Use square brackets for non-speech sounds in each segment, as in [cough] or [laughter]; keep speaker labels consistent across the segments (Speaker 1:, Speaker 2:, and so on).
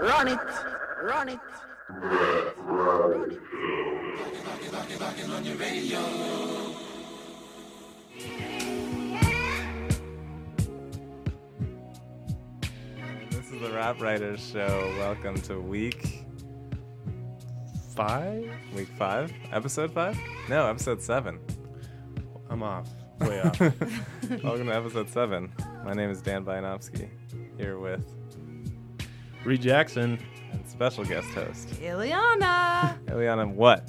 Speaker 1: Run it! Run it! Run it!
Speaker 2: This is the Rap Writers Show. Welcome to week five? Week five? Episode five? No, episode seven.
Speaker 3: I'm off. Way
Speaker 2: [laughs]
Speaker 3: off.
Speaker 2: Welcome to episode seven. My name is Dan Bynofsky, here with
Speaker 3: Reed Jackson.
Speaker 2: and special guest host,
Speaker 4: Ileana.
Speaker 2: Eliana What?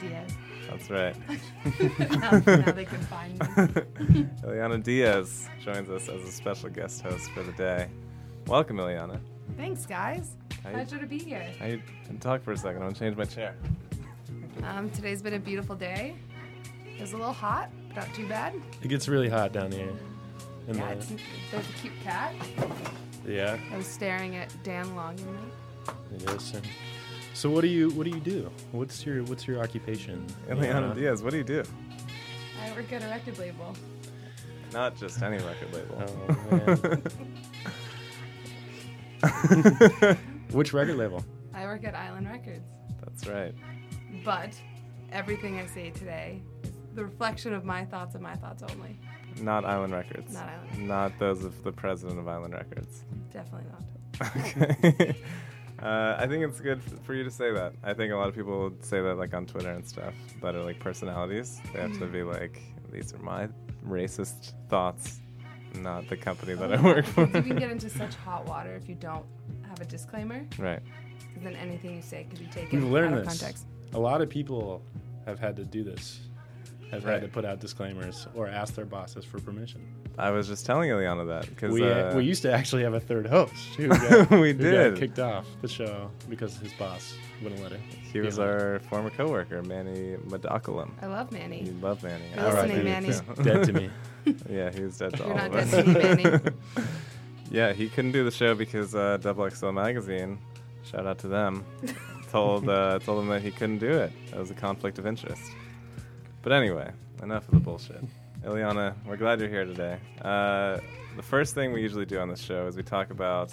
Speaker 4: Diaz.
Speaker 2: That's
Speaker 4: [laughs]
Speaker 2: right. [laughs]
Speaker 4: now, now they can find me.
Speaker 2: [laughs] Eliana Diaz joins us as a special guest host for the day. Welcome, Eliana.
Speaker 4: Thanks, guys.
Speaker 2: How you,
Speaker 4: Pleasure to be here.
Speaker 2: how you and talk for a second? I'm gonna change my chair.
Speaker 4: Um, today's been a beautiful day. It was a little hot, but not too bad.
Speaker 3: It gets really hot down here. In
Speaker 4: Yeah, it's,
Speaker 3: the,
Speaker 4: there's a cute cat.
Speaker 3: yeah,
Speaker 4: I was staring at Dan longingly.
Speaker 3: it is. And so what do you what do you do? What's your what's your occupation? Uh-huh.
Speaker 2: Eliana
Speaker 3: Ileana?
Speaker 2: Diaz, what do you do?
Speaker 4: I work at a record label.
Speaker 2: Not just any record label.
Speaker 3: Oh,
Speaker 2: [laughs]
Speaker 3: man. Which record label?
Speaker 4: I work at Island Records.
Speaker 2: That's right.
Speaker 4: But everything I say today is the reflection of my thoughts and my thoughts only.
Speaker 2: Not Island Records.
Speaker 4: Not Island.
Speaker 2: Not those of the president of Island Records.
Speaker 4: Definitely not.
Speaker 2: Okay. Uh, I think it's good for you to say that. I think a lot of people say that like on Twitter and stuff that are like personalities. They have to
Speaker 4: Mm.
Speaker 2: be like, these are my racist thoughts, not the company that I work [laughs] for.
Speaker 4: Oh, you can get into such hot water if you don't have a disclaimer,
Speaker 2: right.
Speaker 4: because then anything you say could be taken
Speaker 3: We've learned
Speaker 4: out of
Speaker 3: this.
Speaker 4: context.
Speaker 3: A lot of people have had to do this. Have
Speaker 2: Right.
Speaker 3: had to put out disclaimers or ask their bosses for [laughs] permission.
Speaker 2: I was just telling Eliana that because
Speaker 3: We,
Speaker 2: uh,
Speaker 3: we used to actually have a third host
Speaker 2: [laughs]
Speaker 3: who got,
Speaker 2: We
Speaker 3: who got
Speaker 2: did.
Speaker 3: kicked off the show because his boss wouldn't let him.
Speaker 2: he was our former coworker, Manny Medocalam.
Speaker 4: I love Manny.
Speaker 2: You love Manny.
Speaker 4: You're
Speaker 2: I love
Speaker 4: listening,
Speaker 2: Manny,
Speaker 4: Manny.
Speaker 2: too.
Speaker 3: dead to me.
Speaker 2: [laughs] Yeah, he was dead to all
Speaker 4: You're not
Speaker 2: of
Speaker 4: dead
Speaker 2: us.
Speaker 4: to me, Manny.
Speaker 2: [laughs] Yeah, he couldn't do the show because uh, Double XL Magazine, shout out to
Speaker 3: [laughs]
Speaker 2: them, told uh, told him that he couldn't do it. That was a conflict of interest. But anyway, enough of the bullshit. Ileana, we're glad you're here today. Uh, the first thing we usually do on this show is we talk about.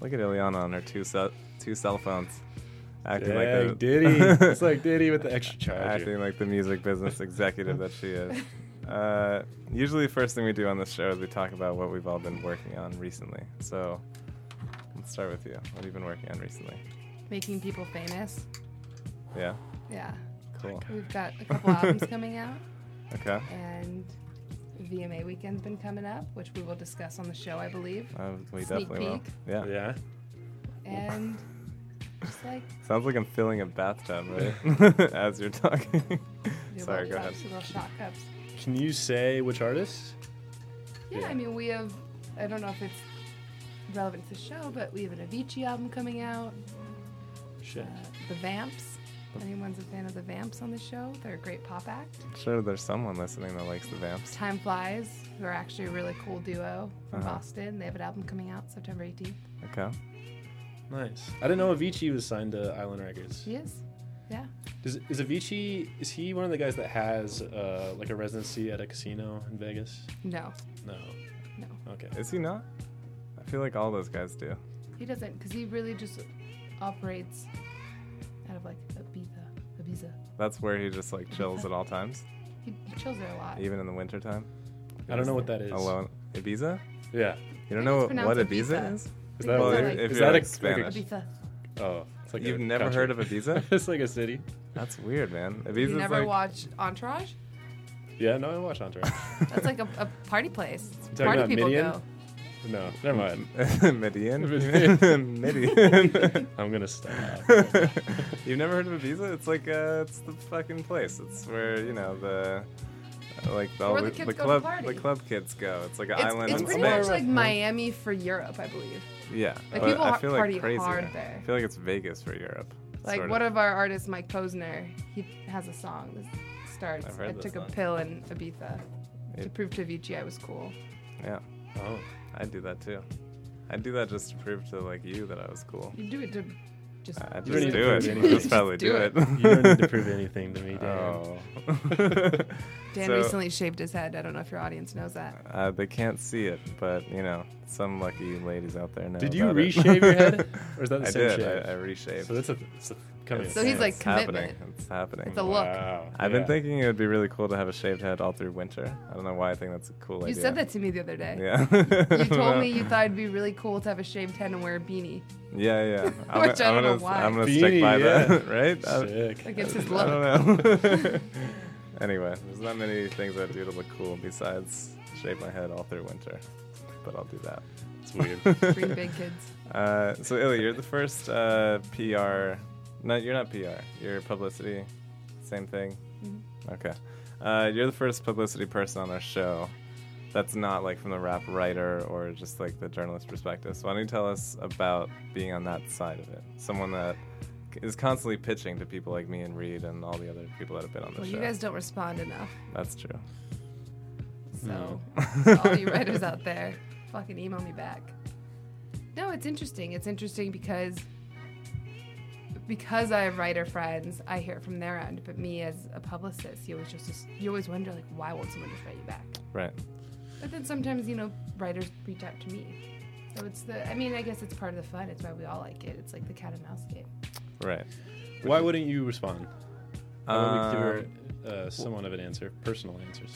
Speaker 2: Look at Ileana on her two cell two cell phones, acting like
Speaker 3: Dang,
Speaker 2: the [laughs]
Speaker 3: Diddy. It's like Diddy with the extra charger.
Speaker 2: acting like the music business executive
Speaker 3: [laughs]
Speaker 2: that she is. Uh, usually, the first thing we do on this show is we talk about what we've all been working on recently. So, let's start with you. What have you been working on recently?
Speaker 4: Making people famous.
Speaker 2: Yeah,
Speaker 4: Yeah.
Speaker 2: cool.
Speaker 4: We've got a couple albums coming out,
Speaker 2: Okay,
Speaker 4: and VMA weekend's been coming up, which we will discuss on the show, I believe.
Speaker 2: uh, we
Speaker 4: Sneak
Speaker 2: definitely will.
Speaker 4: peek.
Speaker 2: Yeah.
Speaker 3: Yeah.
Speaker 4: And just like
Speaker 2: sounds like I'm filling a bathtub right [laughs] as you're talking.
Speaker 4: little
Speaker 2: [laughs] Sorry, go ahead.
Speaker 4: cups, little shot cups.
Speaker 3: [laughs] Can you say which artist?
Speaker 4: Yeah,
Speaker 3: Yeah.
Speaker 4: I mean, we have, I don't know if it's relevant to the show, but we have an Avicii album coming out,
Speaker 3: Shit.
Speaker 4: uh, The Vamps. Anyone's a fan of The Vamps on the show? They're a great pop act.
Speaker 2: I'm sure there's someone listening that likes the vamps.
Speaker 4: Time Flies, who are actually a really cool duo from
Speaker 2: Uh-huh.
Speaker 4: Boston. They have an album coming out September 18th.
Speaker 2: Okay.
Speaker 3: Nice. I didn't know Avicii was signed to Island Records.
Speaker 4: She is. Yeah.
Speaker 3: Does, is Avicii? Is he one of the guys that has uh, like a residency at a casino in Vegas?
Speaker 4: No,
Speaker 3: No.
Speaker 4: no.
Speaker 3: Okay.
Speaker 2: Is he not? I feel like all those guys do.
Speaker 4: He doesn't, because he really just operates out of like Ibiza. Ibiza.
Speaker 2: That's where he just like chills at all
Speaker 4: [laughs]
Speaker 2: times,
Speaker 4: He chills there a lot.
Speaker 2: even in the wintertime.
Speaker 3: I don't know what that is.
Speaker 2: Alone. Ibiza?
Speaker 3: Yeah.
Speaker 2: You don't
Speaker 4: I
Speaker 2: know
Speaker 4: think it's
Speaker 2: what
Speaker 4: pronounced
Speaker 2: Ibiza
Speaker 4: Ibiza.
Speaker 2: is?
Speaker 3: Is that,
Speaker 4: Like,
Speaker 2: Well,
Speaker 3: like,
Speaker 4: it's not
Speaker 2: if,
Speaker 4: like-
Speaker 2: if
Speaker 3: is
Speaker 2: you're
Speaker 3: that
Speaker 2: like
Speaker 3: a-
Speaker 2: Spanish,
Speaker 4: Ibiza.
Speaker 3: oh, it's like
Speaker 2: you've
Speaker 3: a
Speaker 2: never
Speaker 3: country.
Speaker 2: heard of Ibiza?
Speaker 3: [laughs] it's like a city.
Speaker 2: That's weird,
Speaker 3: [laughs]
Speaker 2: man.
Speaker 4: You
Speaker 2: Ibiza's
Speaker 4: never
Speaker 2: like
Speaker 4: watch Entourage?
Speaker 3: Yeah. No, I
Speaker 2: [laughs]
Speaker 3: watch Entourage.
Speaker 4: That's like a, a party place.
Speaker 3: [laughs] talking
Speaker 4: Party
Speaker 3: about
Speaker 4: people
Speaker 3: Midian?
Speaker 4: go.
Speaker 3: no. Never
Speaker 2: [laughs]
Speaker 3: mind. [laughs]
Speaker 2: Midian. Midian. [laughs]
Speaker 3: I'm gonna stop.
Speaker 2: [laughs] you've never heard of Ibiza? It's like uh, it's the fucking place. It's where you know the uh, like all
Speaker 4: Where
Speaker 2: the,
Speaker 4: the kids
Speaker 2: the
Speaker 4: go to
Speaker 2: club
Speaker 4: party.
Speaker 2: the club kids go. It's like an island
Speaker 4: It's, it's
Speaker 2: in
Speaker 4: pretty
Speaker 2: Spain.
Speaker 4: much like Miami for Europe, I believe.
Speaker 2: yeah,
Speaker 4: like,
Speaker 2: but
Speaker 4: people
Speaker 2: I
Speaker 4: ha-
Speaker 2: feel like
Speaker 4: party
Speaker 2: crazy.
Speaker 4: hard
Speaker 2: I
Speaker 4: there.
Speaker 2: feel like it's Vegas for Europe.
Speaker 4: Like
Speaker 2: sort
Speaker 4: one of our artists, Mike Posner, he has a song that starts,
Speaker 2: I've heard
Speaker 4: I
Speaker 2: this
Speaker 4: took
Speaker 2: song.
Speaker 4: a pill in Ibiza to
Speaker 2: It-
Speaker 4: prove to Avicii I was cool.
Speaker 2: yeah,
Speaker 3: Oh.
Speaker 2: I do that too. I do that just to prove to like you that I was cool.
Speaker 4: You do it to Just,
Speaker 2: I
Speaker 3: don't
Speaker 2: just
Speaker 3: need to
Speaker 2: do it.
Speaker 3: prove
Speaker 2: You
Speaker 3: anything.
Speaker 2: just probably
Speaker 4: Just
Speaker 2: do
Speaker 4: do
Speaker 2: it.
Speaker 4: it.
Speaker 3: You don't
Speaker 2: [laughs]
Speaker 3: need to prove anything to me, Dan.
Speaker 2: Oh. [laughs]
Speaker 4: Dan
Speaker 2: So-
Speaker 4: recently shaved his head. I don't know if your audience knows that.
Speaker 2: Uh, they can't see it, but you know, some lucky ladies out there know.
Speaker 3: Did you
Speaker 2: about it.
Speaker 3: reshave your
Speaker 2: [laughs]
Speaker 3: head, or is that the
Speaker 2: I
Speaker 3: same
Speaker 2: did.
Speaker 3: shave?
Speaker 2: I, I reshaved.
Speaker 3: so that's a, it's a coming.
Speaker 2: It's-
Speaker 4: So he's like,
Speaker 2: it's happening.
Speaker 4: commitment.
Speaker 2: It's happening.
Speaker 4: It's a look.
Speaker 3: Wow.
Speaker 2: I've
Speaker 3: Yeah.
Speaker 2: been thinking it would be really cool to have a shaved head all through winter. I don't know why I think that's a cool
Speaker 4: You
Speaker 2: idea.
Speaker 4: said that to me the other day.
Speaker 2: Yeah. [laughs]
Speaker 4: You told me you thought it'd be really cool to have a shaved head and wear a beanie.
Speaker 2: Yeah,
Speaker 4: [laughs]
Speaker 2: yeah.
Speaker 4: Which I don't know
Speaker 2: gonna,
Speaker 4: why.
Speaker 2: I'm gonna stick by
Speaker 3: Beanie,
Speaker 2: that, [laughs] right? I-
Speaker 3: Sick.
Speaker 4: Like it's his
Speaker 2: I
Speaker 4: look.
Speaker 2: don't know. [laughs]
Speaker 4: [laughs]
Speaker 2: anyway, there's not many things I do to look cool besides shave my head all through winter, but I'll do that. [laughs]
Speaker 3: It's weird.
Speaker 4: Green Big Kids.
Speaker 2: Uh, so Illy, you're the first uh, PR. No, you're not PR. You're publicity. Same thing.
Speaker 4: Mhm.
Speaker 2: Okay. Uh, you're the first publicity person on our show. That's not like from the rap writer or just like the journalist perspective. So why don't you tell us about being on that side of it? Someone that is constantly pitching to people like me and Reed and all the other people that have been on the
Speaker 4: Well,
Speaker 2: show.
Speaker 4: you guys don't respond enough.
Speaker 2: That's true. Hmm.
Speaker 4: So,
Speaker 3: No.
Speaker 4: to all
Speaker 2: [laughs]
Speaker 4: you writers out there, fucking email me back. No, it's interesting. It's interesting because because I have writer friends, I hear it from their end. But me as a publicist, you always just you always wonder like, why won't someone just write you back?
Speaker 2: Right.
Speaker 4: But then sometimes you know writers reach out to me. So it's the I mean I guess it's part of the fun. It's why we all like it. It's like the cat and mouse game.
Speaker 2: Right.
Speaker 3: Why wouldn't you respond? Why
Speaker 2: Um,
Speaker 3: wouldn't we give her uh, someone of an answer, personal answers?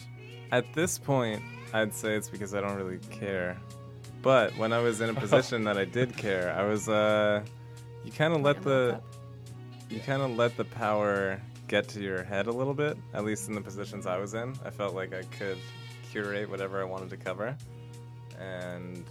Speaker 2: At this point, I'd say it's because I don't really care. But when I was in a position that I did care, I was uh you kind of let
Speaker 4: And
Speaker 2: the
Speaker 4: what's up?
Speaker 2: you kind of let the power get to your head a little bit. At least in the positions I was in, I felt like I could curate whatever I wanted to cover and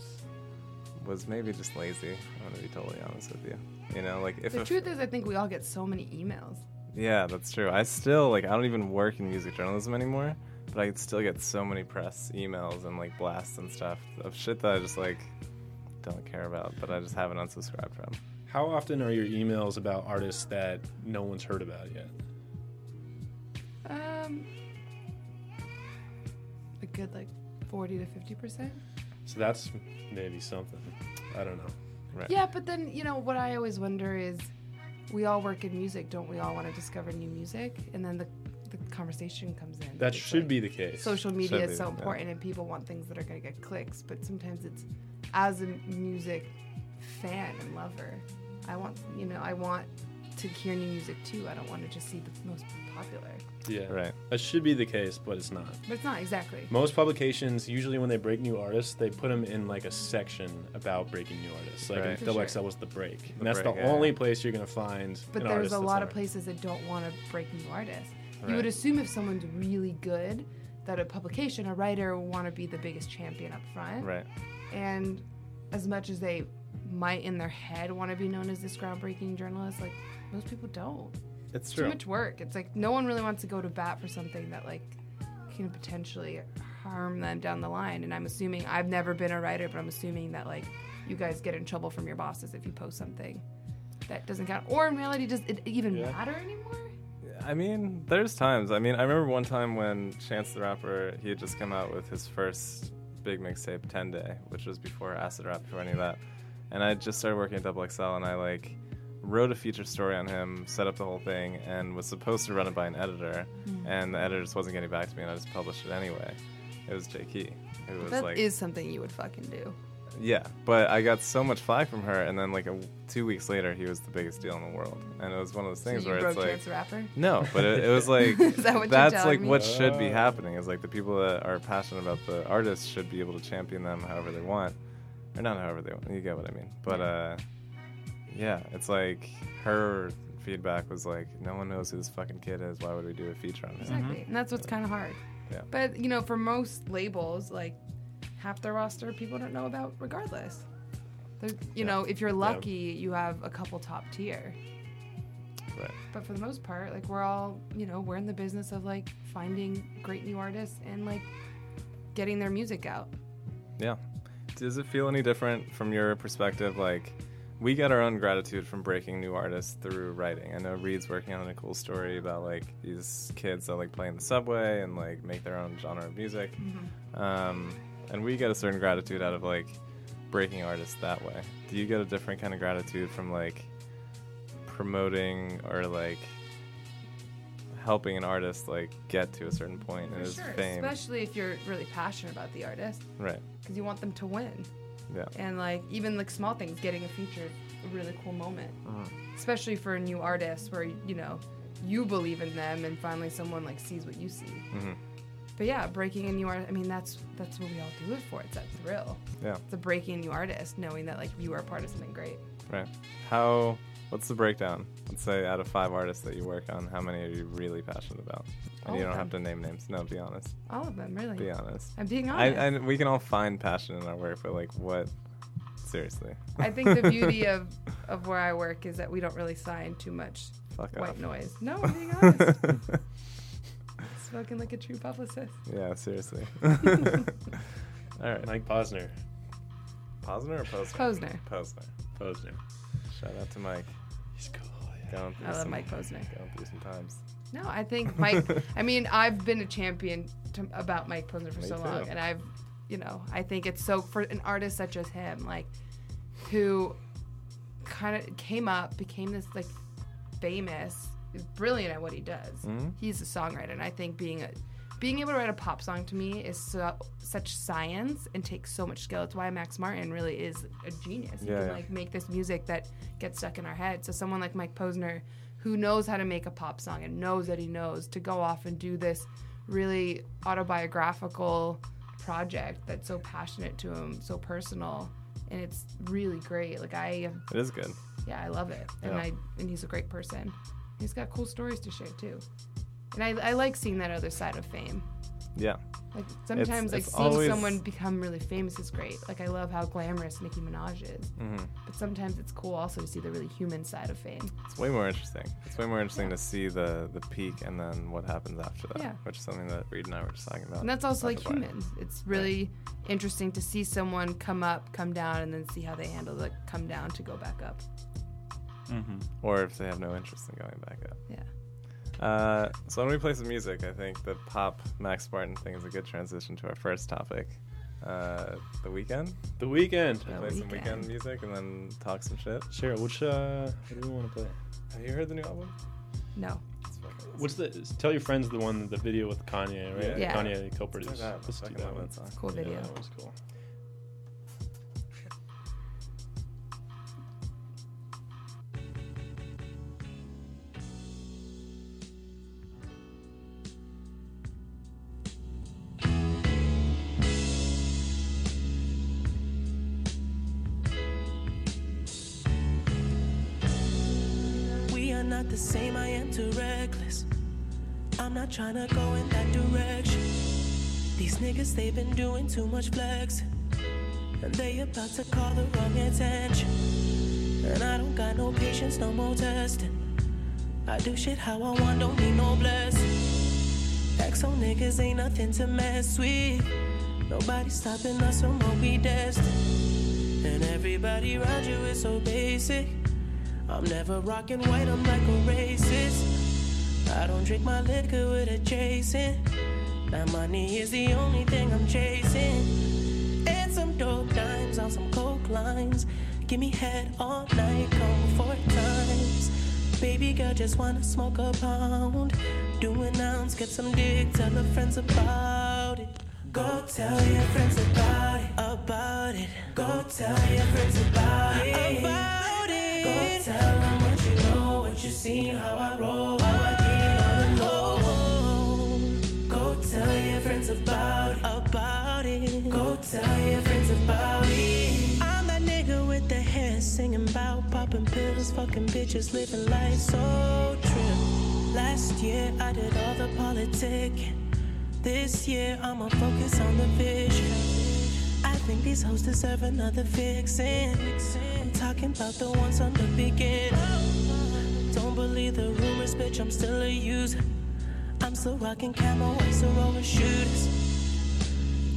Speaker 2: was maybe just lazy. I'm going to be totally honest with you. You know, like if
Speaker 4: the
Speaker 2: a-
Speaker 4: truth is I think we all get so many emails.
Speaker 2: yeah, that's true. I still like I don't even work in music journalism anymore, but I still get so many press emails and like blasts and stuff of shit that I just like don't care about, but I just haven't unsubscribed from.
Speaker 3: How often are your emails about artists that no one's heard about yet?
Speaker 4: Um, a good like forty to fifty percent.
Speaker 3: So that's maybe something. I don't know.
Speaker 4: Yeah, but then you know what I always wonder is, we all work in music, don't we? All want to discover new music, and then the the conversation comes in.
Speaker 3: That
Speaker 4: It's
Speaker 3: should
Speaker 4: like,
Speaker 3: be the case.
Speaker 4: Social media
Speaker 2: be,
Speaker 4: is so
Speaker 2: yeah.
Speaker 4: important, and people want things that are going to get clicks. But sometimes it's, as a music fan and lover, I want you know I want to hear new music too. I don't want to just see the most popular.
Speaker 3: yeah.
Speaker 2: Right.
Speaker 3: That should be the case, but it's not.
Speaker 4: But it's not exactly.
Speaker 3: Most publications, usually when they break new artists, they put them in like a section about breaking new artists. Like
Speaker 2: Right.
Speaker 3: if
Speaker 4: For
Speaker 3: Double
Speaker 4: sure.
Speaker 3: XL was the break, and that's
Speaker 2: break,
Speaker 3: the
Speaker 2: yeah.
Speaker 3: only place you're gonna find.
Speaker 4: But
Speaker 3: an
Speaker 4: there's
Speaker 3: artist
Speaker 4: a
Speaker 3: that's
Speaker 4: lot
Speaker 3: not-
Speaker 4: of places that don't want to break new artists. You
Speaker 2: Right.
Speaker 4: would assume if someone's really good, that a publication, a writer, will want to be the biggest champion up front.
Speaker 2: Right.
Speaker 4: And as much as they might in their head want to be known as this groundbreaking journalist, like most people don't.
Speaker 2: It's
Speaker 4: Too much work. It's like no one really wants to go to bat for something that like can potentially harm them down the line. And I'm assuming I've never been a writer, but I'm assuming that like you guys get in trouble from your bosses if you post something that doesn't count. Or in reality, does it even
Speaker 3: Yeah.
Speaker 4: matter anymore?
Speaker 2: I mean, there's times. I mean, I remember one time when Chance the Rapper, he had just come out with his first big mixtape, 10 Day, which was before Acid Rap, before any of that. And I had just started working at Double XL, and I like wrote a feature story on him, set up the whole thing, and was supposed to run it by an editor,
Speaker 4: Mm.
Speaker 2: and the editor just wasn't getting back to me, and I just published it anyway. It was Jay Key, who was
Speaker 4: That is
Speaker 2: like,
Speaker 4: something you would fucking do.
Speaker 2: yeah, but I got so much flack from her, and then like a, two weeks later, he was the biggest deal in the world, and it was one of those
Speaker 4: So
Speaker 2: things
Speaker 4: you
Speaker 2: where it's
Speaker 4: broke
Speaker 2: like.
Speaker 4: Chance the Rapper.
Speaker 2: No, but it, it
Speaker 4: [laughs]
Speaker 2: was like
Speaker 4: Is that what you're
Speaker 2: that's
Speaker 4: telling
Speaker 2: like
Speaker 4: me?
Speaker 2: what should be
Speaker 3: Oh.
Speaker 2: happening. Is like the people that are passionate about the artists should be able to champion them however they want, or not however they want. You get what I mean? But uh, yeah, it's like her feedback was like, no one knows who this fucking kid is. Why would we do a feature on him?
Speaker 4: Exactly. And that's what's kind of hard.
Speaker 2: Yeah.
Speaker 4: But, you know, for most labels, like half their roster, people don't know about regardless. They're, you know, if you're lucky, you have a couple top tier.
Speaker 2: Right.
Speaker 4: But for the most part, like we're all, you know, we're in the business of like finding great new artists and like getting their music out.
Speaker 2: Yeah. Does it feel any different from your perspective? Like, we get our own gratitude from breaking new artists through writing. I know Reed's working on a cool story about like these kids that like play in the subway and like make their own genre of music. Um, and we get a certain gratitude out of like breaking artists that way. Do you get a different kind of gratitude from like promoting or like helping an artist like get to a certain point in his
Speaker 4: sure.
Speaker 2: fame.
Speaker 4: Especially if you're really passionate about the artist,
Speaker 2: Right.
Speaker 4: because you want them to win.
Speaker 2: Yeah.
Speaker 4: And like even like small things, getting a feature, is a really cool moment.
Speaker 2: Mm-hmm.
Speaker 4: Especially for a new artist, where you know you believe in them, and finally someone like sees what you see.
Speaker 2: Mhm.
Speaker 4: But yeah, breaking a new artist. I mean, that's that's what we all do it for. It's that thrill.
Speaker 2: Yeah.
Speaker 4: It's a breaking a new artist, knowing that like you are part of something great.
Speaker 2: Right. How? What's the breakdown? Let's say out of five artists that you work on, how many are you really passionate about? And
Speaker 4: All
Speaker 2: you
Speaker 4: of
Speaker 2: don't have to
Speaker 4: them.
Speaker 2: name names. No, be honest.
Speaker 4: All of them, really.
Speaker 2: Be honest.
Speaker 4: I'm being
Speaker 2: I,
Speaker 4: honest.
Speaker 2: I, we can all find passion in our work, but like, what? Seriously.
Speaker 4: I think
Speaker 2: [laughs]
Speaker 4: the beauty of of where I work is that we don't really sign too much
Speaker 2: Fuck
Speaker 4: white
Speaker 2: off.
Speaker 4: noise. No,
Speaker 2: [laughs]
Speaker 4: I'm being honest. Spoken like a true publicist.
Speaker 2: yeah,
Speaker 4: [laughs]
Speaker 2: seriously. all right.
Speaker 3: Mike Posner.
Speaker 2: Posner or Posner?
Speaker 4: Posner.
Speaker 2: Posner.
Speaker 3: Posner.
Speaker 2: Shout out to Mike.
Speaker 3: He's cool. Yeah.
Speaker 2: Going through
Speaker 4: I love
Speaker 2: some-
Speaker 4: Mike Posner.
Speaker 2: Going through some times.
Speaker 4: No, I think
Speaker 2: [laughs]
Speaker 4: Mike. I mean, I've been a champion to, about Mike Posner for
Speaker 2: Me
Speaker 4: so
Speaker 2: too.
Speaker 4: long, and I've, you know, I think it's so for an artist such as him, like, who kind of came up, became this like famous, is brilliant at what he does.
Speaker 2: Mhm.
Speaker 4: He's a songwriter, and I think being a being able to write a pop song to me is so, such science and takes so much skill. It's why Max Martin really is a genius. He
Speaker 2: Yeah,
Speaker 4: can
Speaker 2: yeah.
Speaker 4: like make this music that gets stuck in our head. So someone like Mike Posner, who knows how to make a pop song and knows that he knows to go off and do this really autobiographical project that's so passionate to him, so personal, and it's really great. Like I have
Speaker 2: It is good.
Speaker 4: yeah, I love it, and
Speaker 2: Yeah.
Speaker 4: I and he's a great person. He's got cool stories to share too, and I, I like seeing that other side of fame.
Speaker 2: Yeah.
Speaker 4: Like sometimes, like
Speaker 2: it's
Speaker 4: seeing
Speaker 2: always-
Speaker 4: someone become really famous is great. Like I love how glamorous Nicki Minaj is,
Speaker 2: Mhm.
Speaker 4: but sometimes it's cool also to see the really human side of fame.
Speaker 2: It's way more interesting. It's way more interesting to see the the peak and then what happens after that,
Speaker 4: Yeah.
Speaker 2: which is something that Reed and I were just talking about.
Speaker 4: And that's also like
Speaker 2: Dr. Brian.
Speaker 4: humans. It's really interesting to see someone come up, come down, and then see how they handle the come down to go back up.
Speaker 3: Mm-hmm.
Speaker 2: Or if they have no interest in going back up.
Speaker 4: Yeah.
Speaker 2: Uh, so when we play some music, I think the pop Max Martin thing is a good transition to our first topic. Uh, the weekend.
Speaker 3: The weekend.
Speaker 4: The
Speaker 2: play some
Speaker 4: Weeknd.
Speaker 2: weekend music and then talk some shit.
Speaker 3: Cheryl, which uh, what do we want to play?
Speaker 2: Have you heard the new album?
Speaker 4: No,
Speaker 2: It's fucking awesome.
Speaker 3: What's the? Tell your friends the one the video with Kanye, right?
Speaker 4: Yeah.
Speaker 3: Kanye
Speaker 2: Let's do
Speaker 3: co-produced.
Speaker 2: that.
Speaker 3: Let's do
Speaker 2: Fucking
Speaker 3: that
Speaker 2: love
Speaker 3: one.
Speaker 2: that
Speaker 4: it's a
Speaker 2: song.
Speaker 4: cool video.
Speaker 3: Yeah, that was cool.
Speaker 5: We are not the same, I am too reckless. I'm not trying to go in that direction. These niggas, they've been doing too much flexing. And they about to call the wrong attention. And I don't got no patience, no more testing. I do shit how I want, don't need no blessing. Exo niggas ain't nothing to mess with. Nobody stopping us from what we destined. And everybody around you is so basic. I'm never rocking white, I'm like a racist. I don't drink my liquor with a chasing. That money is the only thing I'm chasing. And some dope dimes on some coke lines. Give me head all night, come four times. Baby girl, just wanna smoke a pound. Do an ounce, get some dick, tell her friends about it. Go tell your friends about it, about it. Go tell your friends about it, about it. Go tell them what you know, what you seen, how I roll, how I get on the low. Go tell your friends about it, about it. Go tell your friends about it. I'm that nigga with the hair singing about popping pills, fucking bitches, living life so true. Last year I did all the politic. This year I'ma focus on the vision. I think these hoes deserve another fixin'. I'm talking about the ones from the beginning. Don't believe the rumors, bitch. I'm still a user. I'm still rocking camo, I'm still rolling shooters.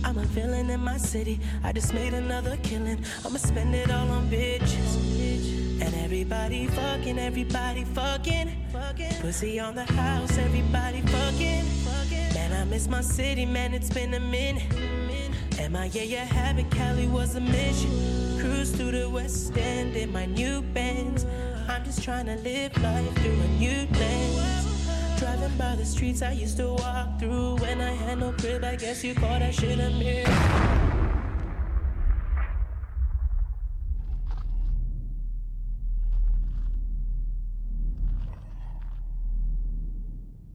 Speaker 5: I'm a villain in my city. I just made another killing. I'ma spend it all on bitches. And everybody fucking, everybody fucking. Pussy on the house, everybody fucking. Man, I miss my city, man, it's been a minute. Am I, yeah, yeah, habit, Cali was a mission. Cruise through the West End in my new bands.
Speaker 1: I'm just trying to live life doing new things. Driving by the streets I used to walk through when I had no crib. I guess you call that shit a miracle.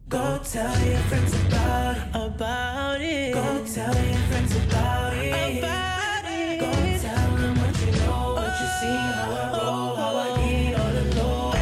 Speaker 1: Go tell your friends about it. About it. Go tell your friends about it. About it. Go tell them what you know, what you see, how I roll, how I get all alone.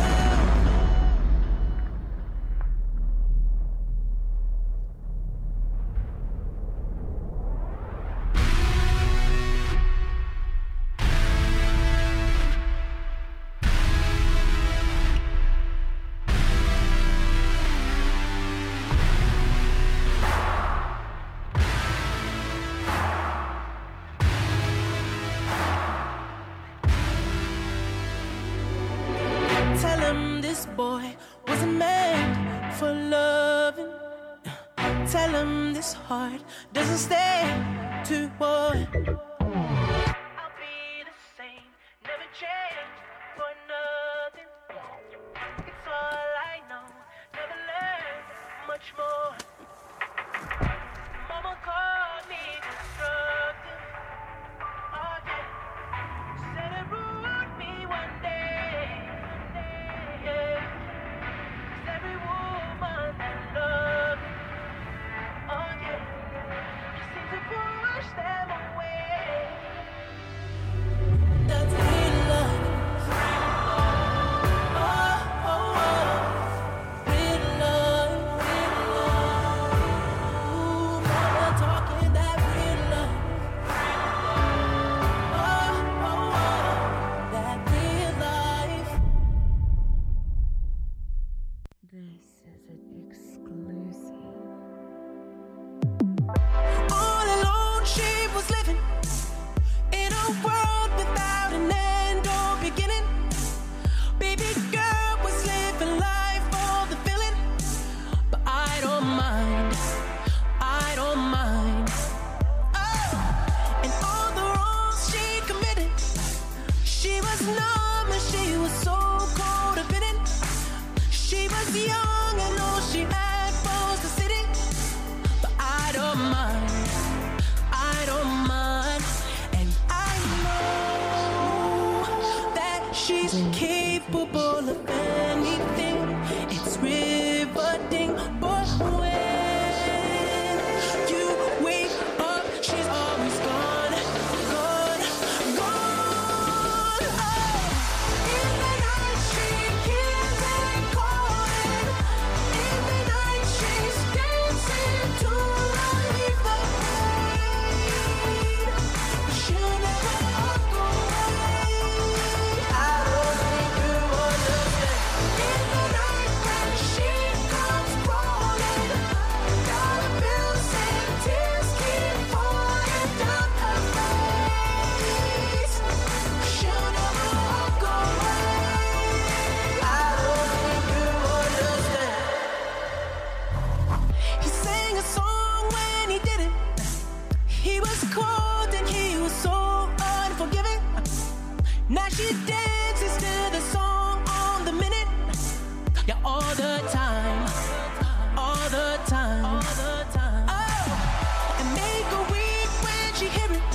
Speaker 1: Tell him this boy wasn't meant for loving. Tell him this heart doesn't stay too boy. I'll be the same, never change for nothing. It's all I know, never learned much more. Mama called me destructive. Oh, yeah. Said it ruined me one day. One day, yeah. 'Cause every woman that loved me, oh, yeah, you seem to push them away. That's real love. Oh, oh, oh. Real love, real love. Ooh, mama talking that real love. Oh, oh, oh. That real life.
Speaker 6: This is an exclusive.
Speaker 1: All alone, she was living in a world without an end or beginning. Baby girl was living life for the feeling, but I don't mind. I don't mind. Oh, and all the wrongs she committed, she was numb and she was so cold of She was young and all she had was the city. But I don't mind. I don't mind. And I know that she's capable of anything. It's riveting. But when you wake up, she's always gone. Gone. Gone. Oh. In the night, she hears it calling. In the night, she's dancing to relieve the pain. She'll never walk away. I don't think you understand. In the night, when she comes crawling, dollar bills and tears keep falling down her face. She'll never walk away. I don't think you understand. He sang a song when he did it. He was cold and he was so unforgiving. Now she dances to the song on the minute. Yeah, all the time. All the time. All the time. Oh, and make her weep when she hear it.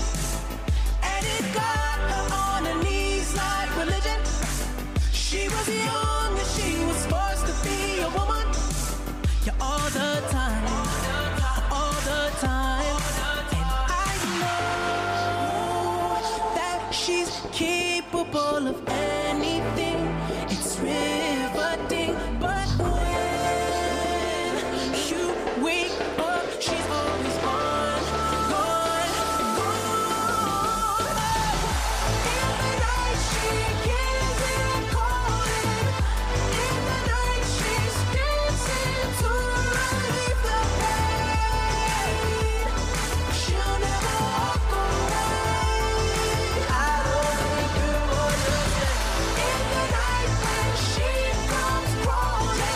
Speaker 1: And it got her on her knees like religion. She was young and she was forced to be a woman. Yeah, all the time. All the time. And I know that she's capable of anything. It's riveting. But when you wake up, she's always gone. Gone. Gone. Oh. In the night, she hears it calling. In the night, she's dancing to relieve the pain. She'll never walk away. I don't think you understand. In the night when she comes crawling,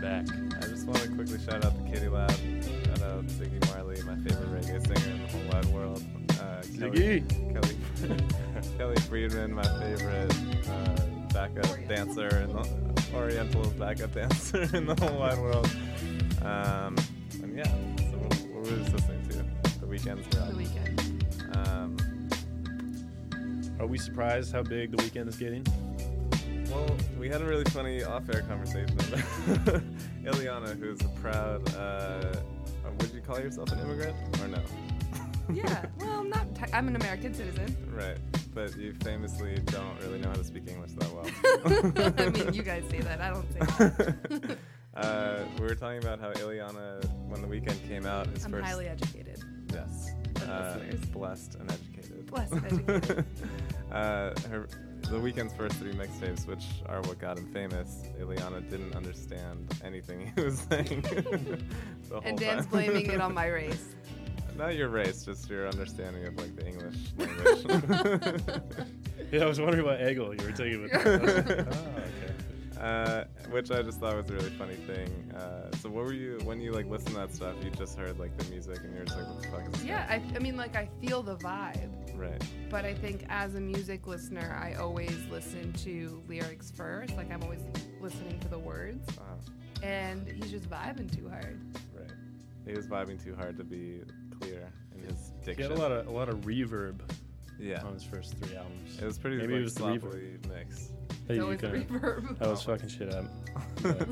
Speaker 3: back.
Speaker 2: I just want to quickly shout out the Kitty Lab. Shout out Ziggy Marley, my favorite reggae singer in the whole wide world. Uh, Kelly, Kelly, [laughs] Kelly Friedman, my favorite uh, backup dancer and Oriental backup [laughs] dancer in the whole wide world. Um, and yeah, so what what were we just listening to? The Weeknd's Girl.
Speaker 4: the weekend.
Speaker 2: Um,
Speaker 3: Are we surprised how big the weekend is getting?
Speaker 2: Well, we had a really funny off-air conversation [laughs] about Ileana, who's a proud. Uh, uh, would you call yourself an immigrant or no?
Speaker 4: [laughs] Yeah. Well, I'm not. Te- I'm an American citizen.
Speaker 2: right, but you famously don't really know how to speak English that well.
Speaker 4: [laughs]
Speaker 2: [laughs]
Speaker 4: I mean, you guys say that. I don't say that.
Speaker 2: uh, we were talking about how Ileana, when the weekend came out, his
Speaker 4: I'm
Speaker 2: first
Speaker 4: highly educated.
Speaker 2: yes,
Speaker 4: our
Speaker 2: uh,
Speaker 4: listeners.
Speaker 2: blessed and educated.
Speaker 4: Blessed and
Speaker 2: [laughs]
Speaker 4: educated.
Speaker 2: uh, her, the weekend's first three mixtapes, which are what got him famous. Ileana didn't understand anything he was saying. [laughs] the whole
Speaker 4: And Dan's
Speaker 2: time.
Speaker 4: blaming it
Speaker 2: [laughs]
Speaker 4: on my race.
Speaker 2: Not your race, just your understanding of like the
Speaker 3: [laughs]
Speaker 2: English language.
Speaker 3: Yeah, I was wondering what angle you were taking
Speaker 2: [laughs]
Speaker 3: with that. I was like, oh, okay. [laughs]
Speaker 2: uh, which I just thought was a really funny thing. Uh, so what were you when you like listen to that stuff? You just heard like the music and you're just like, what the fuck is this?
Speaker 4: Yeah, I, I mean, like, I feel the vibe,
Speaker 2: guy?" Right.
Speaker 4: but I think as a music listener, I always listen to lyrics first. Like, I'm always listening for the words,
Speaker 2: Uh,
Speaker 4: and he's just vibing too hard.
Speaker 2: right. He was vibing too hard to be clear in his
Speaker 3: He
Speaker 2: diction.
Speaker 3: had a lot of a lot of reverb
Speaker 2: yeah.
Speaker 3: on his first three albums.
Speaker 2: It was pretty
Speaker 3: Maybe
Speaker 2: like,
Speaker 3: it was the
Speaker 2: sloppily mixed.
Speaker 3: Hey,
Speaker 4: It's
Speaker 3: you
Speaker 4: always the
Speaker 3: couldn't-
Speaker 4: reverb.
Speaker 3: I was fucking shit up. But-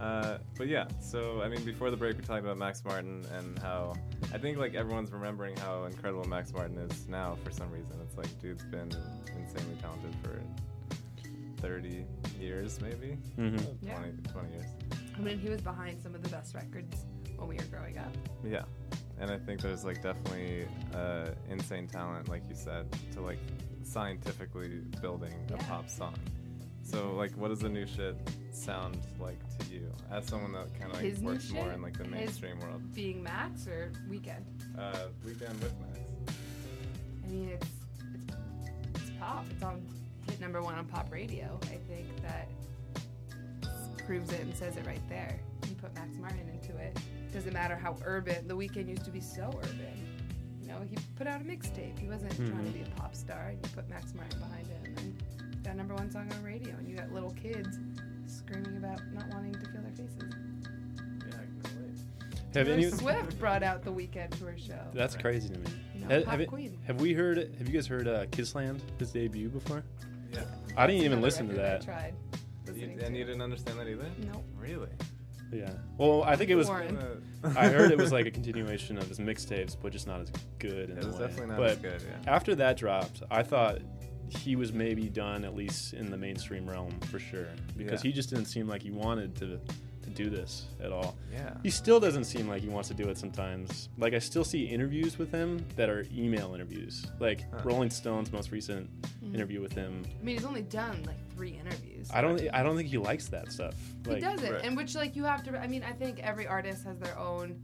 Speaker 2: Uh, but yeah, so I mean, before the break, we talked about Max Martin and how I think like everyone's remembering how incredible Max Martin is now for some reason. It's like dude's been insanely talented for 30 years, maybe
Speaker 3: Mhm.
Speaker 2: Uh, 20,
Speaker 4: Yeah.
Speaker 2: 20 years.
Speaker 4: I mean, he was behind some of the best records when we were growing up.
Speaker 2: Yeah, and I think there's like definitely uh, insane talent, like you said, to like scientifically building a
Speaker 4: Yeah.
Speaker 2: pop song. So like, what does the new shit sound like to you as someone that kind of like
Speaker 4: His new
Speaker 2: works more
Speaker 4: shit?
Speaker 2: in like the
Speaker 4: His-
Speaker 2: mainstream world?
Speaker 4: Being Max or Weekend?
Speaker 2: Uh, Weekend with Max.
Speaker 4: I mean, it's it's, it's pop. It's on hit number one on pop radio. I think that proves it and says it right there. You put Max Martin into it. Doesn't matter how urban. The Weeknd used to be so urban. You know, he put out a mixtape. He wasn't trying
Speaker 2: Mm-hmm.
Speaker 4: to be a pop star. And you put Max Martin behind him and got number one song on radio. And you got little kids screaming about not wanting to feel their faces.
Speaker 2: Yeah, I can relate.
Speaker 3: have
Speaker 4: Taylor
Speaker 3: any?
Speaker 4: Swift brought out the Weeknd to her show.
Speaker 3: That's crazy to me.
Speaker 4: You know,
Speaker 3: Have,
Speaker 4: pop
Speaker 3: have it-
Speaker 4: queen.
Speaker 3: have we heard? Have you guys heard uh, Kissland his debut before?
Speaker 2: Yeah.
Speaker 3: I didn't even
Speaker 4: Another
Speaker 3: listen to
Speaker 4: record
Speaker 3: that.
Speaker 4: I tried.
Speaker 2: You,
Speaker 4: listening
Speaker 2: and
Speaker 4: to.
Speaker 2: you didn't understand that either?
Speaker 4: Nope.
Speaker 2: Really?
Speaker 3: Yeah. Well, I think it was.
Speaker 2: [laughs]
Speaker 4: Warren.
Speaker 3: I heard it was like a continuation of his mixtapes, but just not as good. In
Speaker 2: It
Speaker 3: a
Speaker 2: was
Speaker 3: way.
Speaker 2: definitely not
Speaker 3: but
Speaker 2: as good, yeah.
Speaker 3: After that dropped, I thought he was maybe done, at least in the mainstream realm for sure, because
Speaker 2: Yeah.
Speaker 3: he just didn't seem like he wanted to to do this at all.
Speaker 2: Yeah.
Speaker 3: He still doesn't seem like he wants to do it sometimes. Like I still see interviews with him that are email interviews. Like
Speaker 2: Huh.
Speaker 3: Rolling Stone's most recent
Speaker 4: Mm-hmm.
Speaker 3: interview with him.
Speaker 4: I mean, he's only done like three interviews.
Speaker 3: I don't e, I don't think he likes that stuff. Like
Speaker 4: he doesn't,
Speaker 2: Right.
Speaker 4: and which like you have to. I mean, I think every artist has their own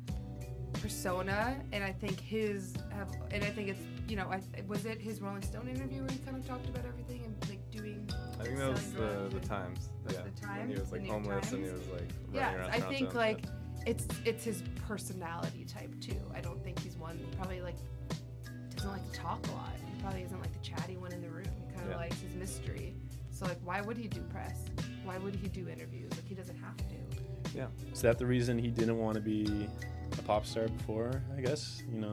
Speaker 4: persona, and I think his have, and I think it's you know, I, was it his Rolling Stone interview where he kind of talked about everything and like doing.
Speaker 2: I think that
Speaker 4: selling
Speaker 2: was the,
Speaker 4: drugs
Speaker 2: the
Speaker 4: and-
Speaker 2: times.
Speaker 4: That's
Speaker 2: yeah.
Speaker 4: the
Speaker 2: When he
Speaker 4: Times,
Speaker 2: was
Speaker 4: the
Speaker 2: like
Speaker 4: New York
Speaker 2: homeless and he
Speaker 4: Times.
Speaker 2: was like running around
Speaker 4: Yeah, I
Speaker 2: Toronto
Speaker 4: think
Speaker 2: and
Speaker 4: like
Speaker 2: shit.
Speaker 4: it's it's his personality type too. I don't think he's one probably like doesn't like to talk a lot. He probably isn't like the chatty one in the room. He kind of
Speaker 2: Yeah.
Speaker 4: likes his mystery. So like, why would he do press? Why would he do interviews? Like he doesn't have to.
Speaker 2: Yeah.
Speaker 3: Is that the reason he didn't want to be a pop star before? I guess you know.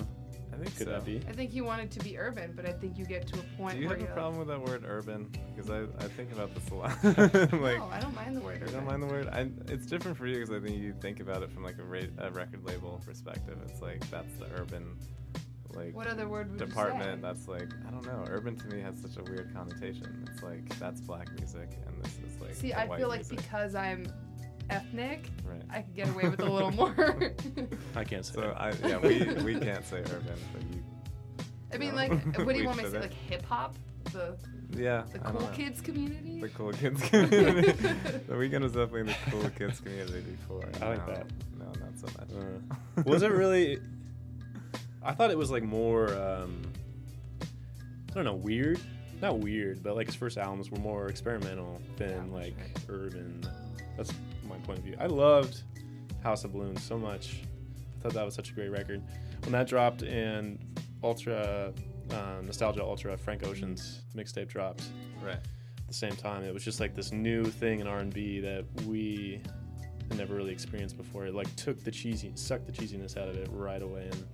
Speaker 2: I think
Speaker 3: Could
Speaker 2: so.
Speaker 3: that
Speaker 4: [laughs]
Speaker 3: be?
Speaker 4: I think he wanted to be urban, but I think you get to a point
Speaker 2: Do you
Speaker 4: where
Speaker 2: have a
Speaker 4: you're
Speaker 2: problem with that word urban? Because I, I think about this a lot. [laughs] like,
Speaker 4: like, no, I don't mind the word
Speaker 2: I
Speaker 4: urban.
Speaker 2: don't mind the word. I, it's different for you because I think you think about it from like a, ra- a record label perspective. It's like that's the urban, like
Speaker 4: What other word would you say?
Speaker 2: department. That's like I don't know. Urban to me has such a weird connotation. It's like that's black music and this is like
Speaker 4: See,
Speaker 2: the
Speaker 4: I
Speaker 2: white
Speaker 4: feel like
Speaker 2: music.
Speaker 4: because I'm ethnic,
Speaker 2: Right.
Speaker 4: I could get away with
Speaker 2: [laughs]
Speaker 4: a little more.
Speaker 3: I can't say.
Speaker 2: so
Speaker 3: that.
Speaker 2: I yeah we we can't say urban, but you
Speaker 4: I mean,
Speaker 2: No. [laughs]
Speaker 4: like, what do
Speaker 2: We
Speaker 4: you want me to say?
Speaker 2: shouldn't.
Speaker 4: Like hip hop, the
Speaker 2: yeah
Speaker 4: the
Speaker 2: I don't
Speaker 4: cool
Speaker 2: know.
Speaker 4: kids community.
Speaker 2: The
Speaker 4: [laughs]
Speaker 2: cool kids community. [laughs] the weekend was definitely in the cool kids community before.
Speaker 3: I like
Speaker 2: now-
Speaker 3: that.
Speaker 2: No, not so much. [laughs]
Speaker 3: Uh, was it really? I thought it was like more. Um, I don't know, weird. Not weird, but like his first albums were more experimental than
Speaker 4: Yeah,
Speaker 3: like urban. That's my point. point of view. I loved House of Balloons so much. I thought that was such a great record. When that dropped and Ultra um, Nostalgia Ultra Frank Ocean's mixtape dropped
Speaker 2: Right.
Speaker 3: at the same time, it was just like this new thing in R&B that we had never really experienced before. It like took the cheesy, sucked the cheesiness out of it right away, and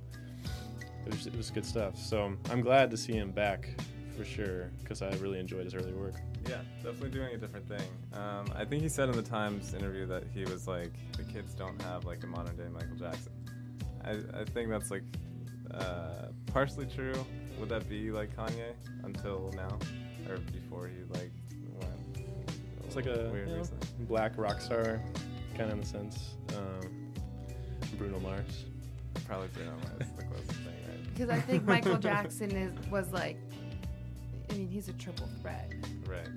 Speaker 3: it was it was good stuff. So um, I'm glad to see him back for sure because I really enjoyed his early work.
Speaker 2: Yeah, definitely doing a different thing. Um, I think he said in the Times interview that he was like, the kids don't have like a modern day Michael Jackson. I, I think that's like uh, partially true. Would that be like Kanye until now, or before he like went?
Speaker 3: It's like a
Speaker 2: weird
Speaker 3: you know,
Speaker 2: recently?
Speaker 3: black rock star, kind of in a sense. Um, Bruno Mars.
Speaker 2: Probably Bruno Mars. the closest
Speaker 4: [laughs]
Speaker 2: thing,
Speaker 4: Because I think
Speaker 3: [laughs]
Speaker 4: Michael Jackson is was like, I mean, he's a triple threat.
Speaker 2: right? Right.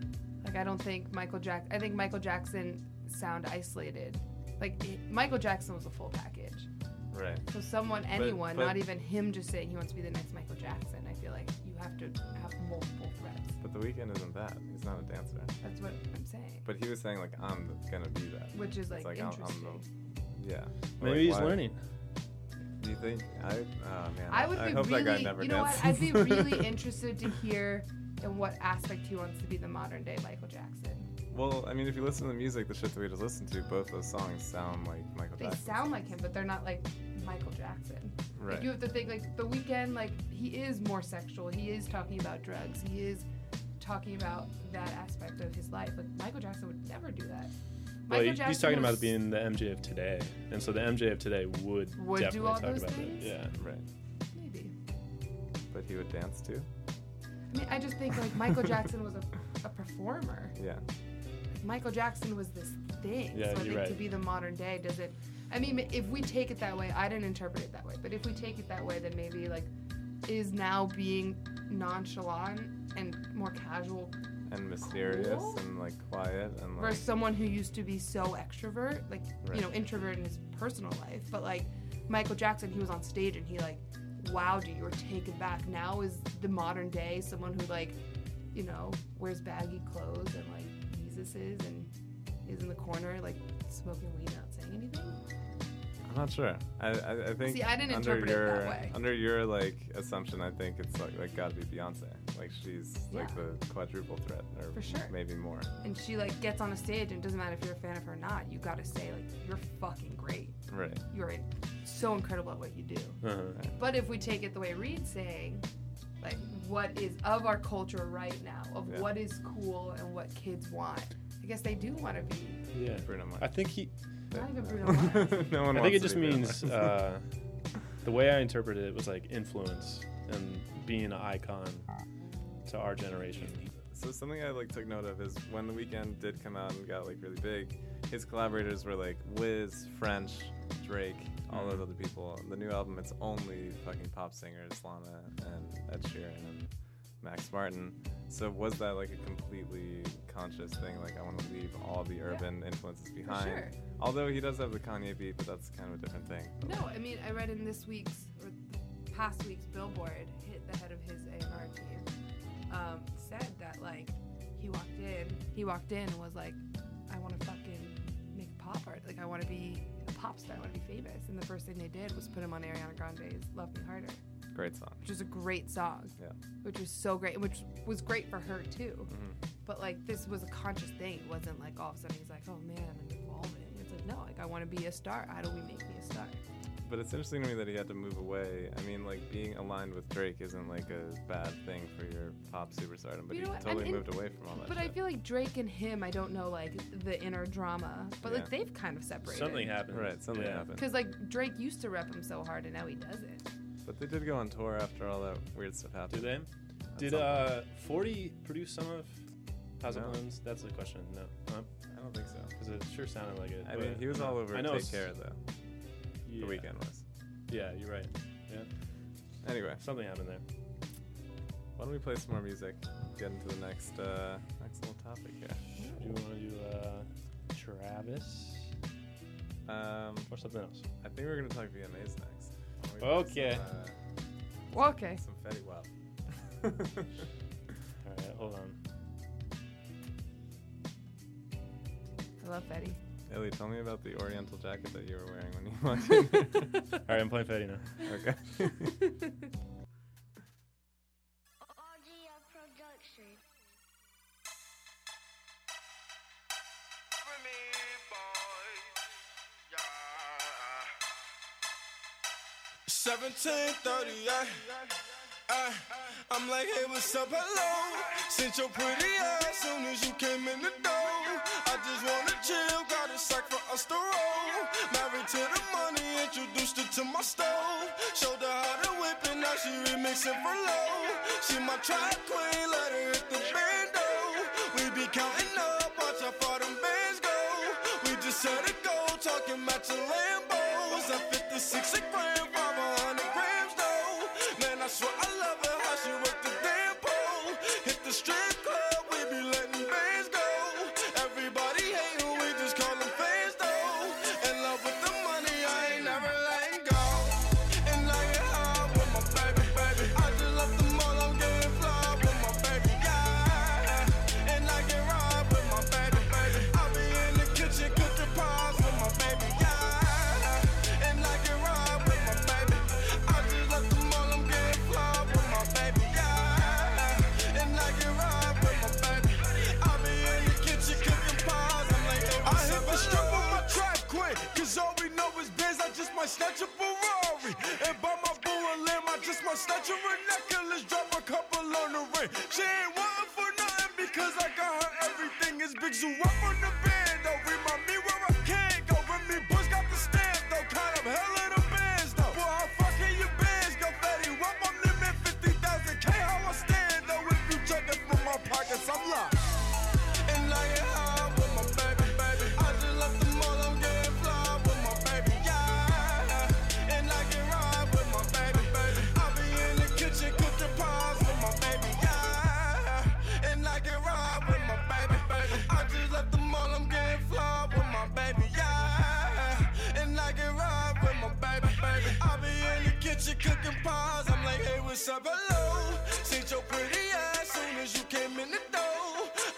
Speaker 4: Like I don't think Michael Jack. I think Michael Jackson sound isolated. Like it- Michael Jackson was a full package.
Speaker 2: Right.
Speaker 4: So someone, anyone,
Speaker 2: but-
Speaker 4: not even him, just saying he wants to be the next Michael Jackson. I feel like you have to have multiple threats.
Speaker 2: But the weekend isn't that. He's not a dancer.
Speaker 4: That's what I'm saying.
Speaker 2: But he was saying like, I'm gonna be that.
Speaker 4: Which is like,
Speaker 2: It's like, I'm- I'm
Speaker 4: interesting.
Speaker 2: the- yeah.
Speaker 3: Maybe
Speaker 2: Like,
Speaker 3: he's
Speaker 2: why-
Speaker 3: learning.
Speaker 2: Do you think I? Oh man.
Speaker 4: I would be
Speaker 2: hope
Speaker 4: really,
Speaker 2: that guy never
Speaker 4: you know
Speaker 2: dances. [laughs]
Speaker 4: what? I'd be really interested to hear in what aspect he wants to be the modern day Michael Jackson.
Speaker 2: Well, I mean, if you listen to the music, the shit that we just listened to, both those songs sound like Michael
Speaker 4: They
Speaker 2: Jackson.
Speaker 4: sound like him, but they're not like Michael Jackson.
Speaker 2: right.
Speaker 4: Like you have to think like the weekend, like he is more sexual. He is talking about drugs. He is talking about that aspect of his life. Like Michael Jackson would never do that.
Speaker 3: Well,
Speaker 4: Michael
Speaker 3: he- he's talking about
Speaker 4: was-
Speaker 3: it being the MJ of today, and so the MJ of today would,
Speaker 4: Would do
Speaker 3: definitely
Speaker 4: all
Speaker 3: talk
Speaker 4: those
Speaker 3: about
Speaker 4: things?
Speaker 3: it. Yeah.
Speaker 2: right.
Speaker 4: maybe.
Speaker 2: But he would dance too.
Speaker 4: I mean, I just think like Michael Jackson was a, a performer.
Speaker 2: Yeah.
Speaker 4: Michael Jackson was this thing.
Speaker 3: Yeah,
Speaker 4: so
Speaker 3: you're
Speaker 4: I think to
Speaker 3: right.
Speaker 4: be the modern day, does it? I mean, if we take it that way, I didn't interpret it that way. But if we take it that way, then maybe like is now being nonchalant and more casual
Speaker 2: And mysterious
Speaker 4: Cool.
Speaker 2: and like quiet and like.
Speaker 4: versus someone who used to be so extrovert, like
Speaker 2: Right.
Speaker 4: you know, introvert in his personal life. But like Michael Jackson, he was on stage and he like wowed you or taken back. Now is the modern day someone who like you know wears baggy clothes and like Jesus is and is in the corner like smoking weed, not saying anything.
Speaker 2: I'm not sure. I I, I think.
Speaker 4: See, I didn't
Speaker 2: under
Speaker 4: interpret it
Speaker 2: your,
Speaker 4: that way.
Speaker 2: Under your like assumption, I think it's like like gotta be Beyonce. Like she's like
Speaker 4: Yeah.
Speaker 2: the quadruple threat, or
Speaker 4: For sure.
Speaker 2: maybe more.
Speaker 4: And she like gets on a stage and it doesn't matter if you're a fan of her or not. You gotta say like you're fucking great.
Speaker 2: Right.
Speaker 4: You're so incredible at what you do.
Speaker 3: Uh-huh.
Speaker 4: But if we take it the way Reed's saying, like what is of our culture right now, of
Speaker 2: Yeah.
Speaker 4: what is cool and what kids want, I guess they do want to be.
Speaker 3: Yeah.
Speaker 2: Bruno Mars.
Speaker 3: I think he.
Speaker 2: [laughs]
Speaker 4: Not even Bruno Mars.
Speaker 2: no one.
Speaker 3: I think
Speaker 2: wants
Speaker 3: it
Speaker 2: to
Speaker 3: just
Speaker 2: be Bruno
Speaker 3: means
Speaker 2: Mars. [laughs]
Speaker 3: uh, the way I interpreted it was like influence and being an icon to our generation.
Speaker 2: So something I like took note of is when the weekend did come out and got like really big, his collaborators were like Wiz, French, Drake, all
Speaker 4: Mm-hmm.
Speaker 2: those other people. The new album, it's only fucking pop singers, Lana and Ed Sheeran and Max Martin. So was that like a completely conscious thing? Like I want to leave all the urban influences behind.
Speaker 4: sure.
Speaker 2: Although he does have the Kanye beat, but that's kind of a different thing.
Speaker 4: No, I mean I read in this week's or past week's Billboard hit the head of his A&R team um, said that like he walked in, he walked in and was like, I want to fucking make pop art. Like I want to be a pop star. I want to be famous. And the first thing they did was put him on Ariana Grande's "Love Me Harder."
Speaker 2: Great song.
Speaker 4: which is a great song.
Speaker 2: Yeah.
Speaker 4: Which was so great, which was great for her too.
Speaker 2: Mm-hmm.
Speaker 4: But like this was a conscious thing. It wasn't like all of a sudden he's like, oh man, I'm evolving. It's like no, like I want to be a star. How do we make me a star?
Speaker 2: But it's interesting to me that he had to move away. I mean, like being aligned with Drake isn't like a bad thing for your pop superstardom, but
Speaker 4: You know
Speaker 2: he
Speaker 4: what,
Speaker 2: totally
Speaker 4: and- and-
Speaker 2: moved away from all that.
Speaker 4: But I
Speaker 2: shit.
Speaker 4: feel like Drake and him, I don't know like the inner drama, but
Speaker 2: Yeah.
Speaker 4: like they've kind of separated.
Speaker 3: Something happened.
Speaker 2: right, something
Speaker 3: Yeah.
Speaker 2: happened.
Speaker 4: Because like Drake used to rep him so hard, and now he doesn't.
Speaker 2: But they did go on tour after all that weird stuff
Speaker 3: Did
Speaker 2: happened.
Speaker 3: they? Did
Speaker 2: all.
Speaker 3: uh, 40 produce some of House of
Speaker 2: No.
Speaker 3: Balloons? That's the question. No.
Speaker 2: I don't think so.
Speaker 3: Because it sure sounded like it.
Speaker 2: I
Speaker 3: but-
Speaker 2: mean, he was all over
Speaker 3: I know
Speaker 2: Take
Speaker 3: it's-
Speaker 2: Care though.
Speaker 3: yeah.
Speaker 2: The weekend was.
Speaker 3: Yeah, you're right. Yeah.
Speaker 2: Anyway,
Speaker 3: Something happened there.
Speaker 2: why don't we play some more music? Get into the next uh, next little topic here.
Speaker 3: Do you want to do uh, Travis
Speaker 2: Um,
Speaker 3: or something else?
Speaker 2: I think we're gonna talk VMAs next. Why don't we play
Speaker 3: Okay.
Speaker 2: Some,
Speaker 4: Well,
Speaker 2: uh,
Speaker 4: okay.
Speaker 2: some Fetty [laughs] Wap.
Speaker 3: All right, hold on.
Speaker 4: I love Betty.
Speaker 2: Ellie, tell me about the oriental jacket that you were wearing [laughs] when you walked in.
Speaker 4: All right, I'm playing Fatty now.
Speaker 2: okay. [laughs]
Speaker 7: RGF Production.
Speaker 8: Cover me, boy. Yeah.
Speaker 9: 1738. I, I'm like, hey, what's up? Hello. Sent your pretty ass soon as you came in the door. I just wanna chill, got a sack for us to roll. Married to the money, introduced her to my stove. Showed her how to whip and now she remixing for low. She my track queen, let her hit the bando. We be counting up, watch how far them bands go. We just set it go, talking matching Lambos. I 56 a gram, 500 grams though. Man, I swear I love her, how she work the damn pole. Hit the strip club, we be letting bands go. Everybody hating, we just call them fans though. In love with the money, I ain't never letting go. And now you're high with my baby, baby. I just left the mall, I'm getting fly with my baby, yeah. And I can ride with my baby, baby. I be in the kitchen cooking pies with my baby, yeah. And I can ride with my baby. I just left the mall, I'm getting fly with my baby, yeah. And I can ride with my baby. I be in the kitchen cooking pies. I'm like, oh, hey, I hit the strip with my track quit. Cause all we know is biz. I just might snatch a Ferrari. And buy my boo a limb. I just might snatch her a necklace. Drop a couple on the ring. She ain't wanting for nothing because I got her everything. It's big zoo up on the band. Though remind me where I can go. When me Bush got the stamp. Though kind of hell in the bands. Though boy, I'm fucking your bands. Go fatty. Wop, I'm limit 50,000 K. How I stand. Though if you check it from my pockets, I'm locked. And I get high with my baby, baby. I just left the mall, I'm getting fly with my baby, yeah. And I can ride with my baby, baby. I be in the kitchen cooking pies with my baby, yeah. And I can ride with my baby, baby. I just left the mall, I'm getting fly with my baby, yeah. And I can ride with my baby, baby. I be in the kitchen cooking pies. I'm like, hey, what's up, hello? Seen your pretty ass soon as you came in the door.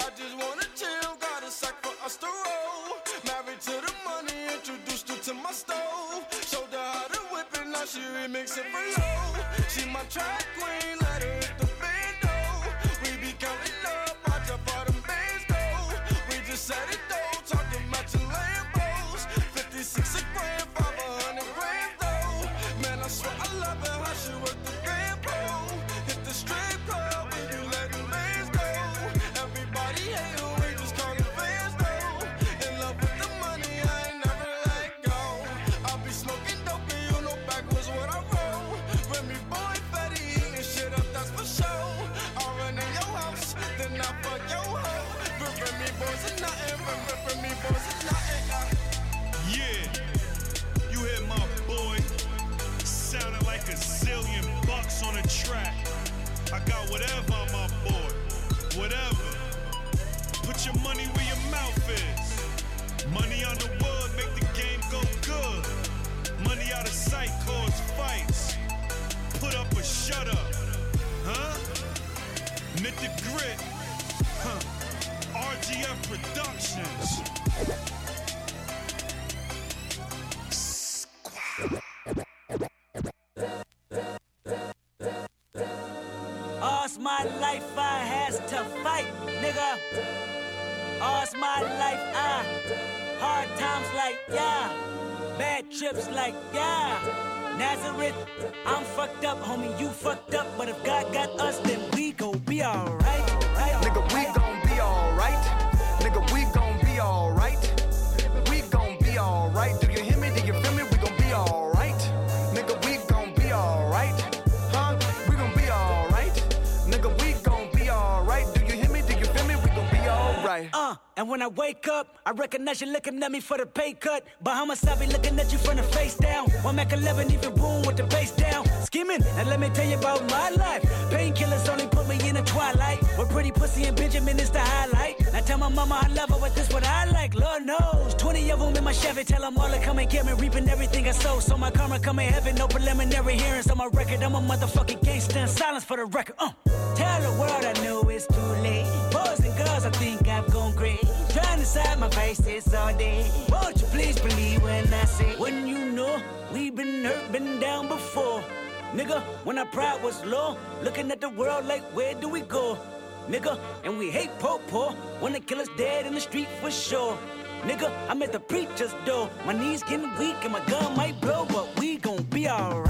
Speaker 9: I just wanna chill, got a sack for us to roll. Married to the money, introduced her to my stove. Showed her how to whip it, now she remixing for low. She my track queen, let her hit the bando. We be counting up, watch how far them bands go. We just set it though, talking matching Lambos. 56 a gram, 500 grams though. Man, I swear I love her, how she work the bando. Hit the strip club, we be letting bands go. Everybody hating, we just call it fans though. In love with the money, I ain't never let go. I be smoking dope and you know backwards what I roll. Remy boy, fatty, eating shit up, that's for sure. I run in your house, then I fuck your hoe. But Remy boys is nothing, but Remy boys is nothing. uh.
Speaker 10: Yeah, you hear my boy. Sounding like a zillion bucks on a track. I got whatever on my board, whatever. Put your money where your mouth is. Money on the wood, make the game go good. Money out of sight, cause fights. Put up or shut up, huh? Knit the grit, huh? RGF Productions.
Speaker 11: All's my life I has to fight, nigga. All's my life I hard times like yeah, bad trips like yeah. Nazareth, I'm fucked up, homie. You fucked up, but if God got us, then we gon' be alright.
Speaker 12: Nigga, we gon' be alright. Nigga, we gon' be alright. We gon' be alright. Do you hear me? Do you feel me? We gon' be alright. Nigga, we gon' be alright. Huh? We gon' be alright. Nigga, we gon' be alright. Do you hear me? Do you feel me? We gon' be alright.
Speaker 11: Uh, and when I wake up, I recognize you looking at me for the pay cut. Bahamas, I be looking at you from the face down. One Mac 11, even boom with the face down. Skimming, and let me tell you about my life. Painkillers only put me in the twilight. With pretty pussy and Benjamin is the highlight. I tell my mama I love her, but this what I like. Lord knows. 20 of them in my Chevy, tell them all to come and get me. Reaping everything I sow. So my karma come in heaven, no preliminary hearings on my record. I'm a motherfucking gangster in silence for the record. Uh. Tell the world I know it's too late. Boys and girls, I think I've gone crazy. Trying to inside my face is all day. Won't you please believe when I say, when you know we've been hurt, been down before. Nigga, when our pride was low, looking at the world like, where do we go? Nigga, and we hate po-po, wanna kill us dead in the street for sure. Nigga, I'm at the preacher's door. My knees getting weak and my gun might blow, but we gon' be alright.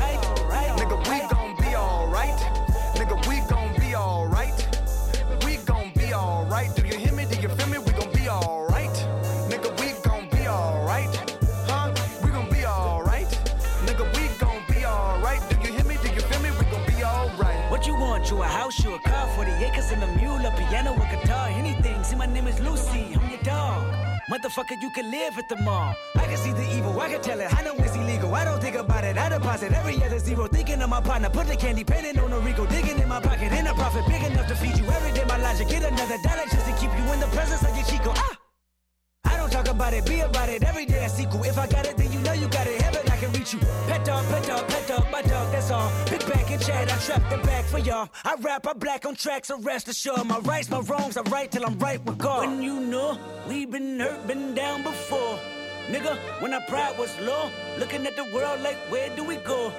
Speaker 11: Right,
Speaker 12: Nigga, we gon' be alright. Nigga, we gon' be alright. We gon' be alright. Do you hear me? Do you feel me? We gon' be alright. Nigga, we gon' be alright. Huh? We gon' be alright. Nigga, we gon' be alright. Do you hear me? Do you feel me? We gon' be alright.
Speaker 11: What you want? You a house, you a car, 40 acres and a mule, a piano, a guitar, anything. See, my name is Lucy, I'm your dog. Motherfucker, you can live at the mall. I can see the evil, I can tell it. I know it's illegal. I don't think about it. I deposit every other zero. Thinking of my partner, put the candy painting on a Rico. Digging in my pocket, in a profit big enough to feed you. Every day, my logic, get another dollar just to keep you in the presence of your Chico. Ah! I don't talk about it, be about it. Every day, a sequel. If I got it, then you know you got it. Heaven, I can reach you. Pet dog, pet dog, pet dog, my dog, that's all. Big back and chat, I trap the back for y'all. I rap, I black on tracks, so rest assured. My rights, my wrongs, I right till I'm right with God. When you know, we been hurt, been down before. Nigga, when our pride was low, looking at the world like, where do we go?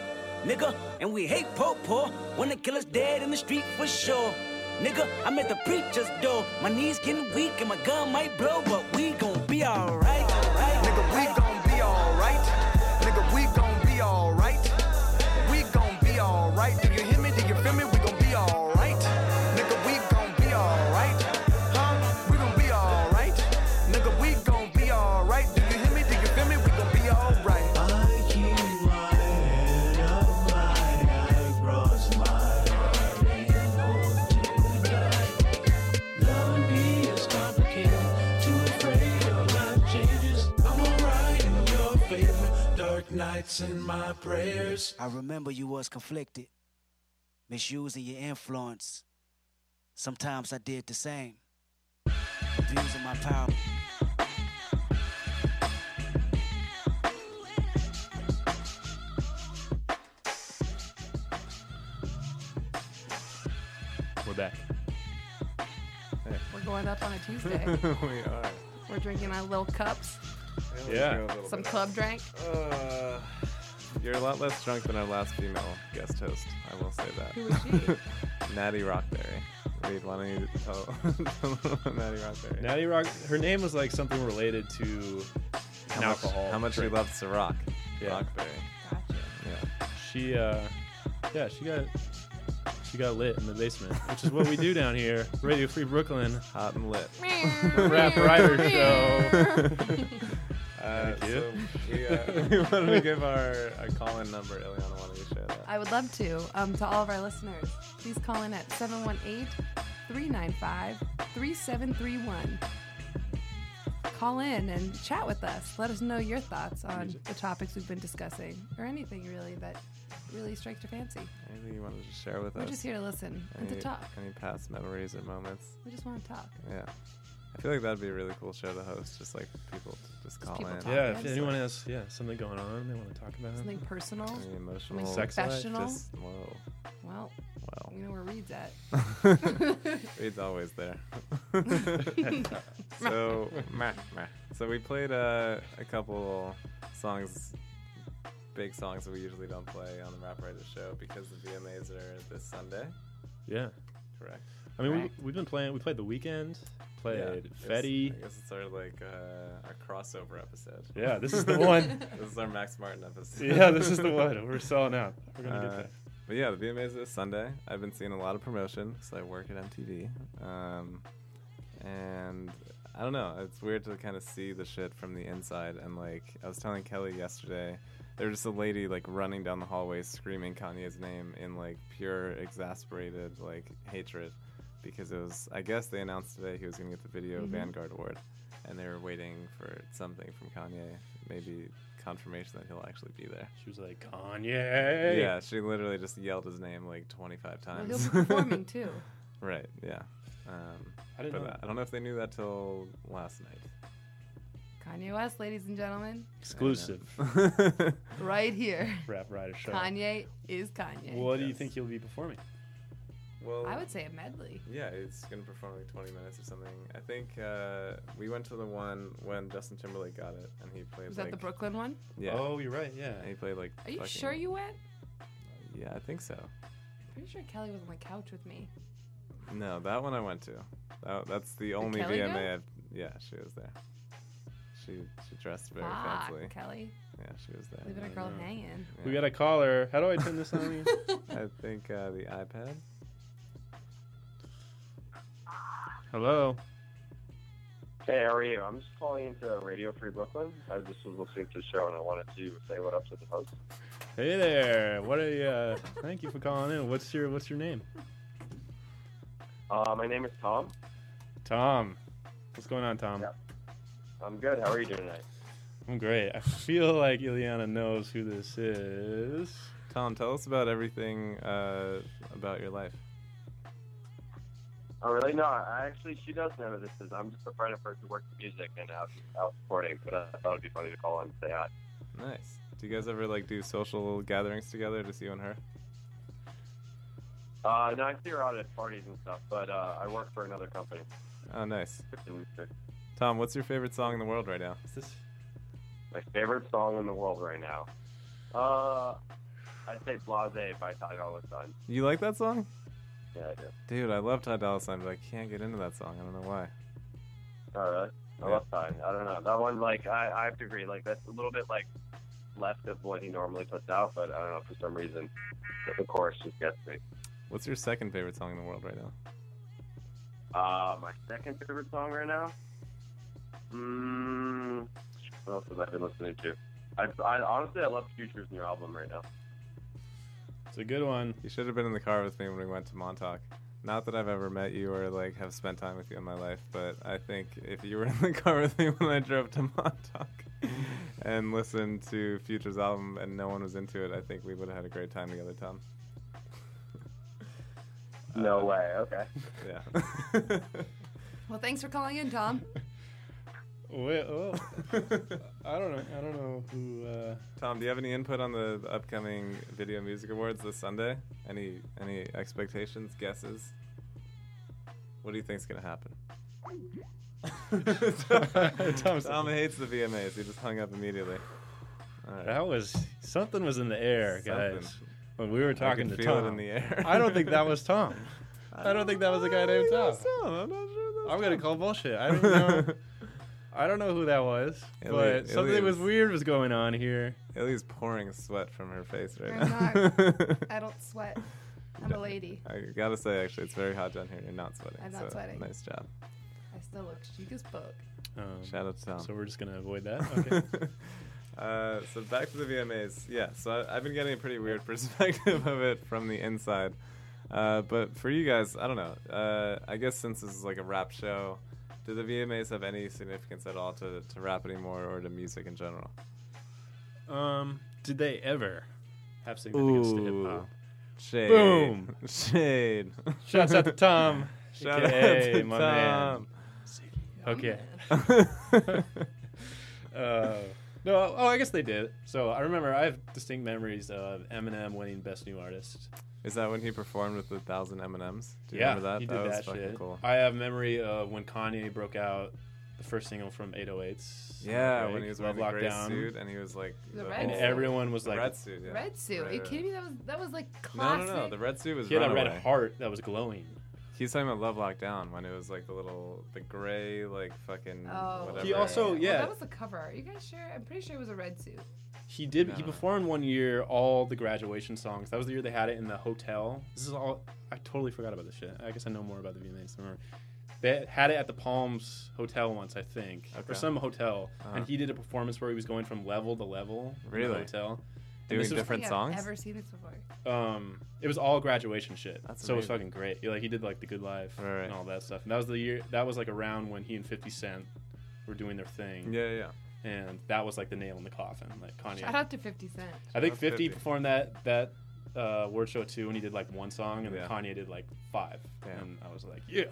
Speaker 11: Nigga, and we hate po-po, wanna kill us dead in the street for sure. Nigga, I'm at the preacher's door. My knees getting weak and my gun might blow, but we gon' be alright.
Speaker 12: Nigga, we gon' be alright. Nigga, we gon' be alright. We gon' be alright. Do you hear me? Do you feel me? We gon' be alright. Nigga, we gon' be alright. Huh? We gon' be alright. Nigga, we gon' be alright. Do you hear me? Do you feel me? We gon' be alright.
Speaker 11: Nights in my prayers. I remember you was conflicted, misusing your influence. Sometimes I did the same, abusing my power.
Speaker 3: We're back.
Speaker 4: We're going up on a Tuesday.
Speaker 2: [laughs] we are.
Speaker 4: We're drinking our little cups,
Speaker 2: Yeah. let's do a little
Speaker 4: some
Speaker 2: bit.
Speaker 4: club drink.
Speaker 2: Uh, you're a lot less drunk than our last female guest host. I will say that.
Speaker 4: Who was she?
Speaker 2: [laughs] Natty Rockberry. Reed, why don't you tell, [laughs] tell them about Natty Rockberry?
Speaker 3: Natty Rock, her name was like something related to
Speaker 2: how much,
Speaker 3: an alcohol.
Speaker 2: How much we
Speaker 3: drink.
Speaker 2: loved to rock.
Speaker 3: Yeah.
Speaker 2: Rockberry.
Speaker 4: Gotcha.
Speaker 2: Yeah.
Speaker 3: She, uh, yeah, she got she got lit in the basement, which is what we do down here. Radio Free Brooklyn,
Speaker 2: Hot and lit.
Speaker 3: [laughs] Rap Rider Show.
Speaker 2: [laughs] Uh,
Speaker 3: Thank
Speaker 2: So
Speaker 3: you.
Speaker 2: [laughs] we, uh, we wanted to give our, our call in number. Ileana, why don't you share that?
Speaker 4: I would love to. Um, to all of our listeners, please call in at 718-395-3731. Call in and chat with us. Let us know your thoughts on the topics we've been discussing or anything really that really strikes your fancy.
Speaker 2: Anything you wanted to share with
Speaker 4: We're
Speaker 2: us?
Speaker 4: just here to listen and
Speaker 2: any,
Speaker 4: to talk.
Speaker 2: Any past memories or moments?
Speaker 4: We just want to talk.
Speaker 2: Yeah. I feel like that'd be a really cool show to host. Just like people to just call
Speaker 4: people
Speaker 2: in.
Speaker 4: talking.
Speaker 3: yeah, if
Speaker 4: Yes.
Speaker 3: anyone has yeah something going on they want to talk about,
Speaker 4: Something personal.
Speaker 2: Any emotional.
Speaker 4: Something
Speaker 3: Sex life,
Speaker 4: professional.
Speaker 2: Just, whoa.
Speaker 4: Well,
Speaker 2: Wow.
Speaker 4: you know where Reed's at. [laughs]
Speaker 2: Reed's always there. so, meh, meh. so we played uh, a couple songs, big songs that we usually don't play on the Rap Writers Show because the VMAs are this Sunday.
Speaker 3: yeah.
Speaker 2: Correct.
Speaker 3: I mean,
Speaker 4: Right.
Speaker 3: we, we've been playing. We played the weekend. Played
Speaker 2: it's-
Speaker 3: Fetty.
Speaker 2: I guess it's our like uh, our crossover episode.
Speaker 3: Yeah,
Speaker 2: [laughs]
Speaker 3: this is the one.
Speaker 2: This is our Max Martin episode.
Speaker 3: yeah, this
Speaker 2: [laughs]
Speaker 3: is the one. We're selling out. We're gonna
Speaker 2: Uh,
Speaker 3: get that.
Speaker 2: But yeah, the VMAs is this Sunday. I've been seeing a lot of promotion because I work at MTV. Um, and I don't know. It's weird to kind of see the shit from the inside. And like, I was telling Kelly yesterday, there was just a lady like running down the hallway screaming Kanye's name in like pure exasperated like hatred because it was, I guess they announced today he was going to get the Video
Speaker 3: Mm-hmm.
Speaker 2: Vanguard Award. And they were waiting for something from Kanye, maybe confirmation that he'll actually be there.
Speaker 3: She was like Kanye.
Speaker 2: Yeah, she literally just yelled his name like 25
Speaker 4: Well, he'll be
Speaker 2: times.
Speaker 4: performing too.
Speaker 2: [laughs] right, yeah. Um,
Speaker 3: I didn't
Speaker 2: but
Speaker 3: know
Speaker 2: I-
Speaker 3: that.
Speaker 2: I don't know if they knew that till last night.
Speaker 4: Kanye West, ladies and gentlemen,
Speaker 3: Exclusive
Speaker 2: [laughs]
Speaker 4: right here.
Speaker 3: rap rider show.
Speaker 4: Kanye is Kanye.
Speaker 3: What do you think you'll be performing?
Speaker 2: Well,
Speaker 4: I would say a medley.
Speaker 2: Yeah, it's gonna perform like 20 minutes or something. I think uh, we went to the one when Justin Timberlake got it, and he played.
Speaker 4: Was
Speaker 2: like,
Speaker 4: that the Brooklyn one?
Speaker 2: Yeah.
Speaker 3: Oh, you're right. Yeah.
Speaker 2: And he played like.
Speaker 4: Are you
Speaker 2: fucking-
Speaker 4: sure you went?
Speaker 2: Yeah, I think so.
Speaker 4: Pretty sure Kelly was on the couch with me.
Speaker 2: No, that one I went to. That, that's the only
Speaker 4: Kelly
Speaker 2: VMA.
Speaker 4: guy?
Speaker 2: I've, yeah, she was there. She she dressed very
Speaker 4: Fuck,
Speaker 2: fancy.
Speaker 4: Kelly.
Speaker 2: Yeah, she was there.
Speaker 4: Leaving a girl hanging.
Speaker 3: We got a caller. How do I turn this on?
Speaker 4: [laughs]
Speaker 3: again?
Speaker 2: I think uh, the iPad.
Speaker 3: Hello.
Speaker 13: Hey, how are you? I'm just calling into Radio Free Brooklyn. I just was listening to the show and I wanted to say what up to the host.
Speaker 3: Hey there. What are you? Uh, thank you for calling in. What's your What's your name?
Speaker 13: Uh, my name is Tom.
Speaker 3: Tom. What's going on, Tom?
Speaker 13: I'm good. How are you doing tonight?
Speaker 3: I'm great. I feel like Ileana knows who this is.
Speaker 2: Tom, tell us about everything uh, about your life.
Speaker 13: Oh, really? No, I actually, she does know who this is. I'm just a friend of hers who works in music and out, out supporting, but I thought it'd be funny to call and say hi.
Speaker 2: Nice. Do you guys ever like do social gatherings together? Just you and her?
Speaker 13: Uh, no, I see her out at parties and stuff, but uh, I work for another company.
Speaker 2: Oh, nice. Tom, what's your favorite song in the world right now?
Speaker 13: My favorite song in the world right now. Uh, I'd say Blase by Ty Dolla Sign.
Speaker 2: You like that song?
Speaker 13: Yeah, I do.
Speaker 2: Dude, I love Ty Dolla Sign, but I can't get into that song. I don't know why.
Speaker 13: Oh, really? I
Speaker 2: Yeah.
Speaker 13: love time. I don't know. That one, like, I, I have to agree. Like, that's a little bit, like, left of what he normally puts out, but I don't know. For some reason, the chorus just gets me.
Speaker 2: What's your second favorite song in the world right now?
Speaker 13: Uh, my second favorite song right now? Mm, what else have I been listening to? I, I honestly, I love Future's new album right now.
Speaker 3: It's a good one.
Speaker 2: You should have been in the car with me when we went to Montauk. Not that I've ever met you or like have spent time with you in my life, but I think if you were [laughs] in the car with me when I drove to Montauk [laughs] and listened to Future's album and no one was into it, I think we would have had a great time together, Tom. Uh,
Speaker 13: No way. Okay.
Speaker 2: Yeah. [laughs]
Speaker 4: Well, thanks for calling in, [laughs] Tom.
Speaker 3: Wait, oh. [laughs] I don't know. I don't know who. Uh...
Speaker 2: Tom, do you have any input on the, the upcoming Video Music Awards this Sunday? Any any expectations, guesses? What do you think's gonna
Speaker 3: [laughs]
Speaker 2: happen? Tom, hates the VMAs. He just hung up immediately. All right.
Speaker 3: That was something was in the air, guys.
Speaker 2: Something.
Speaker 3: When we were talking
Speaker 2: can
Speaker 3: to
Speaker 2: feel it
Speaker 3: Tom
Speaker 2: in the air.
Speaker 3: I don't think
Speaker 2: [laughs]
Speaker 3: that was Tom. I don't think that was a guy named Tom.
Speaker 2: I'm not sure.
Speaker 3: I'm gonna call bullshit. I don't know. I don't know who
Speaker 2: [laughs]
Speaker 3: that was,
Speaker 2: Ilya-
Speaker 3: but something
Speaker 2: Ilya's-
Speaker 3: was weird was going on here.
Speaker 2: Ellie's pouring sweat from her face right
Speaker 4: I'm
Speaker 2: now. [laughs]
Speaker 4: not. I don't sweat. I'm a lady.
Speaker 2: I gotta say, actually, it's very hot down here. You're not sweating.
Speaker 4: I'm not
Speaker 2: so
Speaker 4: sweating.
Speaker 2: Nice job.
Speaker 4: I still look chic as fuck.
Speaker 3: Um,
Speaker 2: Shout out to Tom.
Speaker 3: So we're just gonna
Speaker 2: [laughs]
Speaker 3: avoid that. Okay.
Speaker 2: Uh, so back to the VMAs. Yeah, so I, I've been getting a pretty weird [laughs] perspective of it from the inside. Uh, but for you guys, I don't know. Uh, I guess since this is like a rap show, do the VMAs have any significance at all to, to rap anymore or to music in general?
Speaker 3: um, did they ever have significance to hip hop?
Speaker 2: Shade.
Speaker 3: Boom.
Speaker 2: [laughs] Shade.
Speaker 3: Shouts out to Tom.
Speaker 2: [laughs] Shout
Speaker 3: AKA,
Speaker 2: out to
Speaker 3: my
Speaker 2: Tom.
Speaker 3: Man. Okay. [laughs] uh, no, oh, I guess they did. So I remember I have distinct memories of Eminem winning Best New Artist.
Speaker 2: Is that when he performed with the thousand M&Ms? Do you
Speaker 3: yeah,
Speaker 2: remember that?
Speaker 3: he did
Speaker 2: that was
Speaker 3: that,
Speaker 2: fucking
Speaker 3: shit.
Speaker 2: cool.
Speaker 3: I have memory of when Kanye broke out the first single from 808s.
Speaker 2: Yeah,
Speaker 3: Drake,
Speaker 2: when he was
Speaker 3: Love
Speaker 2: wearing the gray
Speaker 3: Lockdown.
Speaker 2: suit and he was like
Speaker 4: The
Speaker 2: the
Speaker 4: red
Speaker 2: whole-
Speaker 4: suit.
Speaker 3: Everyone was
Speaker 2: the
Speaker 3: like-
Speaker 2: red suit. Yeah.
Speaker 4: Red suit. Are
Speaker 2: Right,
Speaker 4: you
Speaker 2: right.
Speaker 4: kidding me? That was that was like
Speaker 2: No,
Speaker 4: classic.
Speaker 2: no, no. The red suit was
Speaker 3: He had a
Speaker 2: Runaway.
Speaker 3: red heart that was glowing.
Speaker 2: He's talking about Love Lockdown when it was like the little, the gray, like fucking
Speaker 4: Oh.
Speaker 2: whatever.
Speaker 3: He also-
Speaker 4: Well,
Speaker 3: yeah.
Speaker 4: that was the cover. Are you guys sure? I'm pretty sure it was a red suit.
Speaker 3: He did.
Speaker 2: No,
Speaker 3: he
Speaker 2: no, no.
Speaker 3: performed one year all the graduation songs. That was the year they had it in the hotel. This is all. I totally forgot about this shit. I guess I know more about the VMAs. Than I remember. They had it at the Palms Hotel once, I think,
Speaker 2: Okay.
Speaker 3: or some hotel,
Speaker 2: Uh-huh.
Speaker 3: and he did a performance where he was going from level to level in the
Speaker 2: Really?
Speaker 3: hotel. And
Speaker 2: Doing
Speaker 3: this was-
Speaker 2: different
Speaker 4: I think
Speaker 2: songs.
Speaker 4: I've never seen this before.
Speaker 3: um, it was all graduation shit.
Speaker 2: That's
Speaker 3: so it was
Speaker 2: amazing.
Speaker 3: fucking great. Like he did like the Good Life
Speaker 2: Right, right.
Speaker 3: and all that stuff. And that was the year. That was like around when he and Fifty Cent were doing their thing.
Speaker 2: Yeah, yeah.
Speaker 3: And that was like the nail in the coffin. Like Kanye.
Speaker 4: Shout out to 50 Cent.
Speaker 3: I think
Speaker 2: That's
Speaker 3: 50,
Speaker 2: 50.
Speaker 3: performed that that uh, word show too, and he did like one song, and then
Speaker 2: Yeah.
Speaker 3: Kanye did like five,
Speaker 2: Yeah.
Speaker 3: and I was like, yeah,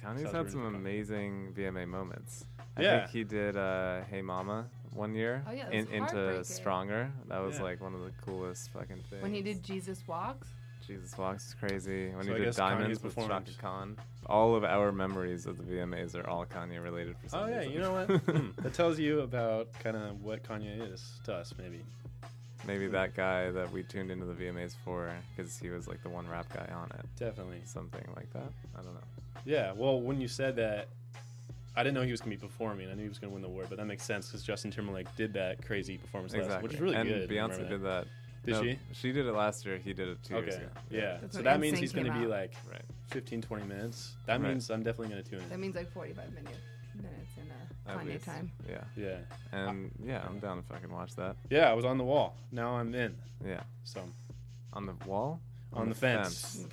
Speaker 2: Kanye's
Speaker 3: Sounds
Speaker 2: had
Speaker 3: really
Speaker 2: some
Speaker 3: fun.
Speaker 2: amazing VMA moments. I
Speaker 3: Yeah.
Speaker 2: think he did uh, Hey Mama one year.
Speaker 4: Oh, yeah, that was
Speaker 2: in, into
Speaker 4: heartbreaking.
Speaker 2: Stronger. That was
Speaker 3: Yeah.
Speaker 2: like one of the coolest fucking things.
Speaker 4: When he did Jesus Walks.
Speaker 2: Jesus Walks is crazy. When
Speaker 3: So I
Speaker 2: he did
Speaker 3: guess
Speaker 2: Diamonds
Speaker 3: Kanye's
Speaker 2: with
Speaker 3: performed.
Speaker 2: Chaka Khan, all of our memories of the VMAs are all Kanye related for some
Speaker 3: Oh yeah,
Speaker 2: reason.
Speaker 3: you know what? [laughs] Hmm, that tells you about kind of what Kanye is to us, maybe.
Speaker 2: Maybe that guy that we tuned into the VMAs for because he was like the one rap guy on it.
Speaker 3: Definitely.
Speaker 2: Something like that. I don't know.
Speaker 3: Yeah. Well, when you said that, I didn't know he was gonna be performing. I knew he was gonna win the award, but that makes sense because Justin Timberlake did that crazy performance last,
Speaker 2: Exactly.
Speaker 3: which is really
Speaker 2: and
Speaker 3: good. I remember
Speaker 2: Beyonce did that.
Speaker 3: Did
Speaker 2: No,
Speaker 3: she?
Speaker 2: She did it last year. He did it two years
Speaker 3: Okay.
Speaker 2: ago.
Speaker 3: Yeah.
Speaker 4: That's
Speaker 3: So
Speaker 4: when
Speaker 3: that means
Speaker 4: NSYNC
Speaker 3: he's gonna
Speaker 4: came
Speaker 3: be
Speaker 4: out.
Speaker 3: like
Speaker 2: Right.
Speaker 3: 15, 20 minutes. That
Speaker 2: Right.
Speaker 3: means I'm definitely gonna tune in.
Speaker 4: That means like 45 minutes minutes in uh,
Speaker 2: At
Speaker 4: Kanye
Speaker 2: least.
Speaker 4: time.
Speaker 2: Yeah.
Speaker 3: Yeah.
Speaker 2: And yeah, I'm down to fucking watch that.
Speaker 3: Yeah, I was on the wall. Now I'm in.
Speaker 2: Yeah.
Speaker 3: So
Speaker 2: On the wall?
Speaker 3: On the fence.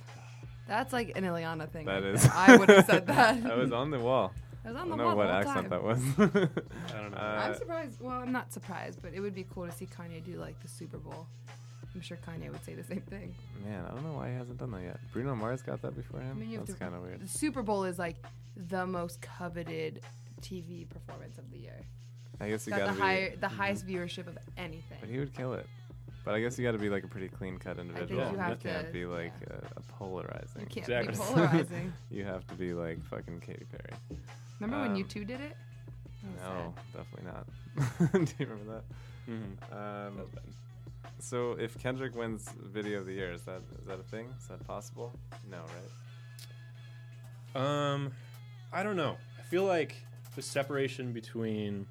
Speaker 4: That's like an Ileana thing.
Speaker 2: That
Speaker 4: right
Speaker 2: is.
Speaker 4: there. I would have
Speaker 2: [laughs]
Speaker 4: said that.
Speaker 2: I was on the wall.
Speaker 4: I was on the
Speaker 2: don't know
Speaker 4: wall the
Speaker 2: what
Speaker 4: whole
Speaker 2: accent
Speaker 4: time.
Speaker 2: that was. [laughs]
Speaker 3: I [laughs] don't know.
Speaker 2: Uh,
Speaker 4: I'm surprised. Well, I'm not surprised, but it would be cool to see Kanye do like the Super Bowl. I'm sure Kanye would say the same thing.
Speaker 2: Man, I don't know why he hasn't done that yet. Bruno Mars got that before him.
Speaker 4: I mean, you have
Speaker 2: That's
Speaker 4: to-
Speaker 2: kind of weird.
Speaker 4: The Super Bowl is like the most coveted TV performance of the year.
Speaker 2: I guess you
Speaker 4: Got
Speaker 2: gotta
Speaker 4: the
Speaker 2: be. Mm-hmm.
Speaker 4: higher, the highest viewership of anything.
Speaker 2: But he would kill it. But I guess you got to be like a pretty clean cut individual.
Speaker 4: you have
Speaker 2: can't
Speaker 4: to-
Speaker 2: be like a, a polarizing.
Speaker 4: You can't
Speaker 2: [laughs]
Speaker 4: be Exactly. polarizing.
Speaker 2: you have to be like fucking Katy Perry.
Speaker 4: Remember when you
Speaker 2: Um,
Speaker 4: two did it? That
Speaker 2: No,
Speaker 4: was
Speaker 2: definitely not. [laughs] Do you remember that? Um, so if Kendrick wins Video of the Year, is that is that a thing? Is that possible? No, right?
Speaker 3: Um, I don't know. I feel like the separation between,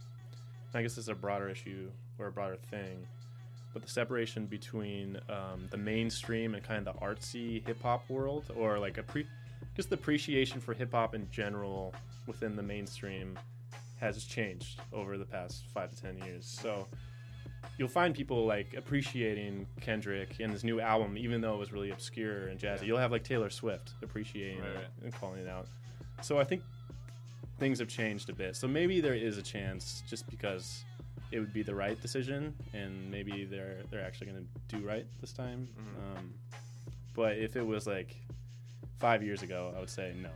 Speaker 3: I guess this is a broader issue or a broader thing, but the separation between um, the mainstream and kind of the artsy hip hop world, or like a pre, just the appreciation for hip hop in general within the mainstream, has changed over the past five to ten years. So. You'll find people like appreciating Kendrick and his new album, even though it was really obscure and jazzy. You'll have like Taylor Swift appreciating
Speaker 2: Right,
Speaker 3: it
Speaker 2: right.
Speaker 3: and calling it out. So I think things have changed a bit. So maybe there is a chance just because it would be the right decision and maybe they're they're actually going to do right this time.
Speaker 2: Mm-hmm.
Speaker 3: Um, but if it was like 5 years ago, I would say no.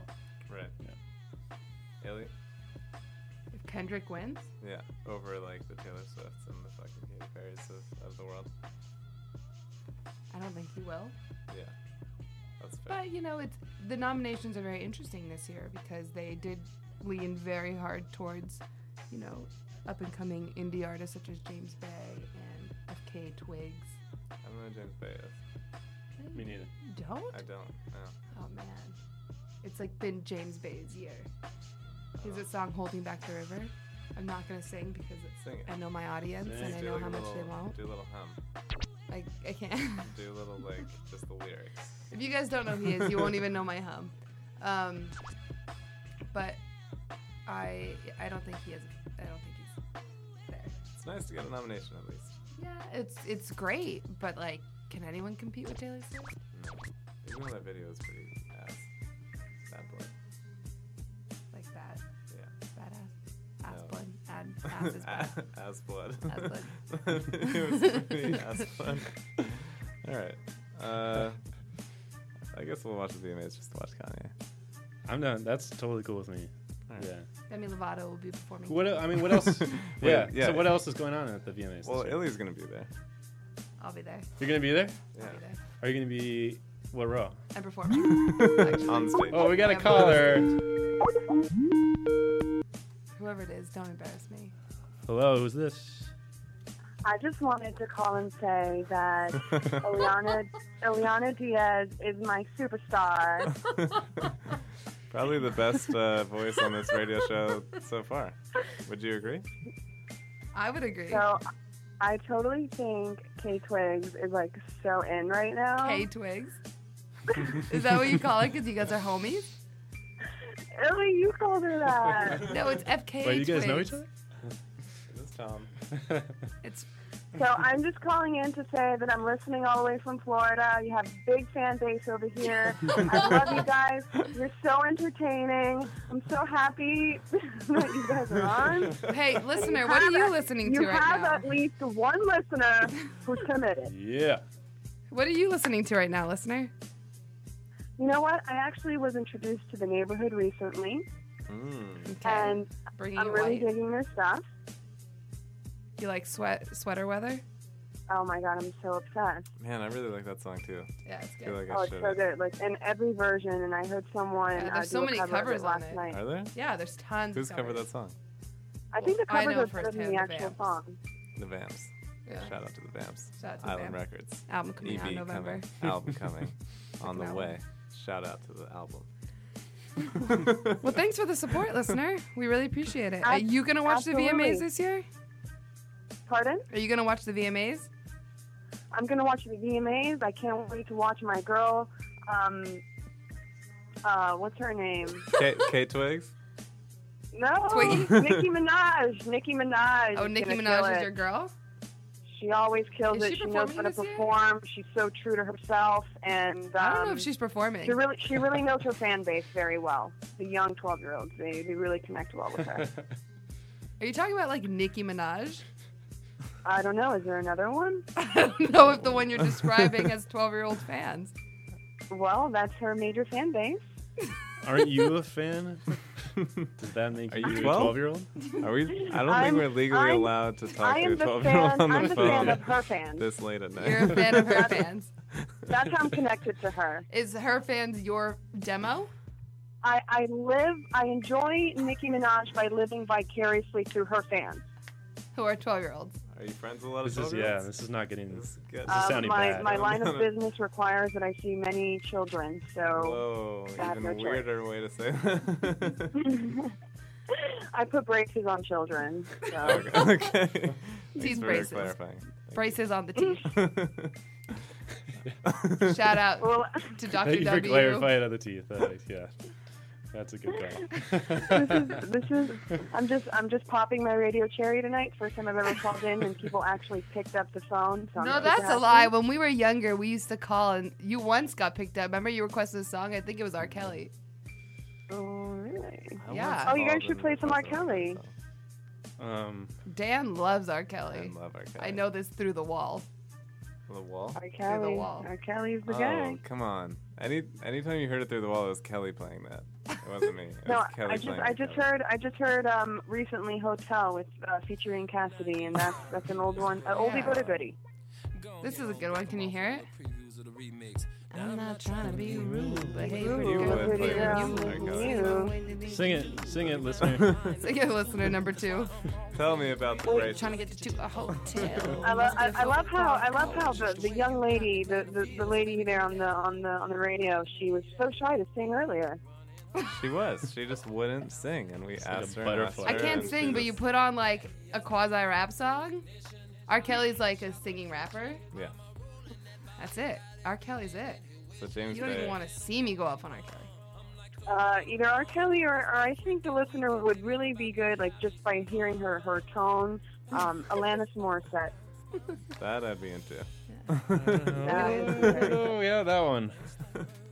Speaker 2: Right. Elliot?
Speaker 4: sad. If Kendrick wins,
Speaker 2: Yeah, over like the Taylor Swifts and the fucking Katy Perrys of, of the world.
Speaker 4: I don't think he will.
Speaker 2: Yeah, that's fair.
Speaker 4: But you know, it's the nominations are very interesting this year because they did lean very hard towards, you know, up and coming indie artists such as James Bay and FK Twigs.
Speaker 2: I don't know who James Bay is.
Speaker 3: Me neither.
Speaker 4: You Don't?
Speaker 2: I don't. No.
Speaker 4: Oh man, it's like been James Bay's year. His
Speaker 2: Oh.
Speaker 4: song "Holding Back the River." I'm not gonna sing because
Speaker 2: Sing it.
Speaker 4: I know my audience and I
Speaker 2: Do,
Speaker 4: know
Speaker 2: like,
Speaker 4: how
Speaker 2: a
Speaker 4: much they
Speaker 2: little-
Speaker 4: won't.
Speaker 2: Do a little hum.
Speaker 4: I, I can't. [laughs]
Speaker 2: Do a little like just the lyrics.
Speaker 4: If you guys don't know who he is, you won't even know my hum. Um, but I I don't think he is. I don't think he's there.
Speaker 2: It's nice to get a nomination at least.
Speaker 4: Yeah, it's it's great, but like, can anyone compete with Taylor Swift?
Speaker 2: Even though that video is pretty ass. Bad boy.
Speaker 4: Like that,
Speaker 2: Yeah.
Speaker 4: badass, ass
Speaker 2: No.
Speaker 4: blood, ad,
Speaker 2: [laughs]
Speaker 4: ass is bad.
Speaker 2: ass blood.
Speaker 4: Ass blood.
Speaker 2: [laughs] it was pretty ass blood. All right. Uh, I guess we'll watch the VMAs just to watch Kanye.
Speaker 3: I'm done. That's totally cool with me. Yeah.
Speaker 4: [laughs] Demi Lovato will be performing.
Speaker 3: What el- I mean, what else?
Speaker 2: Wait,
Speaker 3: yeah.
Speaker 2: [laughs] yeah.
Speaker 3: So what else is going on at the VMAs? this
Speaker 2: Well,
Speaker 3: year?
Speaker 2: Illy's gonna be there.
Speaker 4: [laughs] I'll be there.
Speaker 3: You're going to be there?
Speaker 2: Yeah.
Speaker 4: I'll be there.
Speaker 3: Are you going to be what row?
Speaker 4: I'm performing. actually.
Speaker 2: On stage.
Speaker 3: Oh, we got a
Speaker 4: Yeah,
Speaker 3: caller.
Speaker 4: Whoever it is, don't embarrass me.
Speaker 3: Hello, who's this?
Speaker 14: I just wanted to call and say that
Speaker 3: [laughs]
Speaker 14: Eliana, Eliana Diaz is my superstar.
Speaker 2: Probably the best uh, voice on this radio show so far. Would you agree?
Speaker 4: [laughs] I would agree.
Speaker 14: So I totally think K Twigs is like so in right now.
Speaker 4: K Twigs. Is that what you call it? Because you guys are homies?
Speaker 14: Ellie, you called her that.
Speaker 4: No, it's FK.
Speaker 3: Wait, you guys know
Speaker 4: Twigs.
Speaker 3: each other?
Speaker 2: This is
Speaker 3: [laughs]
Speaker 2: Tom.
Speaker 4: It's
Speaker 14: So I'm just calling in to say that I'm listening all the way from Florida. You have a big fan base over here. I love you guys. You're so entertaining. I'm so happy [laughs] that you guys are on.
Speaker 4: Hey, listener, what are
Speaker 14: have
Speaker 4: you
Speaker 14: a-
Speaker 4: listening
Speaker 14: you
Speaker 4: to right
Speaker 14: have
Speaker 4: now?
Speaker 14: at least one listener who's committed.
Speaker 3: Yeah.
Speaker 4: [laughs] What are you listening to right now, listener?
Speaker 14: You know what? I actually was introduced to the neighborhood recently,
Speaker 4: Mm.
Speaker 14: and
Speaker 4: Bringing
Speaker 14: I'm
Speaker 4: it
Speaker 14: really
Speaker 4: white.
Speaker 14: digging their stuff.
Speaker 4: You like sweat sweater weather?
Speaker 14: oh my god, I'm so obsessed.
Speaker 2: Man, I really like that song too.
Speaker 4: Yeah, it's
Speaker 2: good. I feel like
Speaker 14: oh,
Speaker 2: I
Speaker 14: it's
Speaker 2: should.
Speaker 14: so good. Like in every version, and I heard someone.
Speaker 4: Yeah,
Speaker 14: uh,
Speaker 4: there's
Speaker 14: do
Speaker 4: so
Speaker 14: a
Speaker 4: many
Speaker 14: cover of
Speaker 4: covers
Speaker 14: it
Speaker 4: on
Speaker 14: last
Speaker 4: it.
Speaker 14: night.
Speaker 2: Are there?
Speaker 4: Yeah, there's tons.
Speaker 2: Who's
Speaker 4: of
Speaker 2: covered that
Speaker 4: covers.
Speaker 2: song?
Speaker 14: I think the
Speaker 4: I
Speaker 14: covers
Speaker 4: know
Speaker 14: are better than
Speaker 4: firsthand
Speaker 14: the
Speaker 4: the
Speaker 14: actual
Speaker 4: Vamps.
Speaker 14: song.
Speaker 2: The Vamps.
Speaker 4: Yeah.
Speaker 2: Shout out to the Vamps.
Speaker 4: Shout out to the
Speaker 2: Island
Speaker 4: Vamps.
Speaker 2: Records.
Speaker 4: Album coming out
Speaker 2: EP
Speaker 4: in November.
Speaker 2: Coming. Album
Speaker 4: [laughs]
Speaker 2: coming. on the
Speaker 4: Second
Speaker 2: way. Shout out to the album.
Speaker 4: Well, thanks for the [laughs] support, listener. We really appreciate it. Are
Speaker 14: Ab-
Speaker 4: you gonna watch the
Speaker 14: absolutely.
Speaker 4: VMAs this [laughs] year?
Speaker 14: Pardon?
Speaker 4: Are you gonna watch the VMAs?
Speaker 14: I'm gonna watch the VMAs. I can't wait to watch my girl. Um, uh, what's her name?
Speaker 4: [laughs]
Speaker 2: K, K Twigs?
Speaker 14: No,
Speaker 2: Twiggy?
Speaker 14: Nicki Minaj. Nicki Minaj.
Speaker 4: Oh,
Speaker 14: is
Speaker 4: Nicki
Speaker 14: gonna
Speaker 4: Minaj
Speaker 14: kill
Speaker 4: is
Speaker 14: it.
Speaker 4: your girl.
Speaker 14: She always kills
Speaker 4: Is
Speaker 14: it.
Speaker 4: she
Speaker 14: knows
Speaker 4: performing
Speaker 14: how to
Speaker 4: this year?
Speaker 14: perform. She's so true to herself, and um,
Speaker 4: I don't know if she's performing.
Speaker 14: She really, she
Speaker 4: [laughs]
Speaker 14: really knows her fan base very well. The young twelve-year-olds, they, they really connect well
Speaker 4: [laughs]
Speaker 14: with her.
Speaker 4: Are you talking about like Nicki Minaj?
Speaker 14: I don't know. Is there another one?
Speaker 4: [laughs] I don't know if the one you're describing has 12 year old fans.
Speaker 14: Well, that's her major fan base.
Speaker 3: Aren't you
Speaker 2: [laughs]
Speaker 3: a fan? Does that make
Speaker 2: Are
Speaker 3: you
Speaker 2: you
Speaker 3: a
Speaker 2: 12?
Speaker 3: 12 year old?
Speaker 2: Are we? I don't
Speaker 14: I'm-
Speaker 2: think we're legally
Speaker 14: I'm-
Speaker 2: allowed to talk
Speaker 14: I
Speaker 2: to
Speaker 14: am
Speaker 2: a
Speaker 14: the
Speaker 2: 12 year old
Speaker 14: fan-
Speaker 2: on the
Speaker 14: I'm the
Speaker 2: phone.
Speaker 14: fan of her fans.
Speaker 2: This late at night.
Speaker 4: [laughs] You're a fan
Speaker 2: [laughs]
Speaker 4: of her fans.
Speaker 14: That's how I'm connected to her.
Speaker 4: Is her fans your demo?
Speaker 14: I, I live, I enjoy Nicki Minaj by living vicariously through her fans.
Speaker 4: Who are 12 year olds?
Speaker 2: Are you friends with a lot of
Speaker 3: This is,
Speaker 2: 12
Speaker 3: yeah, this is not getting. This,
Speaker 2: good.
Speaker 3: is sounding
Speaker 14: Uh, my
Speaker 3: bad.
Speaker 14: my line
Speaker 2: [laughs]
Speaker 14: of business requires that I see many children, so
Speaker 2: Whoa,
Speaker 14: I have
Speaker 2: even
Speaker 14: no Oh, choice.
Speaker 2: weirder way to say that.
Speaker 14: [laughs] I put braces on children. So.
Speaker 2: [laughs] okay. Thanks
Speaker 4: [laughs] Teeth
Speaker 2: for
Speaker 4: braces.
Speaker 2: clarifying.
Speaker 4: Braces on
Speaker 2: [laughs]
Speaker 4: the teeth. Shout out to Dr.
Speaker 3: Thank you for
Speaker 4: W.
Speaker 3: clarifying on the teeth. That is- yeah, that's a good call.
Speaker 14: This is I'm just I'm just popping my radio cherry tonight. First time I've ever called in and people actually picked up the phone. So I'm
Speaker 4: No,
Speaker 14: super
Speaker 4: that's a
Speaker 14: happy.
Speaker 4: lie. When we were younger, we used to call, and you once got picked up. Remember, you requested a song? I think it was R. Kelly.
Speaker 14: Oh, really?
Speaker 4: I Yeah. once
Speaker 14: Oh, you guys
Speaker 4: called
Speaker 14: should
Speaker 4: and
Speaker 14: play some R. Kelly.
Speaker 3: [laughs] um,
Speaker 4: Dan loves R. Kelly.
Speaker 2: Dan love R.
Speaker 4: I
Speaker 2: Kelly.
Speaker 4: know this through the wall.
Speaker 2: The wall.
Speaker 14: R.
Speaker 4: Through the
Speaker 14: Kelly.
Speaker 4: wall.
Speaker 14: R. Kelly's the
Speaker 2: oh,
Speaker 14: guy.
Speaker 2: come on. Any anytime you heard it through the wall, it was Kelly playing that. It wasn't me. It was
Speaker 14: No,
Speaker 2: Kelly
Speaker 14: I just
Speaker 2: playing.
Speaker 14: I just heard I just heard um recently Hotel with uh, featuring Cassidy and that's that's an old one. Uh, oldie but a goodie.
Speaker 4: This is a good one. Can you hear it?
Speaker 14: I'm not
Speaker 4: trying to be rude, but hey,
Speaker 2: You Oh would play with R. Kelly.
Speaker 3: sing it, sing it, listener.
Speaker 4: Sing it, listener number two.
Speaker 2: [laughs] Tell me about the braces.
Speaker 4: Trying to get to a hotel.
Speaker 14: I, lo- I, I love how I love how the, the young lady, the, the, the lady there on the on the on the radio, she was so shy to sing earlier.
Speaker 2: She was. She just wouldn't sing, and we
Speaker 3: like a
Speaker 2: asked her. and asked
Speaker 3: butterfly.
Speaker 4: I
Speaker 2: her,
Speaker 4: [laughs] can't
Speaker 2: and
Speaker 4: sing,
Speaker 2: she
Speaker 4: but you put on like a quasi rap song. R. Kelly's like a singing rapper.
Speaker 2: just- Yeah.
Speaker 4: That's it. R. Kelly's it.
Speaker 2: So James
Speaker 4: You don't even
Speaker 2: Bay-
Speaker 4: want to see me go up on R. Kelly.
Speaker 14: Uh, either R. Kelly or, or I think the listener would really be good, like just by hearing her her tone.
Speaker 2: [laughs]
Speaker 14: Um, Alanis Morissette.
Speaker 2: That I'd be into.
Speaker 3: [laughs] oh, yeah, that one.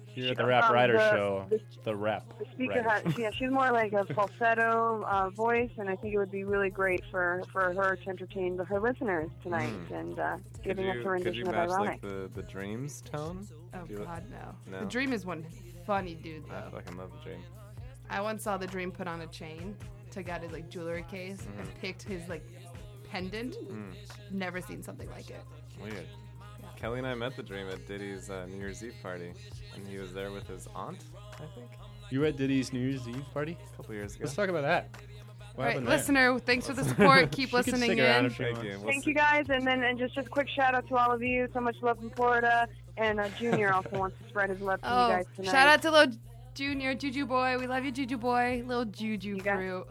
Speaker 3: Here at the Rap
Speaker 14: Um,
Speaker 3: Rider
Speaker 14: the-
Speaker 3: show.
Speaker 14: the-
Speaker 3: The Rap.
Speaker 14: The speaker
Speaker 3: Rider.
Speaker 14: had, yeah, she's more like
Speaker 2: [laughs]
Speaker 14: a falsetto uh, voice, and I think it would be really great for, for her to entertain the- her listeners tonight
Speaker 2: Hmm.
Speaker 14: and uh,
Speaker 2: Could
Speaker 14: giving us
Speaker 2: you,
Speaker 14: her
Speaker 2: could you
Speaker 14: rendition of
Speaker 2: match
Speaker 14: Ironic.
Speaker 2: like the, the dreams tone?
Speaker 4: Oh
Speaker 2: Do you-
Speaker 4: God, no.
Speaker 2: No.
Speaker 4: The Dream is one funny dude
Speaker 2: I
Speaker 4: though.
Speaker 2: fucking love the dream.
Speaker 4: I once saw the Dream put on a chain, took out his like jewelry case, and picked his like pendant.
Speaker 2: Mm.
Speaker 4: Never seen something like it.
Speaker 2: Weird. Kelly and I met the dream at Diddy's uh, New Year's Eve party, and he was there with his
Speaker 4: [laughs]
Speaker 2: aunt, I think,
Speaker 3: You at Diddy's New Year's Eve party?
Speaker 2: a couple years ago.
Speaker 3: Let's talk about that. What
Speaker 4: All right,
Speaker 3: happened there?
Speaker 4: listener, thanks for the
Speaker 2: [laughs]
Speaker 4: support.
Speaker 3: She
Speaker 4: Keep
Speaker 3: can
Speaker 4: listening
Speaker 3: stick around
Speaker 4: in.
Speaker 3: if she
Speaker 2: Thank
Speaker 3: wants.
Speaker 2: you. We'll
Speaker 14: Thank
Speaker 2: see-
Speaker 14: you guys, and then and just, just a quick shout out to all of you. So much love from Florida, and uh, Junior also wants to spread his love to you
Speaker 4: Oh,
Speaker 14: guys tonight.
Speaker 4: shout out to Lil Junior, Juju Boy. We love you, Juju Boy. Little Juju Fruit.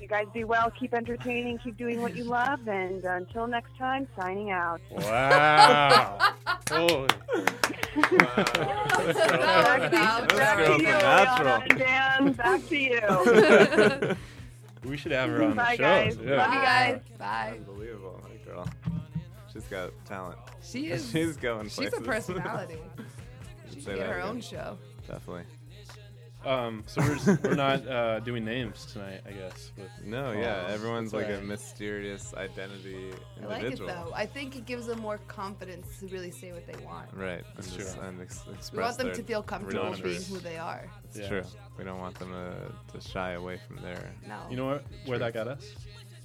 Speaker 14: You guys be well, keep entertaining, keep doing what you love, and uh, until next time, signing out.
Speaker 4: [laughs]
Speaker 14: [laughs]
Speaker 3: Wow. Holy. [laughs]
Speaker 4: Now,
Speaker 14: Back to
Speaker 2: girl's
Speaker 14: you,
Speaker 2: a
Speaker 14: Ariana and Dan. Back to
Speaker 4: [laughs]
Speaker 14: you.
Speaker 3: [laughs] We should have her on the
Speaker 14: Bye,
Speaker 3: show.
Speaker 14: guys.
Speaker 3: Yeah.
Speaker 4: Love you guys. Bye.
Speaker 2: Unbelievable, that girl. She's got talent.
Speaker 4: She is.
Speaker 2: [laughs] She's going
Speaker 4: She's a
Speaker 2: places. [laughs]
Speaker 4: personality.
Speaker 2: Say
Speaker 4: She should get
Speaker 2: that
Speaker 4: her
Speaker 2: again.
Speaker 4: own show.
Speaker 2: Definitely.
Speaker 3: Um, so we're, just, we're not uh, doing names tonight, I guess. With
Speaker 2: No,
Speaker 3: calls.
Speaker 2: yeah, everyone's
Speaker 3: That's
Speaker 2: like a
Speaker 3: all right.
Speaker 2: mysterious identity
Speaker 4: I like it
Speaker 2: individual.
Speaker 4: though. I think it gives them more confidence to really say what they want.
Speaker 2: Right.
Speaker 3: That's
Speaker 2: and
Speaker 3: true.
Speaker 2: just- and ex- express
Speaker 4: We want them
Speaker 2: their
Speaker 4: to feel comfortable
Speaker 2: real
Speaker 4: being
Speaker 2: truth.
Speaker 4: who they are.
Speaker 2: It's
Speaker 3: Yeah.
Speaker 2: true. We don't want them to, to shy away from their.
Speaker 4: No.
Speaker 3: You know where, where that got us?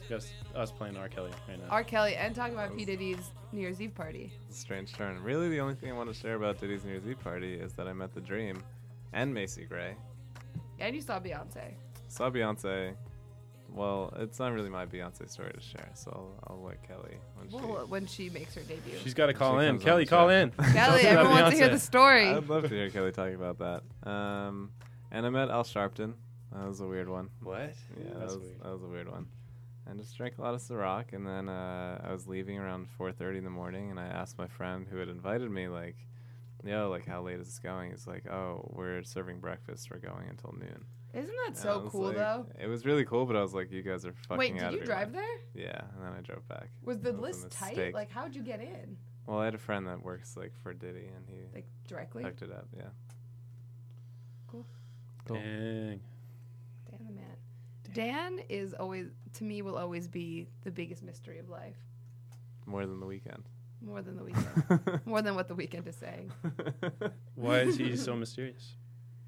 Speaker 3: Just us playing R. Kelly right now.
Speaker 4: R. Kelly and talking about P. Diddy's New Year's Eve party.
Speaker 2: Strange turn. Really, the only thing I want to share about Diddy's New Year's Eve party is that I met the Dream and Macy Gray.
Speaker 4: And you saw Beyonce.
Speaker 2: Saw Beyonce. Well, it's not really my Beyonce story to share, so I'll, I'll let Kelly. When she,
Speaker 4: Well, when she makes her debut.
Speaker 3: She's got to call
Speaker 2: she
Speaker 3: in.
Speaker 2: comes on
Speaker 3: Kelly,
Speaker 2: the
Speaker 3: call
Speaker 2: show.
Speaker 3: in.
Speaker 4: Kelly,
Speaker 3: Tell us about
Speaker 4: everyone wants to hear
Speaker 3: Beyonce.
Speaker 4: the story.
Speaker 2: I'd love to hear Kelly talk about that. Um, and I met Al Sharpton. That was a weird one.
Speaker 3: What?
Speaker 2: Yeah, that
Speaker 3: That's
Speaker 2: was,
Speaker 3: weird.
Speaker 2: that was a weird one. And just drank a lot of Ciroc, and then uh, I was leaving around 4:30 in the morning, and I asked my friend who had invited me, like, "Yo, like, how late is this going?" He's like, "Oh, we're serving breakfast. We're going until noon."
Speaker 4: Isn't that
Speaker 2: And I
Speaker 4: so
Speaker 2: was
Speaker 4: cool,
Speaker 2: like-
Speaker 4: though?
Speaker 2: It was really cool, but I was like, "You guys are fucking."
Speaker 4: Wait, did
Speaker 2: out of
Speaker 4: you
Speaker 2: your
Speaker 4: drive
Speaker 2: mind."
Speaker 4: there?
Speaker 2: Yeah, and then I drove back.
Speaker 4: Was the
Speaker 2: That a
Speaker 4: list tight?
Speaker 2: mistake.
Speaker 4: Like, how'd you get in?
Speaker 2: Well, I had a friend that works like for Diddy, and he
Speaker 4: Like, directly?
Speaker 2: hooked it up. Yeah.
Speaker 4: Cool.
Speaker 3: Dang.
Speaker 4: Dan the man. Dan is always, to me, will always be the biggest mystery of life.
Speaker 2: More than the weekend. [laughs]
Speaker 3: [laughs]
Speaker 4: More than the weekend. More than what the weekend is saying.
Speaker 3: Why is he so mysterious?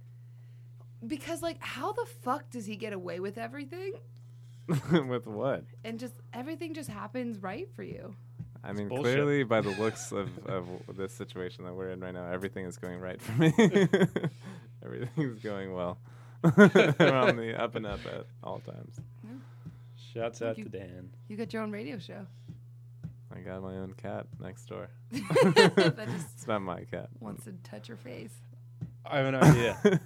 Speaker 4: [laughs] Because, like, how the fuck does he get away with everything?
Speaker 2: With what?
Speaker 4: And just everything just happens right for you.
Speaker 2: I mean,
Speaker 3: bullshit.
Speaker 2: clearly by the
Speaker 3: [laughs]
Speaker 2: looks of, of this situation that we're in right now, everything is going right for
Speaker 3: [laughs]
Speaker 2: me. [laughs] Everything's going well. [laughs] we're on the up and up at all times.
Speaker 3: Shouts out
Speaker 4: You-
Speaker 3: to Dan.
Speaker 4: You got your own radio show.
Speaker 2: I got my own cat next door.
Speaker 4: [laughs]
Speaker 2: [laughs]
Speaker 4: That just
Speaker 2: it's not my cat.
Speaker 4: Wants to touch your face.
Speaker 2: [laughs]
Speaker 3: I have an idea.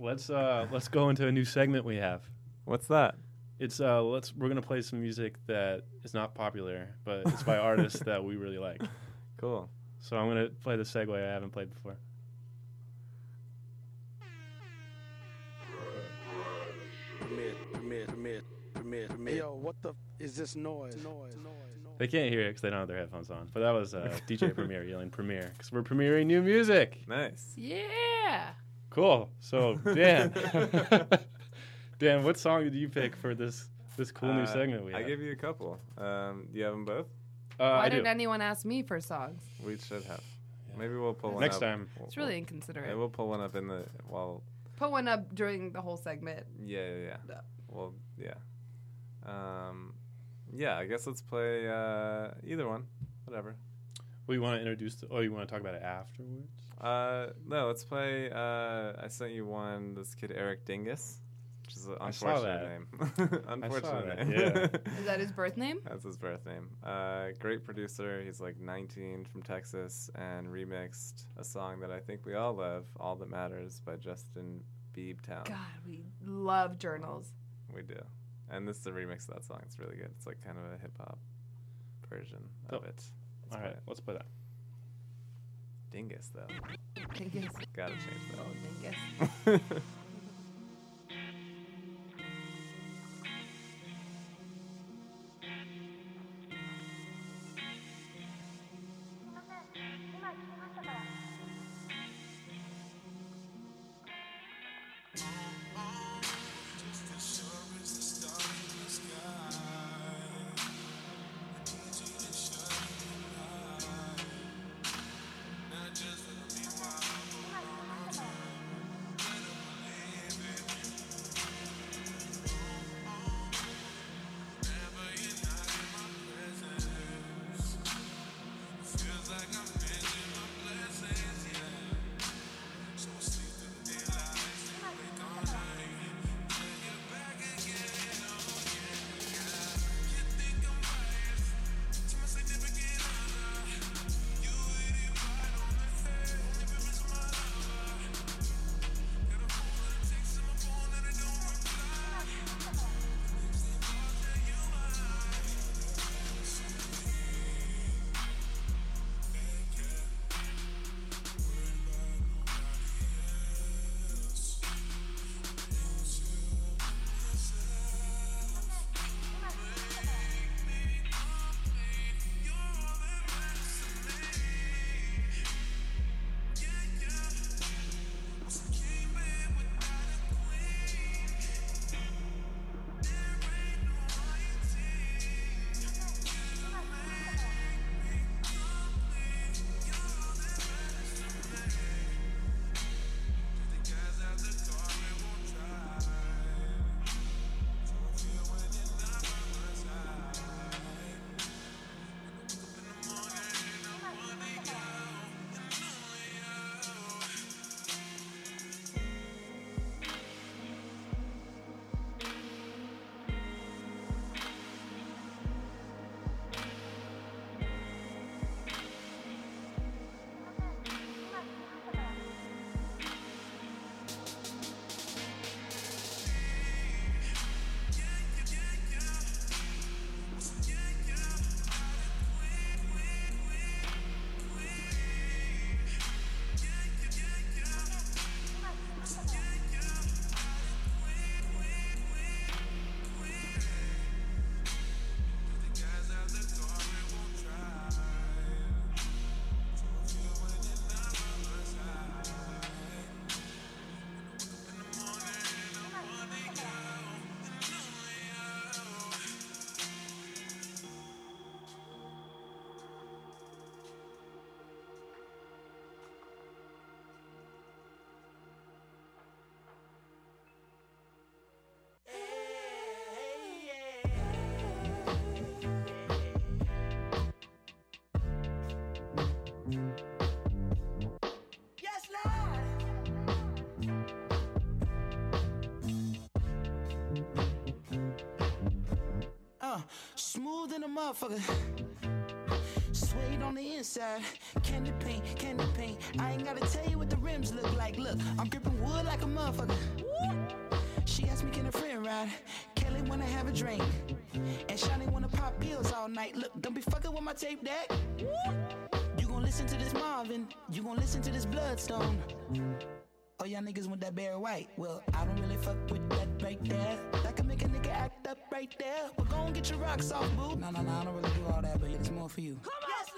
Speaker 3: let's uh let's go into a new segment we have.
Speaker 2: What's that?
Speaker 3: It's uh let's we're gonna play some music that is not popular, but
Speaker 2: [laughs]
Speaker 3: it's by artists that we really like.
Speaker 2: Cool.
Speaker 3: So I'm gonna play the segue I haven't played before.
Speaker 15: Permit, permit, permit, permit, permit. Yo, what the f- is this noise? Noise.
Speaker 3: They can't hear it because they don't have their headphones on. But that
Speaker 2: [laughs]
Speaker 3: was uh, DJ Premier yelling Premiere because we're premiering new music.
Speaker 2: Nice.
Speaker 4: Yeah.
Speaker 3: Cool. So
Speaker 2: [laughs]
Speaker 3: Dan, [laughs] Dan, what song did you pick for this this cool new
Speaker 2: Uh,
Speaker 3: segment we have?
Speaker 2: I gave you a couple. Um, do you have them both?
Speaker 3: Uh,
Speaker 4: Why
Speaker 3: I do.
Speaker 4: didn't anyone ask me for songs?
Speaker 2: We should have. Maybe we'll pull one
Speaker 3: Next
Speaker 2: up.
Speaker 3: time.
Speaker 2: We'll-
Speaker 4: It's really
Speaker 2: we'll-
Speaker 4: inconsiderate.
Speaker 2: Yeah, we'll pull one up in the while.
Speaker 4: Put one up during the whole segment.
Speaker 2: Yeah, yeah, yeah. Well, yeah. Um, yeah. I guess let's play uh, either one, whatever.
Speaker 3: We want to introduce. The, oh, you want to talk about it afterwards?
Speaker 2: Uh, no, let's play. Uh, I sent you one. This kid Eric Dingus, which is an
Speaker 3: I saw that.
Speaker 2: unfortunate
Speaker 3: [laughs]
Speaker 2: name. [laughs] unfortunate
Speaker 3: that,
Speaker 2: name. [laughs]
Speaker 4: Is that his birth name?
Speaker 2: That's his birth name. Uh, great producer. He's like 19 from Texas and remixed a song that I think we all love, "All That Matters" by Justin
Speaker 3: Oh.
Speaker 2: Biebtown.
Speaker 4: God, we
Speaker 3: [laughs]
Speaker 4: love journals.
Speaker 2: We do. And this is a remix of that song. It's really good. It's like kind of a hip hop version of it.
Speaker 3: All right, let's play that.
Speaker 2: Dingus though.
Speaker 4: Dingus.
Speaker 2: Gotta change that.
Speaker 4: Oh,
Speaker 2: dingus.
Speaker 9: Just be my own.
Speaker 16: Uh, smooth in a motherfucker. Suede on the inside, candy paint, candy paint. I ain't gotta tell you what the rims look like. Look, I'm gripping wood like a motherfucker. She asked me, can a friend ride? Kelly wanna have a drink, and Shawnee wanna pop pills all night. Look, don't be fucking with my tape deck. You gon' listen to this Marvin, you gon' listen to this Bloodstone. Oh, y'all niggas want that Barry White. Well, I don't really fuck with that right there. That can make a nigga act up right there. But go and get your rocks off, boo. No, no, no, I don't really do all that, but it's more for you.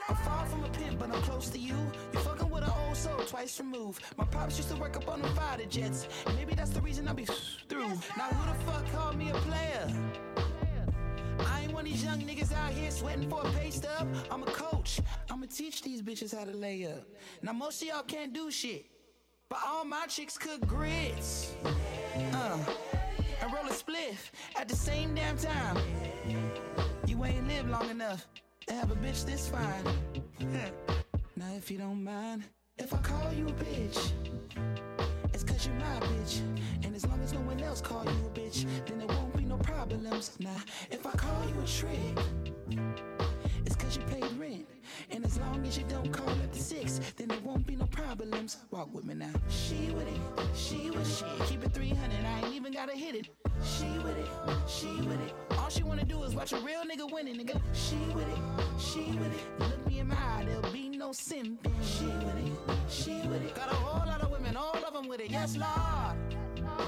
Speaker 16: I'm far from a pimp, but I'm close to you. You're fucking with an old soul twice removed. My pops used to work up on the fighter jets. Maybe that's the reason I be through. Now, who the fuck called me a player? I ain't one of these young niggas out here sweating for a pay stub. I'm a coach. I'ma teach these bitches how to lay up. Now, most of y'all can't do shit. But all my chicks cook grits. Uh, and roll a spliff at the same damn time. You ain't lived long enough to have a bitch this fine. [laughs] Huh. now, if you don't mind, if I call you a bitch, it's cause you're my bitch. And as long as no one else call you a bitch, then there won't be no problems. Now, if I call you a trick, it's cause you paid rent. And as long as you don't call up the six, then there won't be no problems. Walk with me now. She with it, she with shit. Keep it 300, I ain't even gotta hit it. She with it, she with it. All she wanna do is watch a real nigga winning, nigga. She with it, she with it. Look me in my eye, there'll be no sin. bitch. She with it, she with it. Got a whole lot of women, all of them with it. Yes, Lord.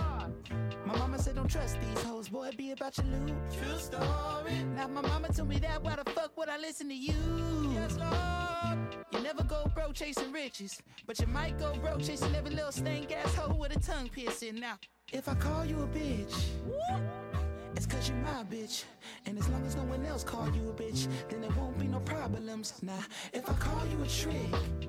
Speaker 16: My mama said don't trust these hoes, boy, be about your loot. True story. Now if my mama told me that, why the fuck would I listen to you? Yes, Lord. You never go broke chasing riches, but you might go broke chasing every little stank asshole with a tongue piercing. Now, if I call you a bitch, it's cause you're my bitch. And as long as no one else call you a bitch, then there won't be no problems. Now, if I call you a trick,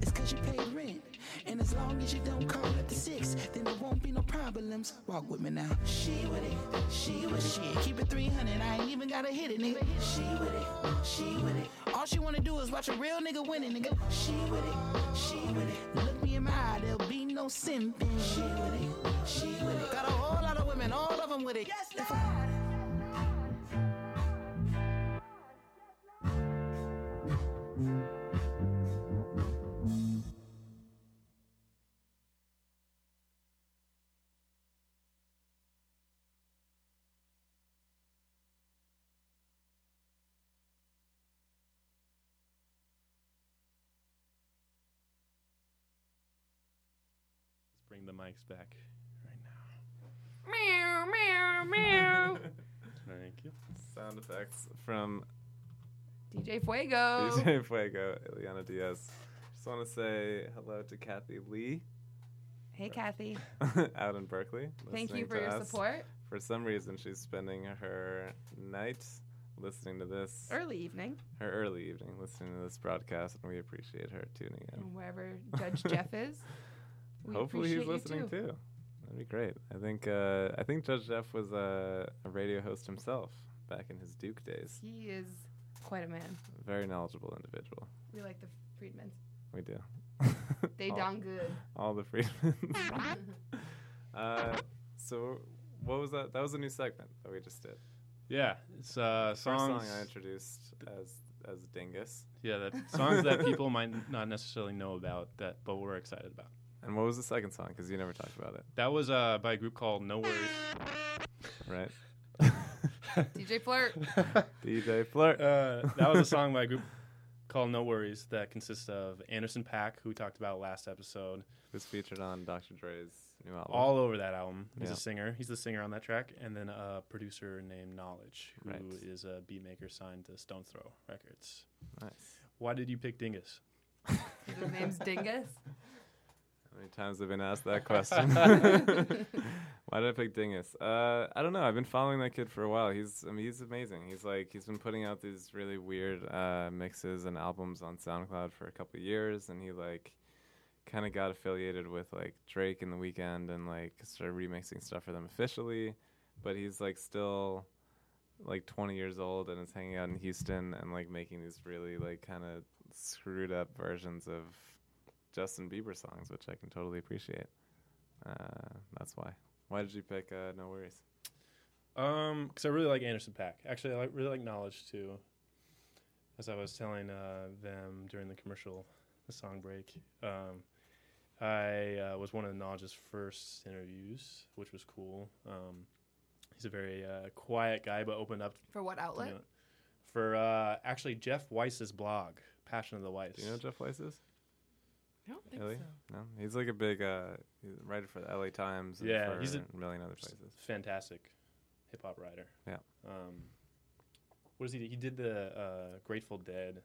Speaker 16: it's cause you paid rent. And as long as you don't call up the six, then there won't be no problems. Walk with me now. She with it, she with shit. Keep it 300, I ain't even gotta hit it, nigga. She with it, she with it. All she wanna do is watch a real nigga winning, nigga. She with it, she with it. Look me in my eye, there'll be no simping. She with it, she with it. Got a whole lot of women, all of them with it. Yes, if I-
Speaker 3: Bring the mics back.
Speaker 4: Meow, meow, meow.
Speaker 3: [laughs]
Speaker 2: [laughs]
Speaker 3: Thank you.
Speaker 2: Sound effects from [laughs]
Speaker 4: DJ Fuego.
Speaker 2: DJ Fuego, Ileana Diaz. Just want to say hello to Kathy Lee [laughs]
Speaker 4: Hey, Kathy.
Speaker 3: [laughs]
Speaker 2: out in Berkeley.
Speaker 4: Thank you
Speaker 2: listening
Speaker 4: for
Speaker 2: to
Speaker 4: your
Speaker 2: us.
Speaker 4: support.
Speaker 2: For some reason, she's spending her night listening to this.
Speaker 4: Early evening.
Speaker 2: Her early evening listening to this broadcast, and we appreciate her tuning in.
Speaker 4: And wherever Judge
Speaker 2: [laughs]
Speaker 4: Jeff is, we
Speaker 2: Hopefully he's
Speaker 4: appreciate you
Speaker 2: listening too. That'd be great. I think uh, I think Judge Jeff was a, a radio host himself back in his Duke days.
Speaker 4: He is quite a man.
Speaker 2: Very knowledgeable individual.
Speaker 4: We like the
Speaker 2: [laughs]
Speaker 4: Freedmans.
Speaker 2: We do. [laughs]
Speaker 4: They
Speaker 2: All-
Speaker 4: done good.
Speaker 2: All the
Speaker 4: [laughs]
Speaker 2: Freedmans. [laughs] uh, so what was that? That was a new segment that we just did.
Speaker 3: Yeah, it's uh,
Speaker 2: First song
Speaker 3: songs.
Speaker 2: I introduced as as Dingus. [laughs]
Speaker 3: Yeah, that songs that people might not necessarily know about that, but we're excited about.
Speaker 2: And what was the second song? Because you never talked about it,
Speaker 3: That was uh, by a group called No Worries.
Speaker 2: right? [laughs]
Speaker 4: DJ Flirt.
Speaker 2: DJ Flirt.
Speaker 3: Uh, that was a song by a group called No Worries that consists of Anderson Pack, who we talked about last episode.
Speaker 2: It was featured on Dr. Dre's new album.
Speaker 3: All over that album. He's
Speaker 2: Yeah.
Speaker 3: a singer. He's the singer on that track. And then a producer named Knowledge, who is
Speaker 2: Right.
Speaker 3: a beat maker signed to Stone Throw Records.
Speaker 2: Nice.
Speaker 3: Why did you pick Dingus?
Speaker 4: His name's Dingus.
Speaker 2: How many times have I been asked that question? [laughs] Why did I pick Dingus? Uh, I don't know. I've been following that kid for a while. He's I mean, he's amazing. He's like he's been putting out these really weird uh, mixes and albums on SoundCloud for a couple of years, and he like kind of got affiliated with like Drake and The Weeknd, and like started remixing stuff for them officially. But he's like still like 20 years old and is hanging out in Houston and like making these really like kind of screwed up versions of Justin Bieber songs, which I can totally appreciate. Uh, that's why. Why did you pick uh, No Worries?
Speaker 3: Um, because I really like Anderson Pack. Actually, I like, really like Knowledge too. As I was telling uh, them during the commercial, the song break, um, I uh, was one of Knowledge's first interviews, which was cool. Um, he's a very uh, quiet guy, but opened up.
Speaker 4: For what outlet?
Speaker 3: for uh, actually Jeff Weiss's blog, Passion of the Weiss.
Speaker 2: Do you know who Jeff Weiss is?
Speaker 4: I don't
Speaker 2: Really? No, he's like a big uh, he's a writer for the LA Times. And
Speaker 3: Yeah,
Speaker 2: for
Speaker 3: he's a
Speaker 2: million other places.
Speaker 3: Fantastic hip hop writer.
Speaker 2: Yeah.
Speaker 3: Um, what does he? do? He did the uh, Grateful Dead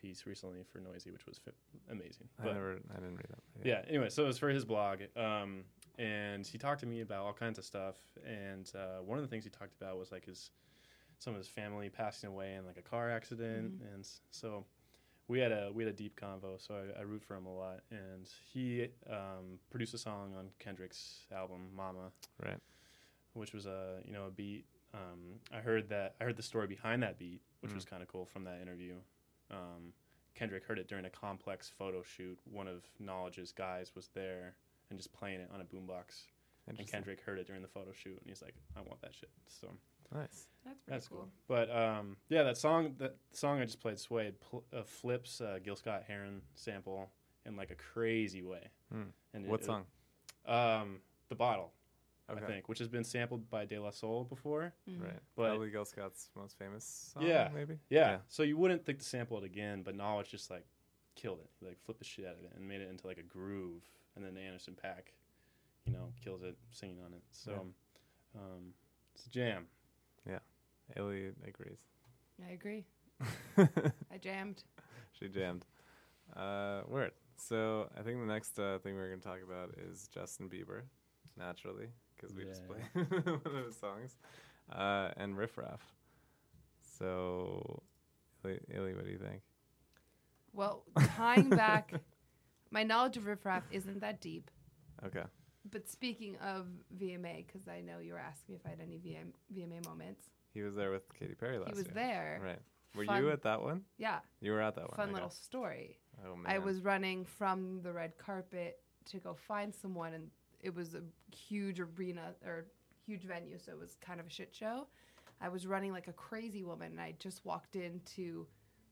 Speaker 3: piece recently for Noisy, which was fi- amazing.
Speaker 2: I never- I didn't read that, but yeah.
Speaker 3: Yeah. Anyway, so it was for his blog, um, and he talked to me about all kinds of stuff. And uh, one of the things he talked about was like his some of his family passing away in like a car accident,
Speaker 2: Mm-hmm.
Speaker 17: Mhm.
Speaker 3: and s- so we had a we had a deep convo. So I, I root for him a lot, and he um, produced a song on Kendrick's album Mama,
Speaker 2: Right.
Speaker 3: Which was a you know a beat. Um, I heard that I heard the story behind that beat, which was
Speaker 2: Mhm.
Speaker 3: kind of cool from that interview. Um, Kendrick heard it during a complex photo shoot. One of Knowledge's guys was there and just playing it on a boombox. And
Speaker 2: Interesting.
Speaker 3: Kendrick heard it during the photo shoot, and he's like, "I want that shit." So
Speaker 2: Nice.
Speaker 4: That's pretty
Speaker 3: that's
Speaker 4: cool.
Speaker 3: cool. But um, yeah, that song that song I just played, Suede, pl- uh, flips uh, Gil Scott Heron sample in like a crazy way.
Speaker 2: Hmm. What song?
Speaker 3: Um, the bottle,
Speaker 2: Okay.
Speaker 3: I think, which has been sampled by De La Soul before.
Speaker 2: Mhm. Right.
Speaker 3: But
Speaker 2: Probably Gil Scott's most famous song.
Speaker 3: yeah,
Speaker 2: Maybe.
Speaker 3: Yeah. So you wouldn't think to sample it again, but Knowledge just like killed it. He, like flipped the shit out of it and made it into like a groove. And then Anderson Pack, you know, kills it singing on it. So um, it's a jam.
Speaker 2: Yeah. Ellie agrees. [laughs]
Speaker 4: I agree. I jammed.
Speaker 2: She jammed. Uh, word. So I think the next uh, thing we're going to talk about is Justin Bieber, naturally, because we just
Speaker 3: Yeah.
Speaker 2: played [laughs] one of his songs, uh, and Riff Raff. So, Illy, Illy, what do you think?
Speaker 4: Well, tying back, my knowledge of riffraff isn't that deep.
Speaker 2: Okay.
Speaker 4: But speaking of VMA, because I know you were asking me if I had any VM, VMA moments.
Speaker 2: He was there with Katy Perry last year.
Speaker 4: was there.
Speaker 2: Right. Were
Speaker 4: Fun-
Speaker 2: you at that one?
Speaker 4: Yeah.
Speaker 2: You were at that one.
Speaker 4: Fun
Speaker 2: okay.
Speaker 4: little story.
Speaker 2: Oh,
Speaker 4: I
Speaker 2: man.
Speaker 4: was running from the red carpet to go find someone, and it was a huge arena or huge venue, so it was kind of a shit show. I was running like a crazy woman, and I just walked into.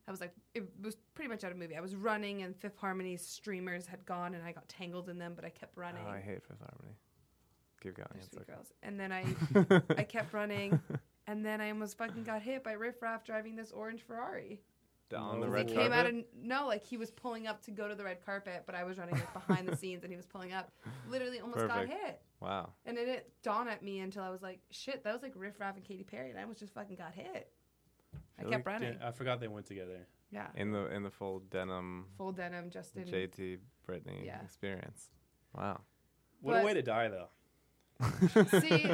Speaker 4: I was like, it was pretty much out of movie. I was running, and Fifth Harmony's streamers had gone, and I got tangled in them, but I kept running.
Speaker 2: Oh, I hate Fifth Harmony. Keep going.
Speaker 4: They're
Speaker 2: it's
Speaker 4: sweet
Speaker 2: okay.
Speaker 4: girls. And then
Speaker 2: [laughs]
Speaker 4: I, I kept running, and then I almost fucking got hit by Riff Raff driving this orange Ferrari.
Speaker 2: On the
Speaker 4: He
Speaker 2: red
Speaker 4: came out
Speaker 2: carpet?
Speaker 4: of no, like he was pulling up to go to the red carpet, but I was running like behind the scenes, and he was pulling up. Literally, almost got
Speaker 2: Perfect.
Speaker 4: hit.
Speaker 2: Wow.
Speaker 4: And it didn't dawn at me until I was like, "Shit, that was like Riff Raff and Katy Perry," and I almost just fucking got hit. I
Speaker 2: Feel
Speaker 4: kept
Speaker 2: like-
Speaker 4: running.
Speaker 3: I forgot they went together.
Speaker 4: Yeah.
Speaker 2: In the in the full denim.
Speaker 4: Full denim, Justin.
Speaker 2: JT Brittany
Speaker 4: Yeah.
Speaker 2: experience. Wow.
Speaker 3: What
Speaker 4: But-
Speaker 3: a way to die, though.
Speaker 4: [laughs] See,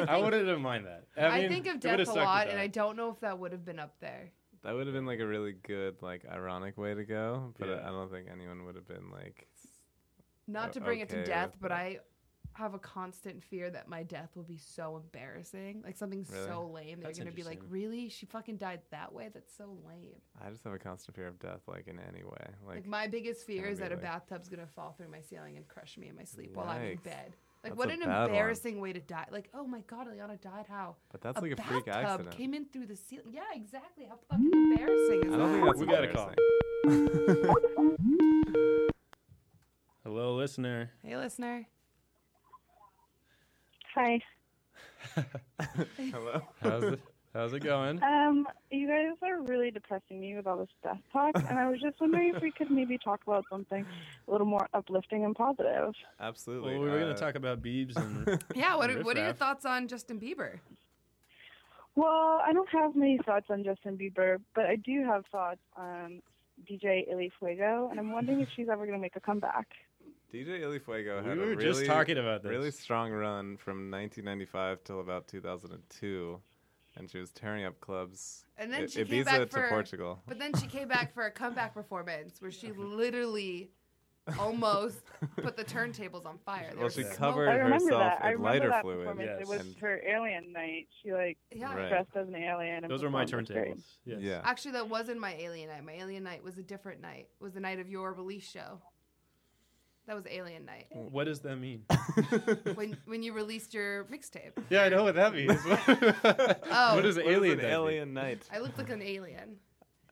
Speaker 3: [laughs] I
Speaker 4: think-
Speaker 3: wouldn't have mind that. I,
Speaker 4: I
Speaker 3: mean,
Speaker 4: think
Speaker 3: it
Speaker 4: of
Speaker 3: would've
Speaker 4: death a
Speaker 3: sucked if
Speaker 4: lot,
Speaker 3: that-
Speaker 4: and I don't know if that would have been up there.
Speaker 2: That would have been like a really good, like, ironic way to go, but
Speaker 3: Yeah.
Speaker 2: I don't think anyone would have been like. s-
Speaker 4: Not
Speaker 2: o-
Speaker 4: to bring it
Speaker 2: Oh, okay
Speaker 4: to
Speaker 2: with
Speaker 4: death, but I have a constant fear that my death will be so embarrassing. Like something
Speaker 2: Really?
Speaker 4: so lame. They're
Speaker 2: That's
Speaker 4: going to be like,
Speaker 2: interesting.
Speaker 4: really? She fucking died that way? That's so lame.
Speaker 2: I just have a constant fear of death, like in any way. Like,
Speaker 4: Like, my biggest fear
Speaker 2: gonna
Speaker 4: is
Speaker 2: be
Speaker 4: that a
Speaker 2: like-
Speaker 4: bathtub's going to fall through my ceiling and crush me in my sleep while I'm in
Speaker 2: Yikes.
Speaker 4: bed. Like
Speaker 2: That's
Speaker 4: what
Speaker 2: a
Speaker 4: an
Speaker 2: bad one.
Speaker 4: embarrassing way to die. Like, oh my god, Eliana died how?
Speaker 2: But that's like a freak
Speaker 4: bathtub
Speaker 2: accident.
Speaker 4: Came in through the ceiling. Yeah, exactly. How fucking embarrassing is
Speaker 2: I don't think
Speaker 4: that?
Speaker 2: that's
Speaker 3: We got a call. Hello, listener.
Speaker 4: Hey listener.
Speaker 7: Hi.
Speaker 2: Hello. Uh,
Speaker 3: How's it, how's it going?
Speaker 7: Um, you guys are really depressing me with all this death talk, and I was just wondering if we could maybe talk about something a little more uplifting and positive.
Speaker 2: Absolutely.
Speaker 3: Well, we were
Speaker 2: uh,
Speaker 3: going to talk about Beebs and.
Speaker 2: [laughs]
Speaker 4: Yeah, what
Speaker 3: and
Speaker 4: are,
Speaker 3: Riff
Speaker 4: what are your
Speaker 3: Raff.
Speaker 4: thoughts on Justin Bieber?
Speaker 7: Well, I don't have many thoughts on Justin Bieber, but I do have thoughts on DJ Illy Fuego, and I'm wondering if she's ever going to make a comeback.
Speaker 2: DJ Illy Fuego
Speaker 3: We
Speaker 2: had a
Speaker 3: were
Speaker 2: really,
Speaker 3: just talking about this.
Speaker 2: really strong run from 1995 till about 2002, and she was tearing up clubs.
Speaker 4: And then
Speaker 2: I-
Speaker 4: she
Speaker 2: Ibiza
Speaker 4: came back
Speaker 2: to
Speaker 4: for
Speaker 2: Portugal.
Speaker 4: But then she came back for a comeback performance where she literally almost put the turntables on fire. They
Speaker 2: Well,
Speaker 4: were
Speaker 2: she
Speaker 4: smoke-
Speaker 2: covered
Speaker 7: I remember
Speaker 2: herself
Speaker 7: that. I
Speaker 2: in
Speaker 7: remember
Speaker 2: lighter
Speaker 7: that
Speaker 2: fluid.
Speaker 7: performance. It was
Speaker 2: and-
Speaker 7: her alien night. She like
Speaker 4: Yeah.
Speaker 2: Right.
Speaker 7: dressed as an alien. And
Speaker 3: Those were my
Speaker 7: performed. It was great.
Speaker 3: turntables. Yes.
Speaker 2: Yeah.
Speaker 4: Actually, that wasn't my alien night. My alien night was a different night. It was the night of your release show. That was alien night.
Speaker 3: What does that mean?
Speaker 4: when when you released your mixtape.
Speaker 3: yeah, I know what that [laughs] means.
Speaker 4: Oh.
Speaker 3: what is
Speaker 4: What is
Speaker 3: alien?
Speaker 2: an
Speaker 3: night
Speaker 2: alien
Speaker 3: mean?
Speaker 2: night?
Speaker 4: I looked like an alien.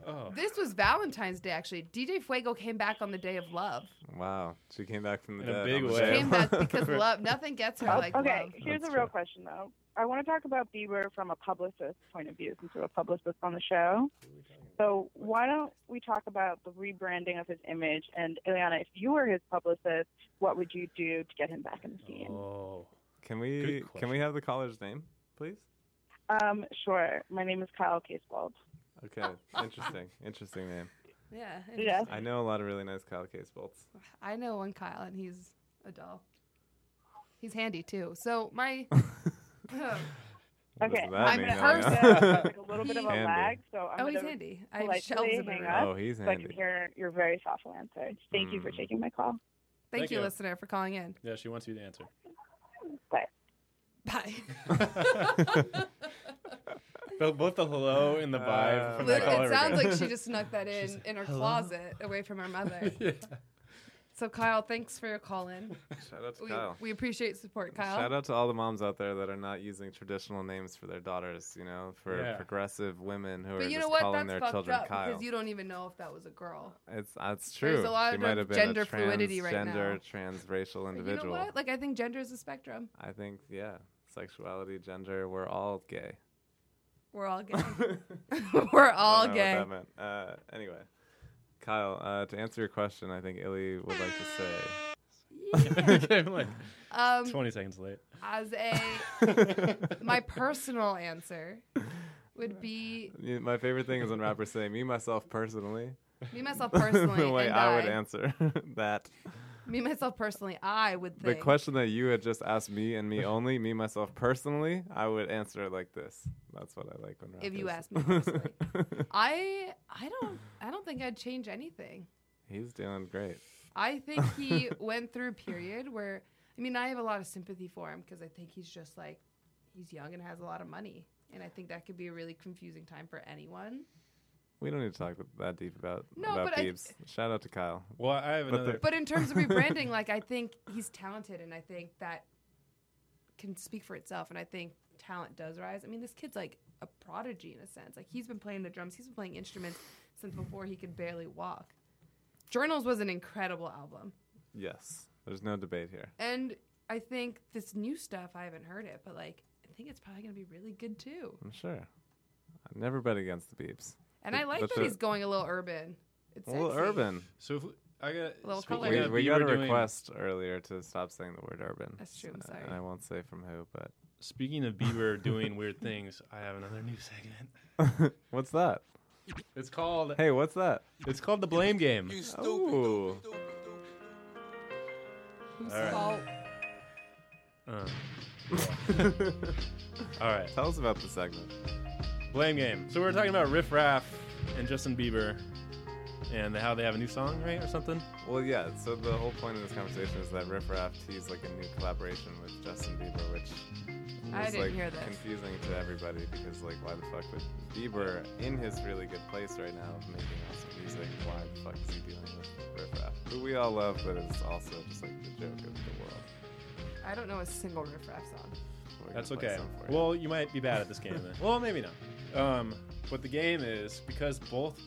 Speaker 3: Oh.
Speaker 2: [laughs]
Speaker 4: This was Valentine's Day actually. DJ Fuego came back on the day of love.
Speaker 2: Wow, she came back from the
Speaker 3: In a
Speaker 2: dead
Speaker 3: big
Speaker 2: on the
Speaker 3: way.
Speaker 2: day.
Speaker 4: Came back
Speaker 2: [laughs]
Speaker 4: because love nothing gets her
Speaker 7: Oh,
Speaker 4: like
Speaker 7: okay,
Speaker 4: love.
Speaker 7: here's a real question though. I want to talk about Bieber from a publicist point of view, since we're a publicist on the show. So why don't we talk about the rebranding of his image? And Ileana, if you were his publicist, what would you do to get him back in the scene?
Speaker 3: Oh.
Speaker 2: Can we can we have the caller's name, please?
Speaker 7: Um, sure. My name is Kyle Casewald.
Speaker 2: Okay,
Speaker 4: [laughs]
Speaker 2: interesting, interesting name.
Speaker 4: Yeah.
Speaker 7: Yeah.
Speaker 2: I know a lot of really nice Kyle Case bolts.
Speaker 4: I know one Kyle, and he's a doll. He's handy too. So
Speaker 2: [laughs]
Speaker 4: my
Speaker 2: What does
Speaker 7: Okay,
Speaker 2: that
Speaker 7: I'm
Speaker 2: mean,
Speaker 7: gonna
Speaker 2: Elena? [laughs]
Speaker 7: have like a little bit of a
Speaker 2: Handy.
Speaker 7: lag, so I'm
Speaker 4: oh, he's
Speaker 7: gonna
Speaker 4: handy. I have
Speaker 7: politely
Speaker 4: shelves of
Speaker 7: hang
Speaker 4: them.
Speaker 7: up
Speaker 2: Oh, he's
Speaker 7: so I
Speaker 2: handy.
Speaker 7: can hear your very thoughtful answer. Thank you for
Speaker 3: Mm.
Speaker 7: taking my call.
Speaker 4: Thank,
Speaker 3: Thank
Speaker 4: you,
Speaker 3: you.
Speaker 4: listener, for calling in.
Speaker 3: Yeah, she wants you to answer.
Speaker 7: Bye.
Speaker 2: [laughs]
Speaker 4: Bye.
Speaker 3: [laughs]
Speaker 4: [laughs]
Speaker 3: But both the hello and the vibe from that
Speaker 4: Lit-
Speaker 3: caller.
Speaker 4: it sounds
Speaker 3: were
Speaker 4: like
Speaker 3: good.
Speaker 4: she just
Speaker 2: [laughs]
Speaker 4: snuck that in in her
Speaker 3: "Hello?"
Speaker 4: closet away from her mother. So Kyle, thanks for your call in.
Speaker 2: Shout out to
Speaker 4: we,
Speaker 2: Kyle.
Speaker 4: We appreciate support, Kyle.
Speaker 2: Shout out to all the moms out there that are not using traditional names for their daughters. You know, for
Speaker 3: Yeah.
Speaker 2: progressive women who are
Speaker 4: but you
Speaker 2: just
Speaker 4: know what?
Speaker 2: calling
Speaker 4: That's
Speaker 2: their
Speaker 4: fucked
Speaker 2: children
Speaker 4: up
Speaker 2: Kyle.
Speaker 4: because you don't even know if that was a girl.
Speaker 2: It's that's true.
Speaker 4: There's a lot
Speaker 2: she
Speaker 4: of
Speaker 2: might have been
Speaker 4: gender
Speaker 2: a trans,
Speaker 4: fluidity right now.
Speaker 2: gender, transracial
Speaker 4: But
Speaker 2: individual.
Speaker 4: You know what? Like I think gender is a spectrum.
Speaker 2: I think yeah, sexuality, gender, we're all gay.
Speaker 4: We're
Speaker 2: [laughs]
Speaker 4: all gay. [laughs] We're all
Speaker 2: I don't know
Speaker 4: gay.
Speaker 2: What that meant. Uh, anyway, Kyle, uh, to answer your question, I think Illy would like to
Speaker 3: [laughs]
Speaker 2: say.
Speaker 3: I'm like
Speaker 4: Um,
Speaker 3: 20 seconds late.
Speaker 4: As
Speaker 2: [laughs]
Speaker 4: a my personal answer would be
Speaker 2: You- My favorite thing is when rappers say "me myself personally."
Speaker 4: Me, myself,
Speaker 2: [laughs]
Speaker 4: personally,
Speaker 2: the way
Speaker 4: and
Speaker 2: I would
Speaker 4: I.
Speaker 2: answer [laughs] that.
Speaker 4: me myself personally. I would
Speaker 2: The
Speaker 4: think
Speaker 2: question that you had just asked me and
Speaker 4: [laughs]
Speaker 2: me only, me myself personally, I would answer it like this. That's what I like when rappers.
Speaker 4: if you asked me
Speaker 2: [laughs]
Speaker 4: personally. I I don't I don't think I'd change anything.
Speaker 2: He's doing great.
Speaker 4: I think he went through a period where I mean I have a lot of sympathy for him because I think he's just like he's young and has a lot of money, and I think that could be a really confusing time for anyone.
Speaker 2: We don't need to talk that deep about
Speaker 4: No,
Speaker 2: about
Speaker 4: but I-
Speaker 2: Biebs. Shout out to Kyle.
Speaker 3: Well, I have
Speaker 2: But the-
Speaker 3: another.
Speaker 4: But in
Speaker 2: [laughs]
Speaker 4: terms of rebranding, like I think he's talented, and I think that can speak for itself. And I think talent does rise. I mean, this kid's like a prodigy in a sense. Like he's been playing the drums, he's been playing instruments since before he could barely walk. Journals was an incredible album,
Speaker 2: Yes, there's no debate here.
Speaker 4: and I think this new stuff I haven't heard it, but like I think it's probably gonna be really good too.
Speaker 2: I'm sure. I never bet against the Biebs.
Speaker 4: And I like
Speaker 2: That's
Speaker 4: that
Speaker 2: a-
Speaker 4: he's going a little urban. It's
Speaker 2: a little
Speaker 4: sexy.
Speaker 2: urban.
Speaker 3: So if we, I got
Speaker 4: Little
Speaker 3: speaking
Speaker 4: color.
Speaker 2: We,
Speaker 3: of
Speaker 2: we
Speaker 3: Bieber
Speaker 2: got a
Speaker 3: doing-
Speaker 2: request earlier to stop saying the word urban.
Speaker 4: That's true, I'm
Speaker 2: Uh,
Speaker 4: sorry.
Speaker 2: And I won't say from who, but
Speaker 3: Speaking of Bieber
Speaker 2: [laughs]
Speaker 3: doing weird things, I have another new segment.
Speaker 2: what's that?
Speaker 3: It's called.
Speaker 2: Hey, what's that? Oh.
Speaker 3: It's called the blame game.
Speaker 2: Ooh.
Speaker 4: Who's
Speaker 3: All right.
Speaker 4: fault?
Speaker 3: Uh. [laughs] All right.
Speaker 2: Tell us about the segment.
Speaker 3: Blame game. So we were talking about Riff Raff and Justin Bieber, and how they have a new song, right, or something?
Speaker 2: Well, yeah. So the whole point of this conversation is that Riff Raff teased like a new collaboration with Justin Bieber, which
Speaker 4: I
Speaker 2: was
Speaker 4: didn't
Speaker 2: like
Speaker 4: hear this.
Speaker 2: confusing to everybody because like why the fuck would Bieber, in his really good place right now, of making awesome music, why the fuck is he dealing with Riff Raff, who we all love, but is also just like the joke of the world.
Speaker 4: I don't know a single riff raff song.
Speaker 2: We're gonna
Speaker 3: That's
Speaker 2: play
Speaker 3: okay.
Speaker 2: some for you.
Speaker 3: Well, you might be bad at this
Speaker 2: [laughs]
Speaker 3: game then. well, maybe not. Um, but the game is because both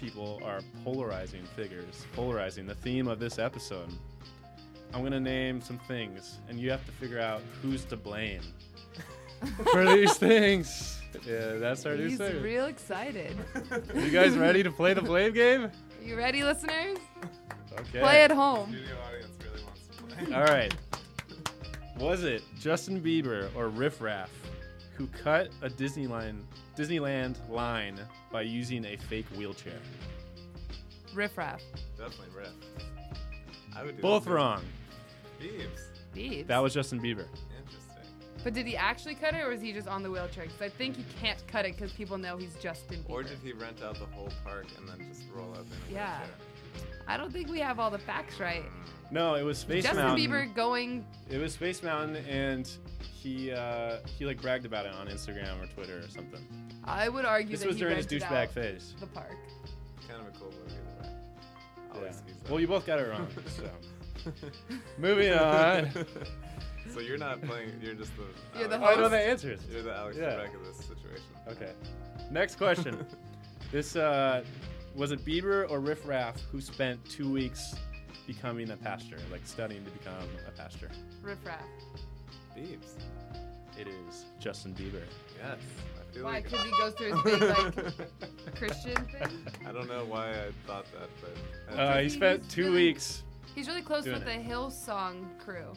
Speaker 3: people are polarizing figures, polarizing the theme of this episode. I'm gonna name some things, and you have to figure out who's to
Speaker 4: [laughs]
Speaker 3: blame for these things. Yeah, that's our new
Speaker 4: He's
Speaker 3: segment.
Speaker 4: real excited.
Speaker 3: [laughs] you guys ready to play the blame game?
Speaker 4: [laughs] You ready, listeners?
Speaker 3: Okay.
Speaker 4: Play at home.
Speaker 3: All right. Was it Justin Bieber or Riff Raff who cut a Disneyland Disneyland line by using a fake wheelchair?
Speaker 4: Riff raff.
Speaker 2: Definitely Riff. I would do
Speaker 3: Both
Speaker 2: that too.
Speaker 3: wrong.
Speaker 2: Biebs.
Speaker 4: Beeps.
Speaker 3: That was Justin Bieber.
Speaker 2: Interesting.
Speaker 4: But did he actually cut it, or was he just on the wheelchair? Because I think he can't cut it because people know he's Justin Bieber.
Speaker 2: Or did he rent out the whole park and then just roll up in a
Speaker 4: Yeah. I don't think we have all the facts right.
Speaker 3: No, it was Space
Speaker 4: Justin
Speaker 3: Mountain.
Speaker 4: Bieber going.
Speaker 3: It was Space Mountain, and he uh, he like bragged about it on Instagram or Twitter or something.
Speaker 4: I would argue
Speaker 3: This
Speaker 4: that
Speaker 3: was
Speaker 4: he
Speaker 3: during his
Speaker 4: rented
Speaker 3: douchebag
Speaker 4: out
Speaker 3: phase.
Speaker 4: The park.
Speaker 2: Kind of a cool movie. though.
Speaker 3: Yeah.
Speaker 2: I'll excuse that.
Speaker 3: Well, you both got it wrong. So
Speaker 4: [laughs]
Speaker 3: moving on.
Speaker 2: [laughs] so you're not playing. You're just the.
Speaker 4: You're the
Speaker 2: Alex-
Speaker 4: host.
Speaker 3: I know the answers.
Speaker 2: You're the Alex
Speaker 3: Yeah.
Speaker 2: Trebek of this situation.
Speaker 3: Okay. Next question. this uh, was it Bieber or Riff Raff who spent two weeks becoming a pastor, like studying to become a pastor?
Speaker 4: Riff raff.
Speaker 2: Beebs.
Speaker 3: It is Justin Bieber.
Speaker 2: Yes. I feel
Speaker 4: Why?
Speaker 2: like-
Speaker 4: Because he goes through his big
Speaker 2: [laughs]
Speaker 4: like Christian thing.
Speaker 2: I don't know why I thought that,
Speaker 4: Oh,
Speaker 2: but.
Speaker 3: Uh, he spent two weeks.
Speaker 4: He's really close
Speaker 3: Doing
Speaker 4: with the Hillsong crew.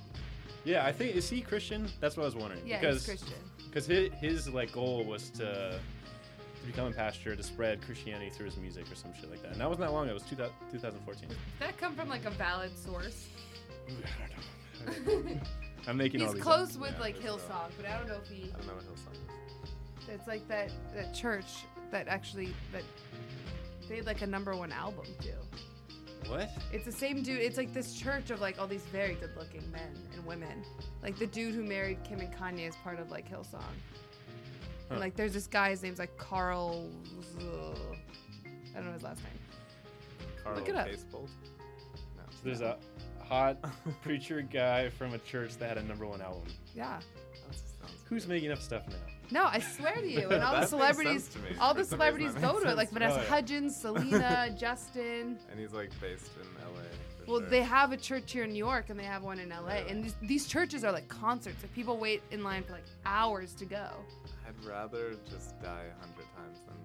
Speaker 3: Yeah, I think is he Christian? That's what I was wondering.
Speaker 4: Yeah,
Speaker 3: because,
Speaker 4: he's Christian.
Speaker 3: Because his, his like goal was to to become a pastor to spread Christianity through his music or some shit like that. And that wasn't that long ago. It was 2000, 2014.
Speaker 4: Did that come from like a valid source?
Speaker 3: [laughs] I'm making all
Speaker 4: He's
Speaker 3: these. up.
Speaker 4: close with
Speaker 3: Yeah,
Speaker 4: like
Speaker 3: there's no-
Speaker 4: Hillsong, but I don't know if he.
Speaker 2: I don't know what Hillsong is.
Speaker 4: It's like that that church that actually that they had like a number one album too.
Speaker 3: What?
Speaker 4: It's the same dude. It's like this church of like all these very good looking men and women. Like the dude who married Kim and Kanye is part of like Hillsong.
Speaker 3: Huh.
Speaker 4: And like there's this guy. His name's like Carl. Z- I don't know his last name.
Speaker 2: Carl
Speaker 4: Look it up.
Speaker 2: Casebolt? No.
Speaker 3: So there's a hot preacher guy from a church that had a number one album.
Speaker 4: Yeah.
Speaker 3: Who's making up stuff now?
Speaker 4: No, I swear to you. And
Speaker 2: [laughs]
Speaker 3: That
Speaker 4: all the
Speaker 3: makes
Speaker 4: celebrities,
Speaker 2: sense to me.
Speaker 4: all the
Speaker 2: For some reason,
Speaker 4: celebrities
Speaker 2: that
Speaker 4: go
Speaker 2: makes
Speaker 4: to it. Like
Speaker 2: sense.
Speaker 4: Vanessa
Speaker 2: Oh, yeah.
Speaker 4: Hudgens, Selena,
Speaker 2: [laughs]
Speaker 4: Justin.
Speaker 2: And he's like based in LA. for
Speaker 4: Well,
Speaker 2: sure.
Speaker 4: they have a church here in New York and they have one in LA. And these, these churches are like concerts. Like people wait in line for like hours to go.
Speaker 2: I'd rather just die a hundred times than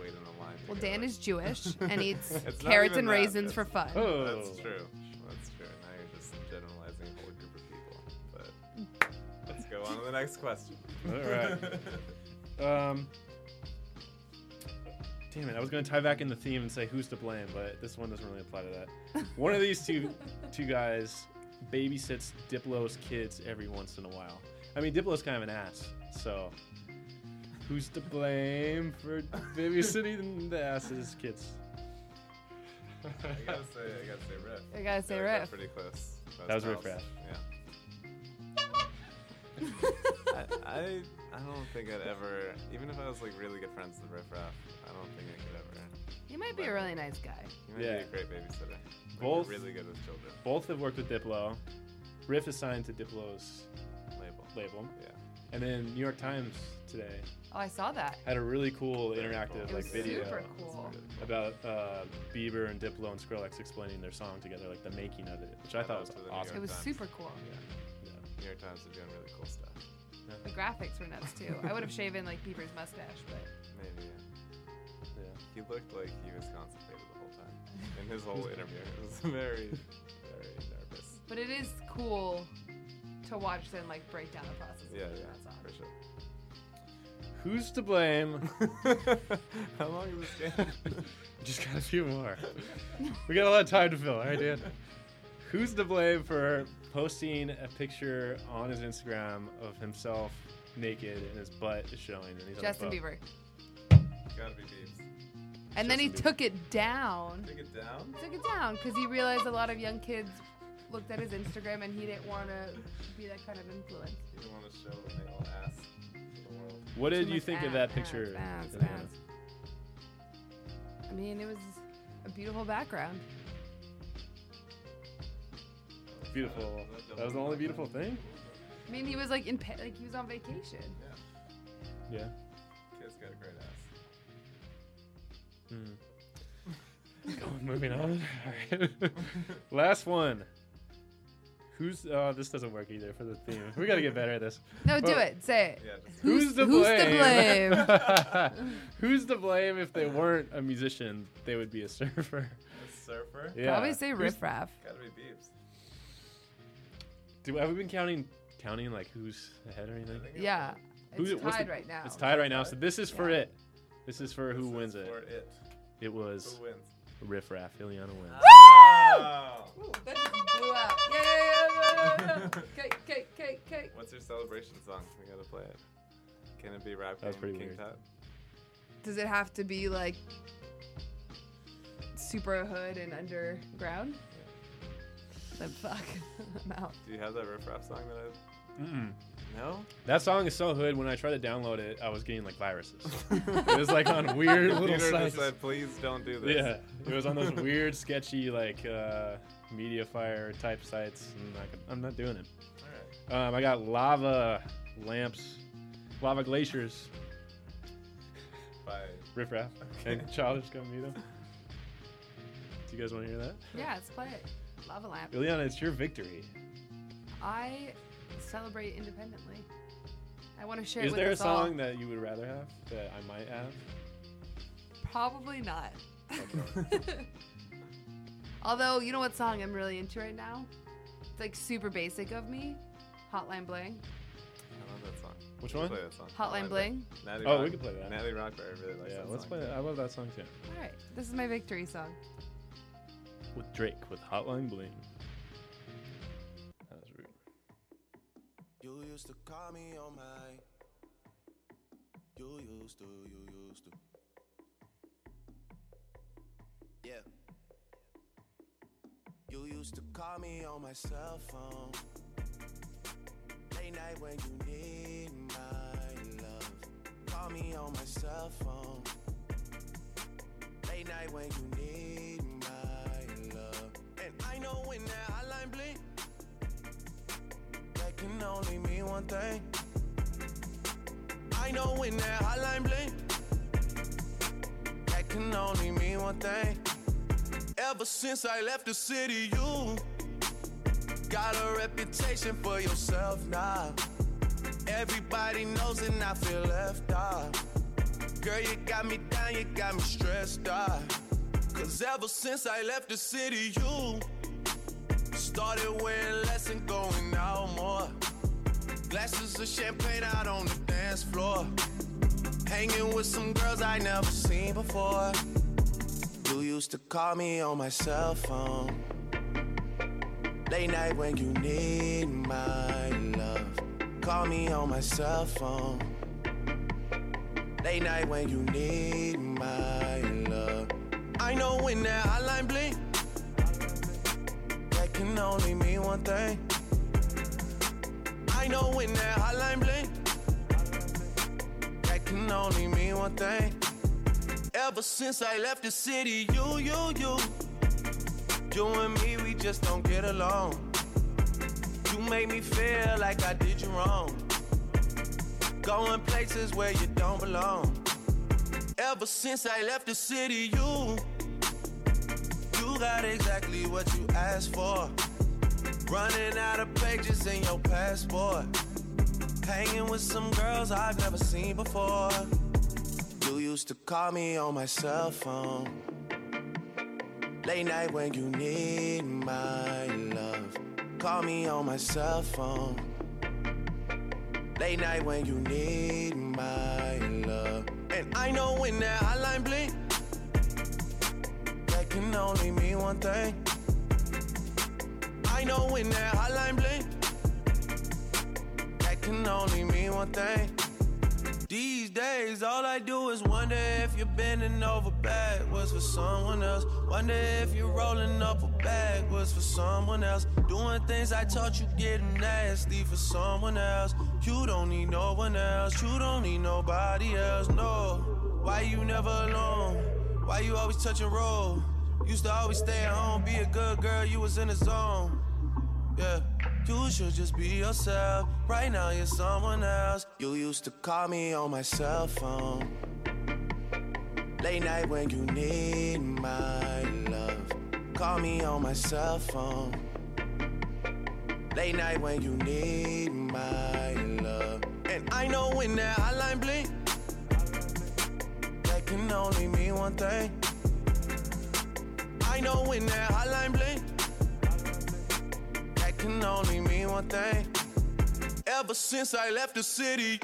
Speaker 2: wait in a line. to
Speaker 4: Well,
Speaker 2: go,
Speaker 4: Dan
Speaker 2: like-
Speaker 4: is Jewish
Speaker 2: [laughs]
Speaker 4: and eats
Speaker 2: It's not
Speaker 4: carrots
Speaker 2: even
Speaker 4: and
Speaker 2: that, it's-
Speaker 4: raisins for fun.
Speaker 3: Oh.
Speaker 2: That's true. That's true. Now you're just generalizing a whole group of people. But let's go on to the next question.
Speaker 3: All right. um, damn it! I was gonna tie back in the theme and say who's to blame, but this one doesn't really apply to that. One of these two two guys babysits Diplo's kids every once in a while. I mean, Diplo's kind of an ass, so who's to blame for babysitting the ass of his kids?
Speaker 2: [laughs] I gotta say, I gotta say, riff.
Speaker 4: I gotta say
Speaker 2: I feel like
Speaker 4: riff.
Speaker 2: that's Pretty close.
Speaker 3: That was riff
Speaker 2: Riff
Speaker 3: raff.
Speaker 2: I, I I don't think I'd ever, even if I was like really good friends with Riff Raff, I don't think I could ever.
Speaker 4: He might be a really nice guy.
Speaker 2: You might
Speaker 3: Yeah.
Speaker 2: be a great babysitter. Like,
Speaker 3: Both-
Speaker 2: you're really good with children.
Speaker 3: Both have worked with Diplo. Riff is signed to Diplo's
Speaker 2: Label.
Speaker 3: label.
Speaker 2: Yeah.
Speaker 3: And then New York Times today
Speaker 4: Oh, I saw that.
Speaker 3: had a really cool interactive
Speaker 4: It was
Speaker 3: like video
Speaker 4: super cool.
Speaker 3: about uh, Bieber and Diplo and Skrillex explaining their song together, like the making of it, which I thought was
Speaker 2: to the New
Speaker 3: awesome.
Speaker 4: It was super cool.
Speaker 2: New York Times is doing really cool stuff.
Speaker 4: The graphics were nuts too. I would have shaven like Bieber's mustache, but
Speaker 2: [laughs] Maybe. Yeah.
Speaker 3: Yeah.
Speaker 2: He looked like he was constipated the whole
Speaker 4: [laughs]
Speaker 2: time. In his whole interview, [laughs] it was
Speaker 3: [laughs]
Speaker 2: very, very nervous.
Speaker 4: but it is cool to watch them like break down the process. of
Speaker 2: Yeah,
Speaker 4: making
Speaker 2: yeah,
Speaker 4: that song.
Speaker 2: for sure.
Speaker 3: Who's to blame?
Speaker 2: [laughs] How long is this game?
Speaker 3: [laughs] Just got a few more. we got a lot of time to fill, all right, Dan? Who's to blame for posting a picture on his Instagram of himself naked and his butt is showing? And he's
Speaker 4: Justin
Speaker 3: on a boat?
Speaker 4: Bieber.
Speaker 2: Gotta be Beebs.
Speaker 4: And then he
Speaker 3: Justin Bieber.
Speaker 4: took it down.
Speaker 2: Took it down?
Speaker 4: Took it down because he realized a lot of young kids looked at his Instagram and he didn't want to be that kind of influence.
Speaker 2: You don't want to show what they all ask to the world.
Speaker 3: What did
Speaker 4: Too
Speaker 3: you
Speaker 4: much
Speaker 3: think of
Speaker 4: ass,
Speaker 3: that
Speaker 4: ass,
Speaker 3: picture?
Speaker 4: ass,
Speaker 3: Elena?
Speaker 4: ass. I mean, it was a beautiful background.
Speaker 3: Beautiful. That was the only beautiful thing?
Speaker 4: I mean, he was like in pa- like he was on vacation.
Speaker 3: Yeah.
Speaker 2: Kid's got a great ass.
Speaker 3: Moving Mm. on. All right. [laughs] Last one. Who's uh this doesn't work either for the theme. We gotta get better at this.
Speaker 4: No, do
Speaker 3: Well,
Speaker 4: it. Say it.
Speaker 3: Who's to
Speaker 4: who's
Speaker 3: blame?
Speaker 4: to blame?
Speaker 3: [laughs] Who's to blame if they weren't a musician? They would be a surfer.
Speaker 2: A surfer?
Speaker 3: Yeah.
Speaker 4: Probably say
Speaker 3: Who's-
Speaker 4: riff raff.
Speaker 2: Gotta be Beebs.
Speaker 3: Do have we been counting counting like who's ahead or anything?
Speaker 4: Yeah,
Speaker 3: Who's
Speaker 4: it's
Speaker 3: what's the-
Speaker 4: tied right now.
Speaker 3: It's tied right now. So this is for it. This is for who wins it.
Speaker 2: Or it.
Speaker 3: It was
Speaker 2: Who wins?
Speaker 3: riff raff. Ileana wins.
Speaker 2: Oh!
Speaker 4: Ooh, that just blew out. Yeah, yeah, yeah, yeah, no, no. Cake, cake, cake, cake.
Speaker 2: What's your celebration song? We gotta play it. Can it be Rap
Speaker 3: That was
Speaker 2: Game
Speaker 3: pretty
Speaker 2: King
Speaker 3: weird.
Speaker 2: Tut?
Speaker 4: Does it have to be like super hood and underground? Then fuck, [laughs] I'm out.
Speaker 2: Do you have that riff rap song that I?
Speaker 3: Mm-mm.
Speaker 2: No.
Speaker 3: That song is so hood. When I tried to download it, I was getting like viruses. it was like on
Speaker 2: [laughs]
Speaker 3: weird little
Speaker 2: Peter
Speaker 3: sites.
Speaker 2: just said, "Please don't do this."
Speaker 3: Yeah, it was on those weird, sketchy like uh, media fire type sites, and I could, I'm not doing it. Um, I got lava lamps, lava glaciers,
Speaker 2: By
Speaker 3: riff raff, and childish gambino. Do you guys want to hear that?
Speaker 4: Yeah, let's play it. Lava lamp.
Speaker 3: Ileana, it's your victory.
Speaker 4: I celebrate independently. I want to share.
Speaker 3: Is
Speaker 4: it with
Speaker 3: there a
Speaker 4: us all.
Speaker 3: song that you would rather have that I might have?
Speaker 4: Probably [laughs] not. Although, you know what song I'm really into right now? It's like super basic of me. Hotline Bling.
Speaker 2: I love that song.
Speaker 3: Which
Speaker 2: We can
Speaker 3: one?
Speaker 2: Play that song.
Speaker 4: Hotline Bling.
Speaker 2: Natty
Speaker 3: Oh,
Speaker 2: Rock-
Speaker 3: we can play that.
Speaker 2: Natty Rockberry really likes
Speaker 3: yeah,
Speaker 2: that
Speaker 3: let's
Speaker 2: song.
Speaker 3: play that. I love that song too.
Speaker 4: All right, this is my victory song.
Speaker 3: With Drake with Hotline Bling. That was rude.
Speaker 18: You used to call me on my. You used to, you used to. Yeah. You used to call me on my cell phone. Late night when you need my love. Call me on my cell phone. Late night when you need my love. And I know when that hotline blink. That can only mean one thing. I know when that hotline bling. That can only mean one thing. Ever since I left the city, you got a reputation for yourself now. Everybody knows and I feel left out. Girl, you got me down, you got me stressed out. Cause ever since I left the city, you Started wearing less and going out more. Glasses of champagne out on the dance floor. Hanging with some girls I never seen before. You used to call me on my cell phone. Late night when you need my love. Call me on my cell phone. Late night when you need my love. I know when that hotline blink. That can only mean one thing. I know when that hotline blink. That can only mean one thing. Ever since I left the city, you, you, you, you and me, we just don't get along. You make me feel like I did you wrong. Going places where you don't belong. Ever since I left the city, you. You got exactly what you asked for. Running out of pages in your passport. Hanging with some girls I've never seen before. You used to call me on my cell phone. Late night when you need my love. Call me on my cell phone. Late night when you need my love. And I know when that hotline blink. That can only mean one thing. I know when that hotline blink. That can only mean one thing. These days, all I do is wonder if you're bending over backwards for someone else. Wonder if you're rolling up a bag was for someone else. Doing things I taught you getting nasty for someone else. You don't need no one else. You don't need nobody else. No. Why you never alone? Why you always touch and roll? Used to always stay at home, be a good girl, you was in the zone. Yeah, you should just be yourself. Right now, you're someone else. You used to call me on my cell phone. Late night when you need my love. Call me on my cell phone. Late night when you need my love. And I know when that hotline blink. That can only mean one thing. I know when that hotline blink. That can only mean one thing. Ever since I left the city,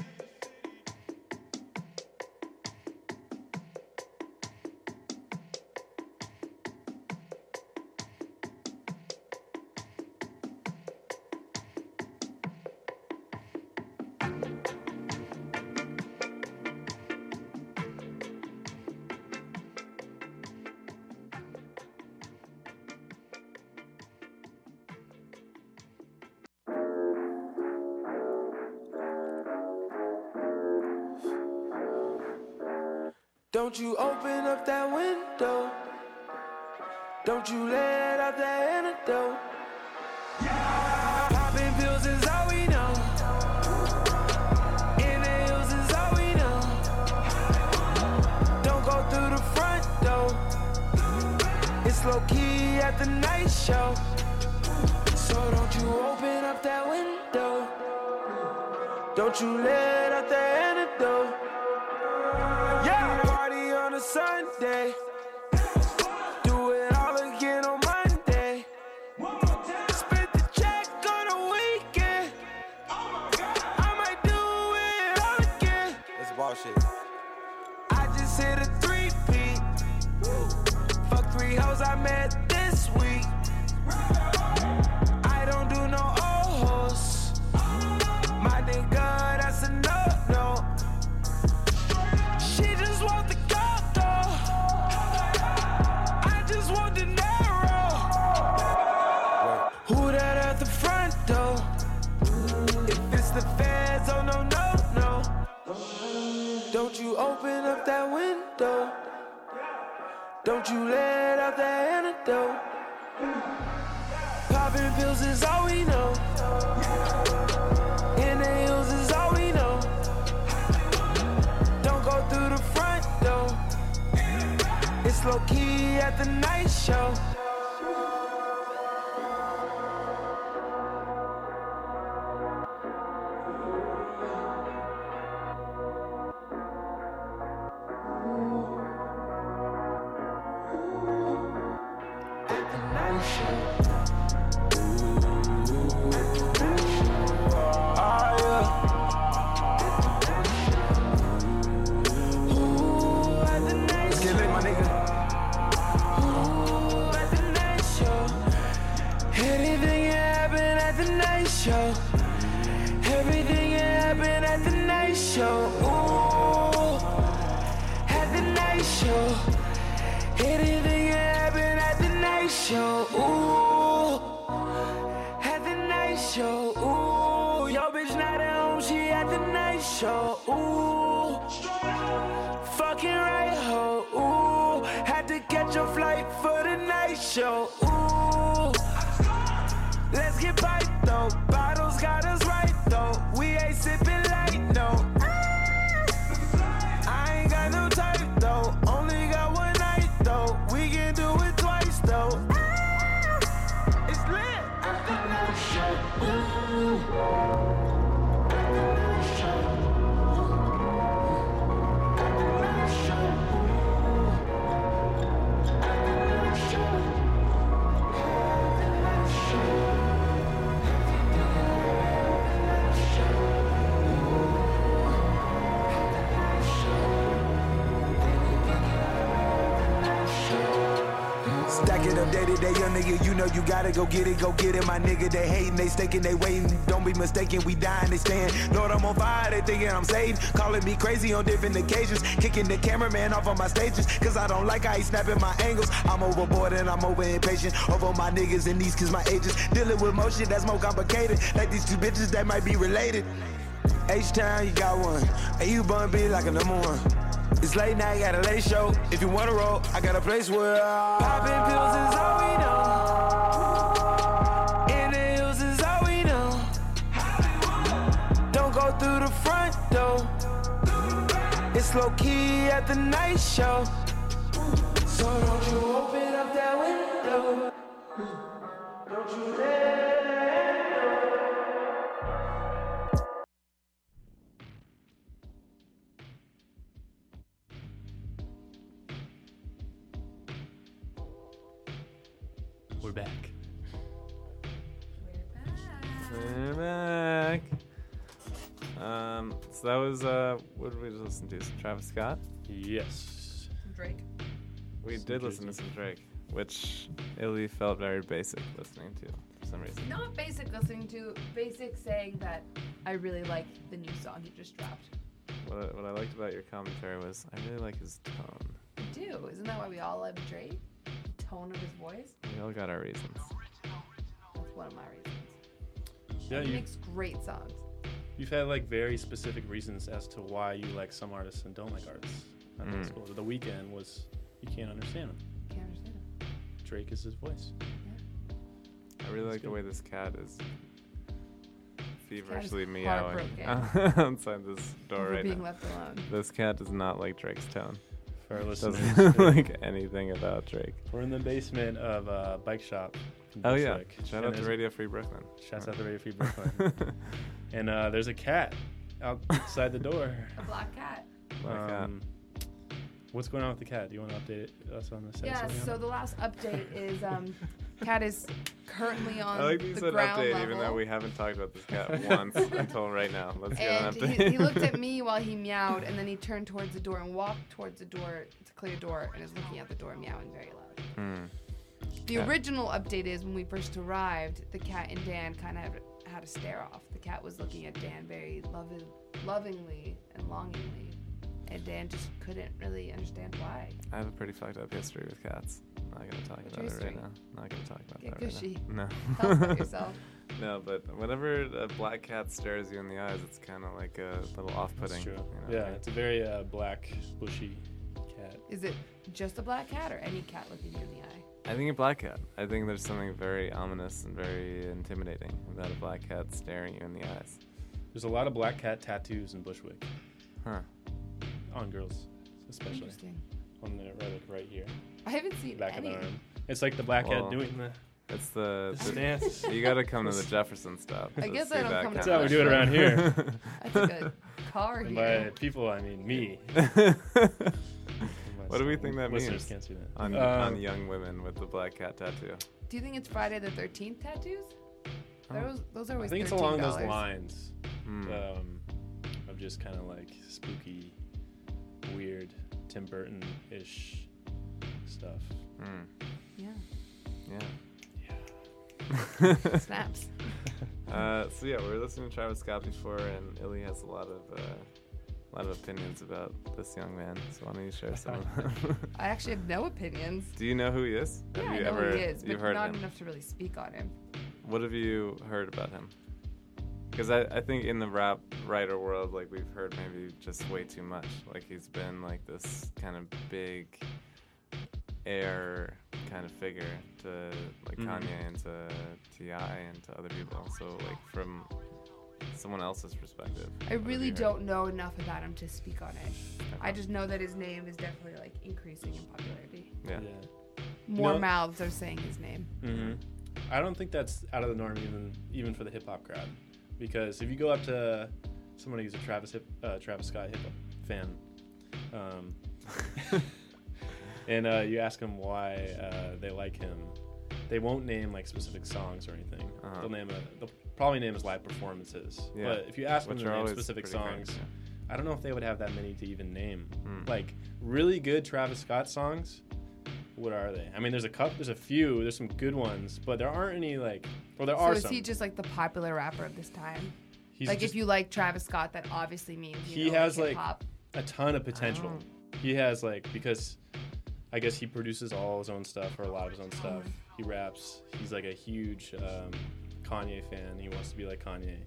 Speaker 17: Don't you open up that window. Don't you let out that antidote. Popping pills is all we know. Inhales is all we know. Don't go through the front door. It's low key at the night show. So don't you open up that window. Don't you let out the antidote. Yeah, party on a Sunday. Do it all again on Monday. Spent the check on a weekend. I might do it all again.
Speaker 19: That's bullshit.
Speaker 17: I just hit a three peat. Fuck three hoes I met this week. I don't do no old hoes. My nigga, that's a no no. She just want the gold though. I just want the narrow. Who that at the front door? If it's the feds, oh no, no, no. Don't you open up that window. Don't you let out that antidote. Popping pills is all we know. Inhales is all we know. Don't go through the front door. It's low key at the night show. Get lit, my nigga. Ooh, at the night show. Anything can happen at the night show. Everything can happen at the night show. Ooh, at the night show. Anything can happen at the night show. Ooh, at the night show. Ooh, yo bitch not at home, she at the night show. Ooh, fucking right ho. Ooh, had to catch a flight for the night show. Ooh, let's get right though. Bottles got us right though. We ain't sipping light no. I ain't got no type though. Only got one night though. We can do it twice though. It's lit. At the night show. Ooh. At the night show. At the night show. Ooh. At the night show. At the night show. At the night show. At the night
Speaker 19: Stack it up day to day, young nigga. You know you gotta go get it, go get it. My nigga, they hating, they staking, they waiting. Don't be mistaken, we dying, they staying. Lord, I'm on fire, they thinking I'm saved. Calling me crazy on different occasions. Kicking the cameraman off on my stages. Cause I don't like how he snapping my angles. I'm overboard and I'm over impatient. Over my niggas and these kids my ages. Dealing with motion that's more complicated. Like these two bitches that might be related. H Town, you got one. And you bun be like a number one. It's late night, got a late show. If you wanna roll, I got a place where
Speaker 17: Popping pills is all we know. Inhales is all we know. Don't go through the front door. It's low key at the night show. So don't you open up that window. Don't you let
Speaker 3: We're back.
Speaker 2: We're back. Um, so that was uh, what did we just listen to? Some Travis Scott.
Speaker 3: Yes.
Speaker 4: Drake.
Speaker 2: We did listen to some Drake, which Illy felt very basic listening to for some reason.
Speaker 4: Not basic listening to basic saying that I really like the new song he just dropped.
Speaker 2: What I, what I liked about your commentary was I really like his tone.
Speaker 4: I do. Isn't that why we all love Drake? The tone of his voice.
Speaker 2: We all got our reasons.
Speaker 4: That's one of my reasons.
Speaker 3: Yeah,
Speaker 4: he
Speaker 3: you,
Speaker 4: makes great songs.
Speaker 3: you've had like very specific reasons as to why you like some artists and don't like artists. at
Speaker 2: Mm.
Speaker 3: that school. The weekend was you can't understand him.
Speaker 4: Can't understand him.
Speaker 3: Drake is his voice.
Speaker 2: I really like the way this cat is feverishly meowing
Speaker 4: heartbroken
Speaker 2: [laughs] outside this door
Speaker 4: over
Speaker 2: right
Speaker 4: being
Speaker 2: now.
Speaker 4: left alone.
Speaker 2: This cat does not like Drake's tone.
Speaker 3: For our listeners,
Speaker 2: Doesn't
Speaker 3: Drake-
Speaker 2: [laughs] like anything about Drake.
Speaker 3: We're in the basement of uh, bike shop. in
Speaker 2: Oh, yeah.
Speaker 3: Bushwick.
Speaker 2: Shout
Speaker 3: And
Speaker 2: out to
Speaker 3: there's-
Speaker 2: Radio Free Brooklyn.
Speaker 3: Shouts out to Radio Free
Speaker 2: [laughs]
Speaker 3: Brooklyn. and uh, there's a cat outside
Speaker 2: [laughs]
Speaker 3: the door.
Speaker 4: A black cat.
Speaker 2: Black cat.
Speaker 3: Um, What's going on with the cat? Do you want to update us on this?
Speaker 4: Yeah, so the last update
Speaker 2: [laughs]
Speaker 4: is um, cat is currently on
Speaker 2: I like that you
Speaker 4: the
Speaker 2: said
Speaker 4: ground
Speaker 2: update,
Speaker 4: level.
Speaker 2: even though we haven't talked about this [laughs] cat once until right now. Let's get an
Speaker 4: and
Speaker 2: update.
Speaker 4: he, he
Speaker 2: [laughs]
Speaker 4: looked at me while he meowed, and then he turned towards the door and walked towards the door to clear door, and is looking at the door meowing very loud.
Speaker 2: Hmm.
Speaker 4: The
Speaker 2: Yeah.
Speaker 4: original update is when we first arrived, the cat and Dan kind of had a stare off. The cat was looking at Dan very loving, lovingly and longingly, and Dan just couldn't really understand why.
Speaker 2: I have a pretty fucked up history with cats. Not gonna talk
Speaker 4: What's
Speaker 2: about it
Speaker 4: your
Speaker 2: right
Speaker 4: history?
Speaker 2: now. Not gonna talk about that
Speaker 4: Get gushy.
Speaker 2: right now. No.
Speaker 4: Tell us
Speaker 2: [laughs]
Speaker 4: about yourself.
Speaker 2: No, but whenever a black cat stares you in the eyes, it's kind of like a little off-putting.
Speaker 3: That's true.
Speaker 2: you know?
Speaker 3: yeah, it's a very uh, black, bushy cat.
Speaker 4: Is it just a black cat or any cat looking you in the eye?
Speaker 2: I think a black cat. I think there's something very ominous and very intimidating about a black cat staring you in the eyes.
Speaker 3: There's a lot of black cat tattoos in Bushwick.
Speaker 2: Huh.
Speaker 3: On girls, especially.
Speaker 4: Interesting.
Speaker 3: On the right, like, right here.
Speaker 4: I haven't seen
Speaker 3: Back
Speaker 4: any.
Speaker 3: of the arm. It's like the black
Speaker 2: Well,
Speaker 3: cat doing the.
Speaker 2: It's the,
Speaker 3: It's
Speaker 2: the
Speaker 3: dance.
Speaker 2: You gotta come to the Jefferson stop.
Speaker 4: I
Speaker 2: to
Speaker 4: guess
Speaker 2: see
Speaker 4: I don't
Speaker 2: that
Speaker 4: come
Speaker 2: kind
Speaker 4: to
Speaker 3: That's how we
Speaker 2: of-
Speaker 3: do it around
Speaker 2: [laughs]
Speaker 3: here.
Speaker 4: I took a car
Speaker 3: And
Speaker 4: here.
Speaker 3: By people, I mean me.
Speaker 2: [laughs] What do we think that
Speaker 3: Listeners
Speaker 2: means?
Speaker 3: can't see that.
Speaker 2: On,
Speaker 3: Uh,
Speaker 2: on young women with the black cat tattoo.
Speaker 4: Do you think it's Friday the 13th tattoos?
Speaker 2: Oh.
Speaker 4: Those, those are
Speaker 3: I
Speaker 4: always
Speaker 3: think it's along those
Speaker 4: $13.
Speaker 3: lines
Speaker 2: Hmm.
Speaker 3: um, of just kind of like spooky, weird, Tim Burton ish stuff.
Speaker 2: Hmm.
Speaker 4: Yeah.
Speaker 2: Yeah.
Speaker 4: Snaps.
Speaker 2: Uh, so yeah, we were listening to Travis Scott before, and Illy has a lot of uh, a lot of opinions about this young man. So why don't you share some of
Speaker 3: [laughs]
Speaker 2: them? [laughs]
Speaker 4: I actually have no opinions.
Speaker 2: do you know who he is?
Speaker 4: yeah,
Speaker 2: have you
Speaker 4: I know
Speaker 2: ever
Speaker 4: who he is,
Speaker 2: you've
Speaker 4: but
Speaker 2: heard
Speaker 4: not
Speaker 2: of him?
Speaker 4: enough to really speak on him.
Speaker 2: What have you heard about him? Because I, I think in the rap writer world, like we've heard maybe just way too much. Like he's been like this kind of big air kind of figure to like
Speaker 3: Mhm.
Speaker 2: Kanye and to Ti and to other people. So like from someone else's perspective, what
Speaker 4: I
Speaker 2: have
Speaker 4: really
Speaker 2: you heard?
Speaker 4: don't know enough about him to speak on it. I just know that his name is definitely like increasing in popularity.
Speaker 2: Yeah.
Speaker 4: More
Speaker 3: No.
Speaker 4: mouths are saying his name.
Speaker 3: hmm I don't think that's out of the norm even even for the hip hop crowd, because if you go up to somebody who's a Travis hip, uh, Travis Scott hip hop fan, um,
Speaker 2: [laughs]
Speaker 3: and uh, you ask them why uh, they like him, they won't name like specific songs or anything.
Speaker 2: Uh-huh.
Speaker 3: They'll name a they'll probably name his live performances.
Speaker 2: Yeah,
Speaker 3: But if you ask
Speaker 2: which
Speaker 3: them
Speaker 2: are
Speaker 3: to name
Speaker 2: always
Speaker 3: specific
Speaker 2: pretty great,
Speaker 3: songs,
Speaker 2: yeah. Hmm.
Speaker 3: I don't know if they would have that many to even name. Like really good Travis Scott songs. What are they? I mean, there's a cup, there's a few, there's some good ones, but there aren't any like, well, there
Speaker 4: so
Speaker 3: are
Speaker 4: is
Speaker 3: some.
Speaker 4: he just like the popular rapper of this time?
Speaker 3: He's
Speaker 4: like
Speaker 3: just-
Speaker 4: if you like Travis Scott, that obviously means you
Speaker 3: he
Speaker 4: know,
Speaker 3: has like
Speaker 4: hip-hop.
Speaker 3: a ton of potential.
Speaker 4: Oh.
Speaker 3: He has like because I guess he produces all his own stuff or a lot of his own stuff. He raps. He's like a huge um, Kanye fan. He wants to be like Kanye.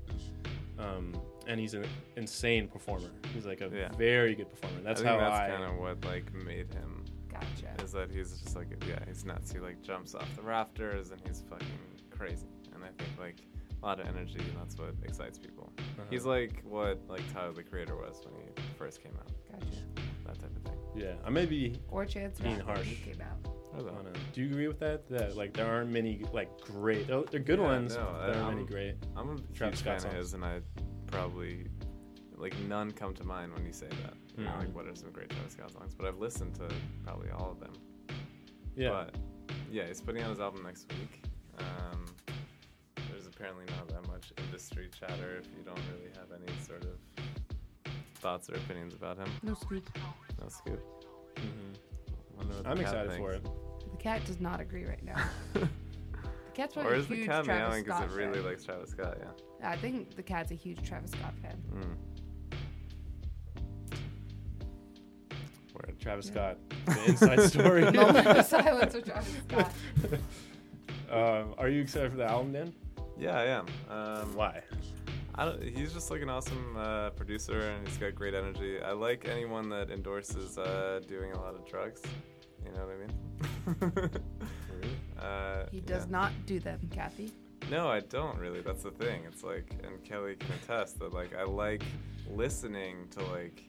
Speaker 3: Um, and he's an insane performer. He's like a
Speaker 2: Yeah.
Speaker 3: very good performer. That's
Speaker 2: I think
Speaker 3: how
Speaker 2: that's
Speaker 3: I
Speaker 2: kind of what like made him.
Speaker 4: Gotcha.
Speaker 2: Is that he's just like yeah, he's nuts. He like jumps off the rafters and he's fucking crazy. And I think like a lot of energy. And that's what excites people.
Speaker 3: Uh-huh.
Speaker 2: He's like what like Tyler the Creator was when he first came out.
Speaker 4: Gotcha.
Speaker 2: That type of thing.
Speaker 3: Yeah, I may be
Speaker 4: Or Chance
Speaker 3: being
Speaker 4: Rapper when
Speaker 3: harsh.
Speaker 4: he came out.
Speaker 2: I don't
Speaker 3: know. Do you agree with that? That like there aren't many like great. oh, They're, they're good
Speaker 2: Yeah,
Speaker 3: ones.
Speaker 2: no,
Speaker 3: but
Speaker 2: I-
Speaker 3: there aren't
Speaker 2: I'm-
Speaker 3: many great.
Speaker 2: I'm a huge
Speaker 3: Travis
Speaker 2: fan
Speaker 3: Scott
Speaker 2: of
Speaker 3: songs.
Speaker 2: his, and I probably like none come to mind when you say that. You know, like
Speaker 3: Mhm.
Speaker 2: what are some great Travis Scott songs? But I've listened to probably all of them.
Speaker 3: Yeah.
Speaker 2: But yeah, he's putting out his album next week. Um, there's apparently not that much industry chatter if you don't really have any sort of thoughts or opinions about him.
Speaker 4: No scoop.
Speaker 2: No scoop. Mm-hmm. Wonder what the
Speaker 3: I'm
Speaker 2: cat
Speaker 3: excited
Speaker 2: thinks.
Speaker 3: for it.
Speaker 4: The cat does not agree
Speaker 3: [laughs]
Speaker 4: right now. the cat's probably
Speaker 2: Or is
Speaker 4: a
Speaker 2: the
Speaker 4: huge
Speaker 2: cat
Speaker 4: Travis
Speaker 2: meowing
Speaker 4: Scott
Speaker 2: because it really
Speaker 4: fan.
Speaker 2: likes Travis Scott? Yeah.
Speaker 4: I think the cat's a huge Travis Scott fan.
Speaker 2: Mm.
Speaker 3: Travis
Speaker 4: Yeah.
Speaker 3: Scott, the
Speaker 4: [laughs]
Speaker 3: inside story.
Speaker 4: Moment of silence for Travis
Speaker 3: [laughs]
Speaker 4: Scott.
Speaker 3: Um, are you excited for the album, Dan?
Speaker 2: Yeah, I am. Um,
Speaker 3: Why?
Speaker 2: I don't, he's just like an awesome uh, producer, and he's got great energy. I like anyone that endorses uh, doing a lot of drugs. You know what I mean? [laughs] uh,
Speaker 4: He does
Speaker 2: yeah.
Speaker 4: not do them, Kathy.
Speaker 2: No, I don't really. That's the thing. It's like, and Kelly can attest that like I like listening to like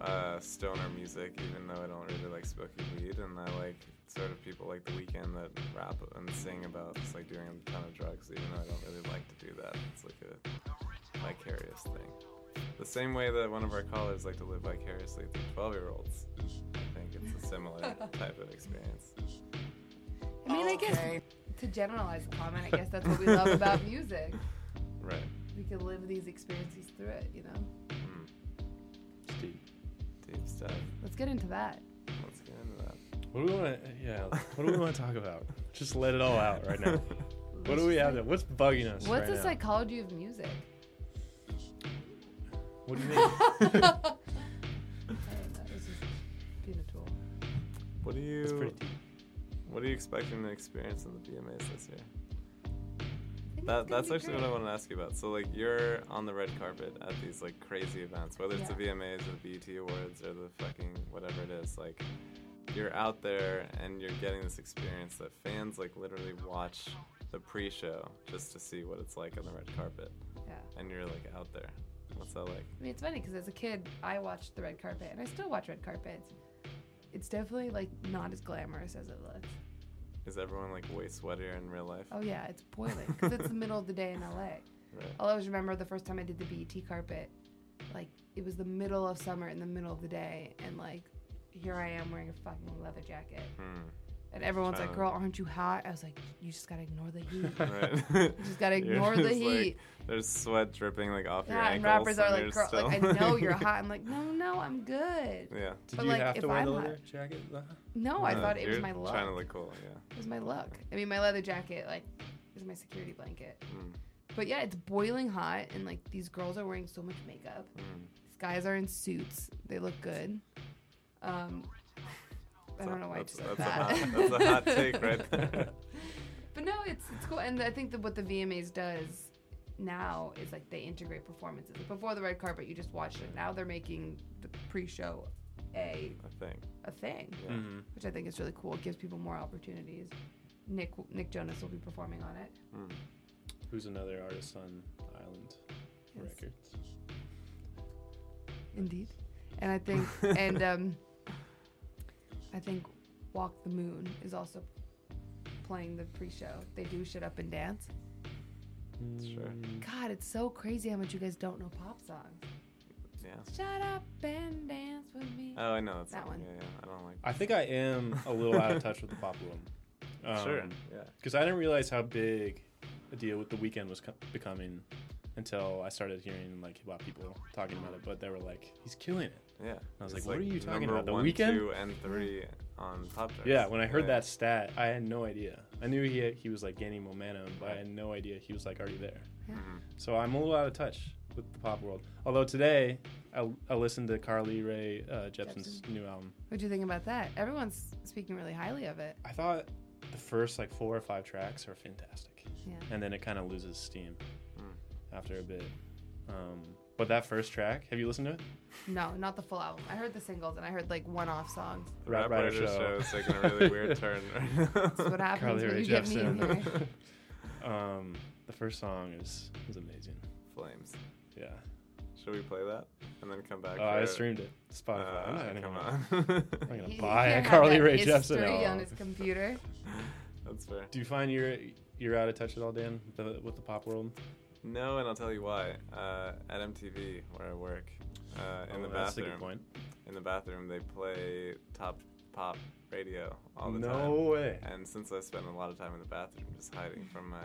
Speaker 2: uh, stoner music, even though I don't really like smoking weed, and I like sort of people like The Weeknd that rap and sing about just like doing a ton of drugs, even though I don't really like to do that. It's like a vicarious thing. The same way that one of our callers like to live vicariously through 12 year olds. I think it's a similar type of experience.
Speaker 4: I mean, I guess to generalize the comment, I guess that's what we
Speaker 2: [laughs]
Speaker 4: love about music.
Speaker 2: Right.
Speaker 4: We can live these experiences through it, you know?
Speaker 2: Mm.
Speaker 3: Deep.
Speaker 2: Deep stuff.
Speaker 4: Let's get into that.
Speaker 2: Let's get into that.
Speaker 3: What do we want to? Yeah. What do we want to talk about? Just let it all out right
Speaker 2: [laughs]
Speaker 3: now. what do we have? There? What's bugging us?
Speaker 4: What's
Speaker 3: right
Speaker 4: the
Speaker 3: now?
Speaker 4: psychology of music?
Speaker 3: What do
Speaker 4: [laughs]
Speaker 3: you mean? [laughs]
Speaker 2: What do you? What are you expecting to experience in the PMAs this year? That, that's actually what I want to ask you about. So like you're on the red carpet at these like crazy events, whether it's the VMAs or the BET Awards or the fucking whatever it is. Like you're out there and you're getting this experience that fans like literally watch the pre-show just to see what it's like on the red carpet.
Speaker 4: Yeah.
Speaker 2: And you're like out there. What's that like?
Speaker 4: I mean, it's funny because as a kid, I watched the red carpet, and I still watch red carpets. It's definitely like not as glamorous as it looks.
Speaker 2: Is everyone like way sweatier in real life?
Speaker 4: Oh yeah, it's boiling because it's the middle of the day in LA.
Speaker 2: [laughs] Right.
Speaker 4: I'll always remember the first time I did the BET carpet. Like it was the middle of summer in the middle of the day, and like here I am wearing a fucking leather jacket.
Speaker 2: Hmm.
Speaker 4: And everyone's like,
Speaker 2: Challenge.
Speaker 4: "Girl, aren't you hot?" I was like, "You just gotta ignore the heat.
Speaker 2: [laughs] Right.
Speaker 4: [laughs] you just gotta
Speaker 2: [laughs] You're
Speaker 4: ignore the
Speaker 2: just, like,
Speaker 4: heat."
Speaker 2: there's sweat dripping like off your
Speaker 4: yeah, and
Speaker 2: ankles.
Speaker 4: rappers are
Speaker 2: and
Speaker 4: like,
Speaker 2: you're
Speaker 4: "Girl, like I
Speaker 2: still- [laughs]
Speaker 4: know you're hot." I'm like, "No, no, I'm good."
Speaker 2: Yeah.
Speaker 4: Did But, you like, have to if wear the I'm leather hot-
Speaker 3: jacket?
Speaker 4: No, I thought it was
Speaker 2: you're
Speaker 4: my
Speaker 2: Trying to
Speaker 4: luck.
Speaker 2: look cool, yeah.
Speaker 4: It was my luck. I mean, my leather jacket like is my security blanket.
Speaker 2: Mm.
Speaker 4: But yeah, it's boiling hot, and like these girls are wearing so much makeup.
Speaker 2: Mm.
Speaker 4: These guys are in suits. They look good. Um, I
Speaker 2: So
Speaker 4: don't know why I
Speaker 2: that's-
Speaker 4: just said
Speaker 2: that's a
Speaker 4: that.
Speaker 2: hot- that's a hot take
Speaker 4: [laughs]
Speaker 2: right there. [laughs]
Speaker 4: but no, it's it's cool, and I think that what the VMAs does now is like they integrate performances. Before the red carpet, you just watched it. Now they're making the pre-show a
Speaker 2: A thing.
Speaker 4: a thing,
Speaker 2: Yeah. Mhm.
Speaker 4: which I think is really cool. It gives people more opportunities. Nick Nick Jonas will be performing on it.
Speaker 3: Hmm. Who's another artist on Island Records?
Speaker 4: Indeed. And I think and um I think Walk the Moon is also playing the pre-show. They do shit up and dance.
Speaker 2: Sure.
Speaker 4: God, it's so crazy how much you guys don't know pop songs.
Speaker 2: Yeah.
Speaker 4: Shut up and dance with me.
Speaker 2: Oh, I know. It's
Speaker 4: that one.
Speaker 2: Yeah, yeah. I don't like
Speaker 3: I think I am a little out of touch with the pop world.
Speaker 2: [laughs] Sure, yeah.
Speaker 3: Because I didn't realize how big a deal with the weekend was co- becoming until I started hearing like hip hop people talking about it. But they were like, "He's killing it."
Speaker 2: Yeah.
Speaker 3: And I was like,
Speaker 2: It's,
Speaker 3: "What are you talking
Speaker 2: number
Speaker 3: about? The
Speaker 2: one,
Speaker 3: weekend?"
Speaker 2: two, and three on top charts.
Speaker 3: Yeah, when I heard
Speaker 2: Yeah.
Speaker 3: that stat, I had no idea. I knew he had, he was like gaining momentum, but I had no idea he was like already there.
Speaker 4: Yeah.
Speaker 2: Mm-hmm.
Speaker 3: So I'm a little out of touch with the pop world. Although today, I, I listened to Carly Rae uh, Jepsen's new album.
Speaker 4: What do you think about that? Everyone's speaking really highly of it.
Speaker 3: I thought the first like four or five tracks are fantastic,
Speaker 4: Yeah.
Speaker 3: and then it kind of loses steam
Speaker 2: Hmm.
Speaker 3: after a bit. Um, but that first track, have you listened to it?
Speaker 4: No, not the full album. I heard the singles and I heard like one-off songs.
Speaker 2: The Rap Rider show is taking a really
Speaker 3: [laughs]
Speaker 2: weird turn right now. That's
Speaker 4: what happens when you get me in
Speaker 3: [laughs] um, the first song is is amazing.
Speaker 2: Flames.
Speaker 3: Yeah.
Speaker 2: Should we play that and then come back?
Speaker 3: Oh, I
Speaker 2: for- Uh,
Speaker 3: streamed it. Spotify. I'm not gonna-
Speaker 2: come
Speaker 3: I'm not
Speaker 2: on.
Speaker 3: gonna
Speaker 2: [laughs]
Speaker 4: He
Speaker 3: buy a
Speaker 4: can't have
Speaker 3: Carly
Speaker 4: that
Speaker 3: Rae Jepsen
Speaker 4: history
Speaker 3: album.
Speaker 4: on his computer.
Speaker 2: That's fair.
Speaker 3: Do you find you're you're out of touch at all, Dan, with the, with the pop world?
Speaker 2: No, and I'll tell you why. Uh, at MTV, where I work, uh, in
Speaker 3: Oh,
Speaker 2: the
Speaker 3: that's a
Speaker 2: bathroom,
Speaker 3: good point.
Speaker 2: in the bathroom, they play top pop radio all the
Speaker 3: No
Speaker 2: time.
Speaker 3: way.
Speaker 2: And since I spend a lot of time in the bathroom, just hiding from my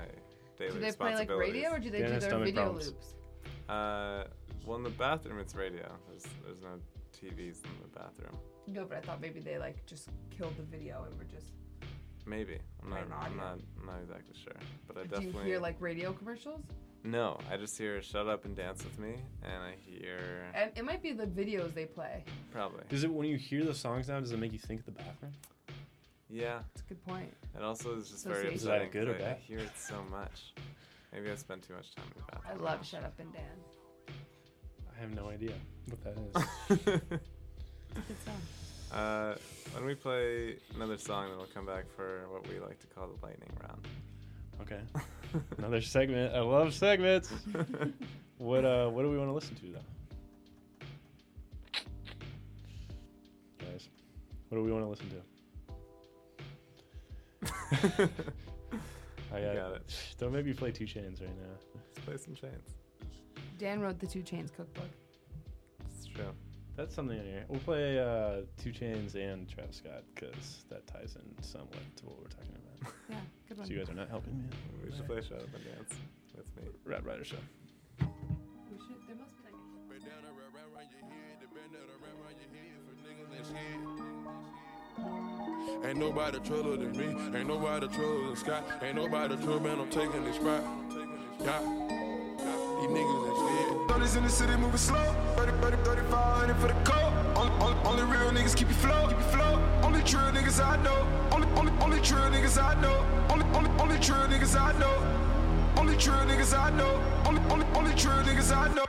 Speaker 2: daily
Speaker 4: Do they play, like,
Speaker 2: responsibilities.
Speaker 4: radio, or do they do Dennis, their stomach video problems. loops?
Speaker 2: Uh, well, in the bathroom, it's radio. There's there's no TVs in the bathroom.
Speaker 4: No, but I thought maybe they like just killed the video and were just.
Speaker 2: Maybe I'm not.
Speaker 4: Playing
Speaker 2: I'm
Speaker 4: audio.
Speaker 2: not. I'm not exactly sure. But I
Speaker 4: Do
Speaker 2: definitely.
Speaker 4: you hear like radio commercials?
Speaker 2: No, I just hear "Shut Up and Dance with Me," and I hear
Speaker 4: And it might be the videos they play.
Speaker 2: probably.
Speaker 3: Does it when you hear the songs now? Does it make you think of the bathroom?
Speaker 2: Yeah.
Speaker 4: It's a good point.
Speaker 2: It also is just very
Speaker 3: Association. Is
Speaker 2: upsetting.
Speaker 3: that good or
Speaker 2: 'cause I- I
Speaker 3: bad?
Speaker 2: hear it so much. Maybe I spent too much time in the bathroom.
Speaker 4: I love Shut Up and Dan.
Speaker 3: I have no idea what that
Speaker 2: [laughs]
Speaker 3: is.
Speaker 4: Good song.
Speaker 2: Uh, when we play another song, then we'll come back for what we like to call the lightning round.
Speaker 3: Okay.
Speaker 2: [laughs]
Speaker 3: Another segment. I love segments. what uh, what do we want to listen to though? Guys, what do we want to
Speaker 2: [laughs]
Speaker 3: listen to? I got, it. [sighs] Don't make me play two chains right now.
Speaker 2: Let's play some chains.
Speaker 4: Dan wrote the Two Chains cookbook.
Speaker 2: It's true.
Speaker 3: That's something in here. We'll play uh, Two Chains and Travis Scott because that ties in somewhat to what we're talking about.
Speaker 4: Yeah, good one.
Speaker 3: So you guys are not helping me.
Speaker 2: We should play Shut Up and Dance with me.
Speaker 3: Rat Rider Show.
Speaker 4: We should, there must be like
Speaker 20: Bandana wrapped right round your head, the bandana wrapped round your head for niggas and shit. Ain't nobody truller than me, ain't nobody truller than Scott, ain't nobody truller, man, I'm taking this spot. Yeah, these niggas and shit.
Speaker 21: Thirties in the city moving slow. 30, 30, 3500 for the coat. Only, only, only real niggas keep you flow, keep you flow. Only true niggas I know. Only, only, only true niggas I know. Only, only, only true niggas I know. Only true niggas I know. Only, only, only true niggas I know.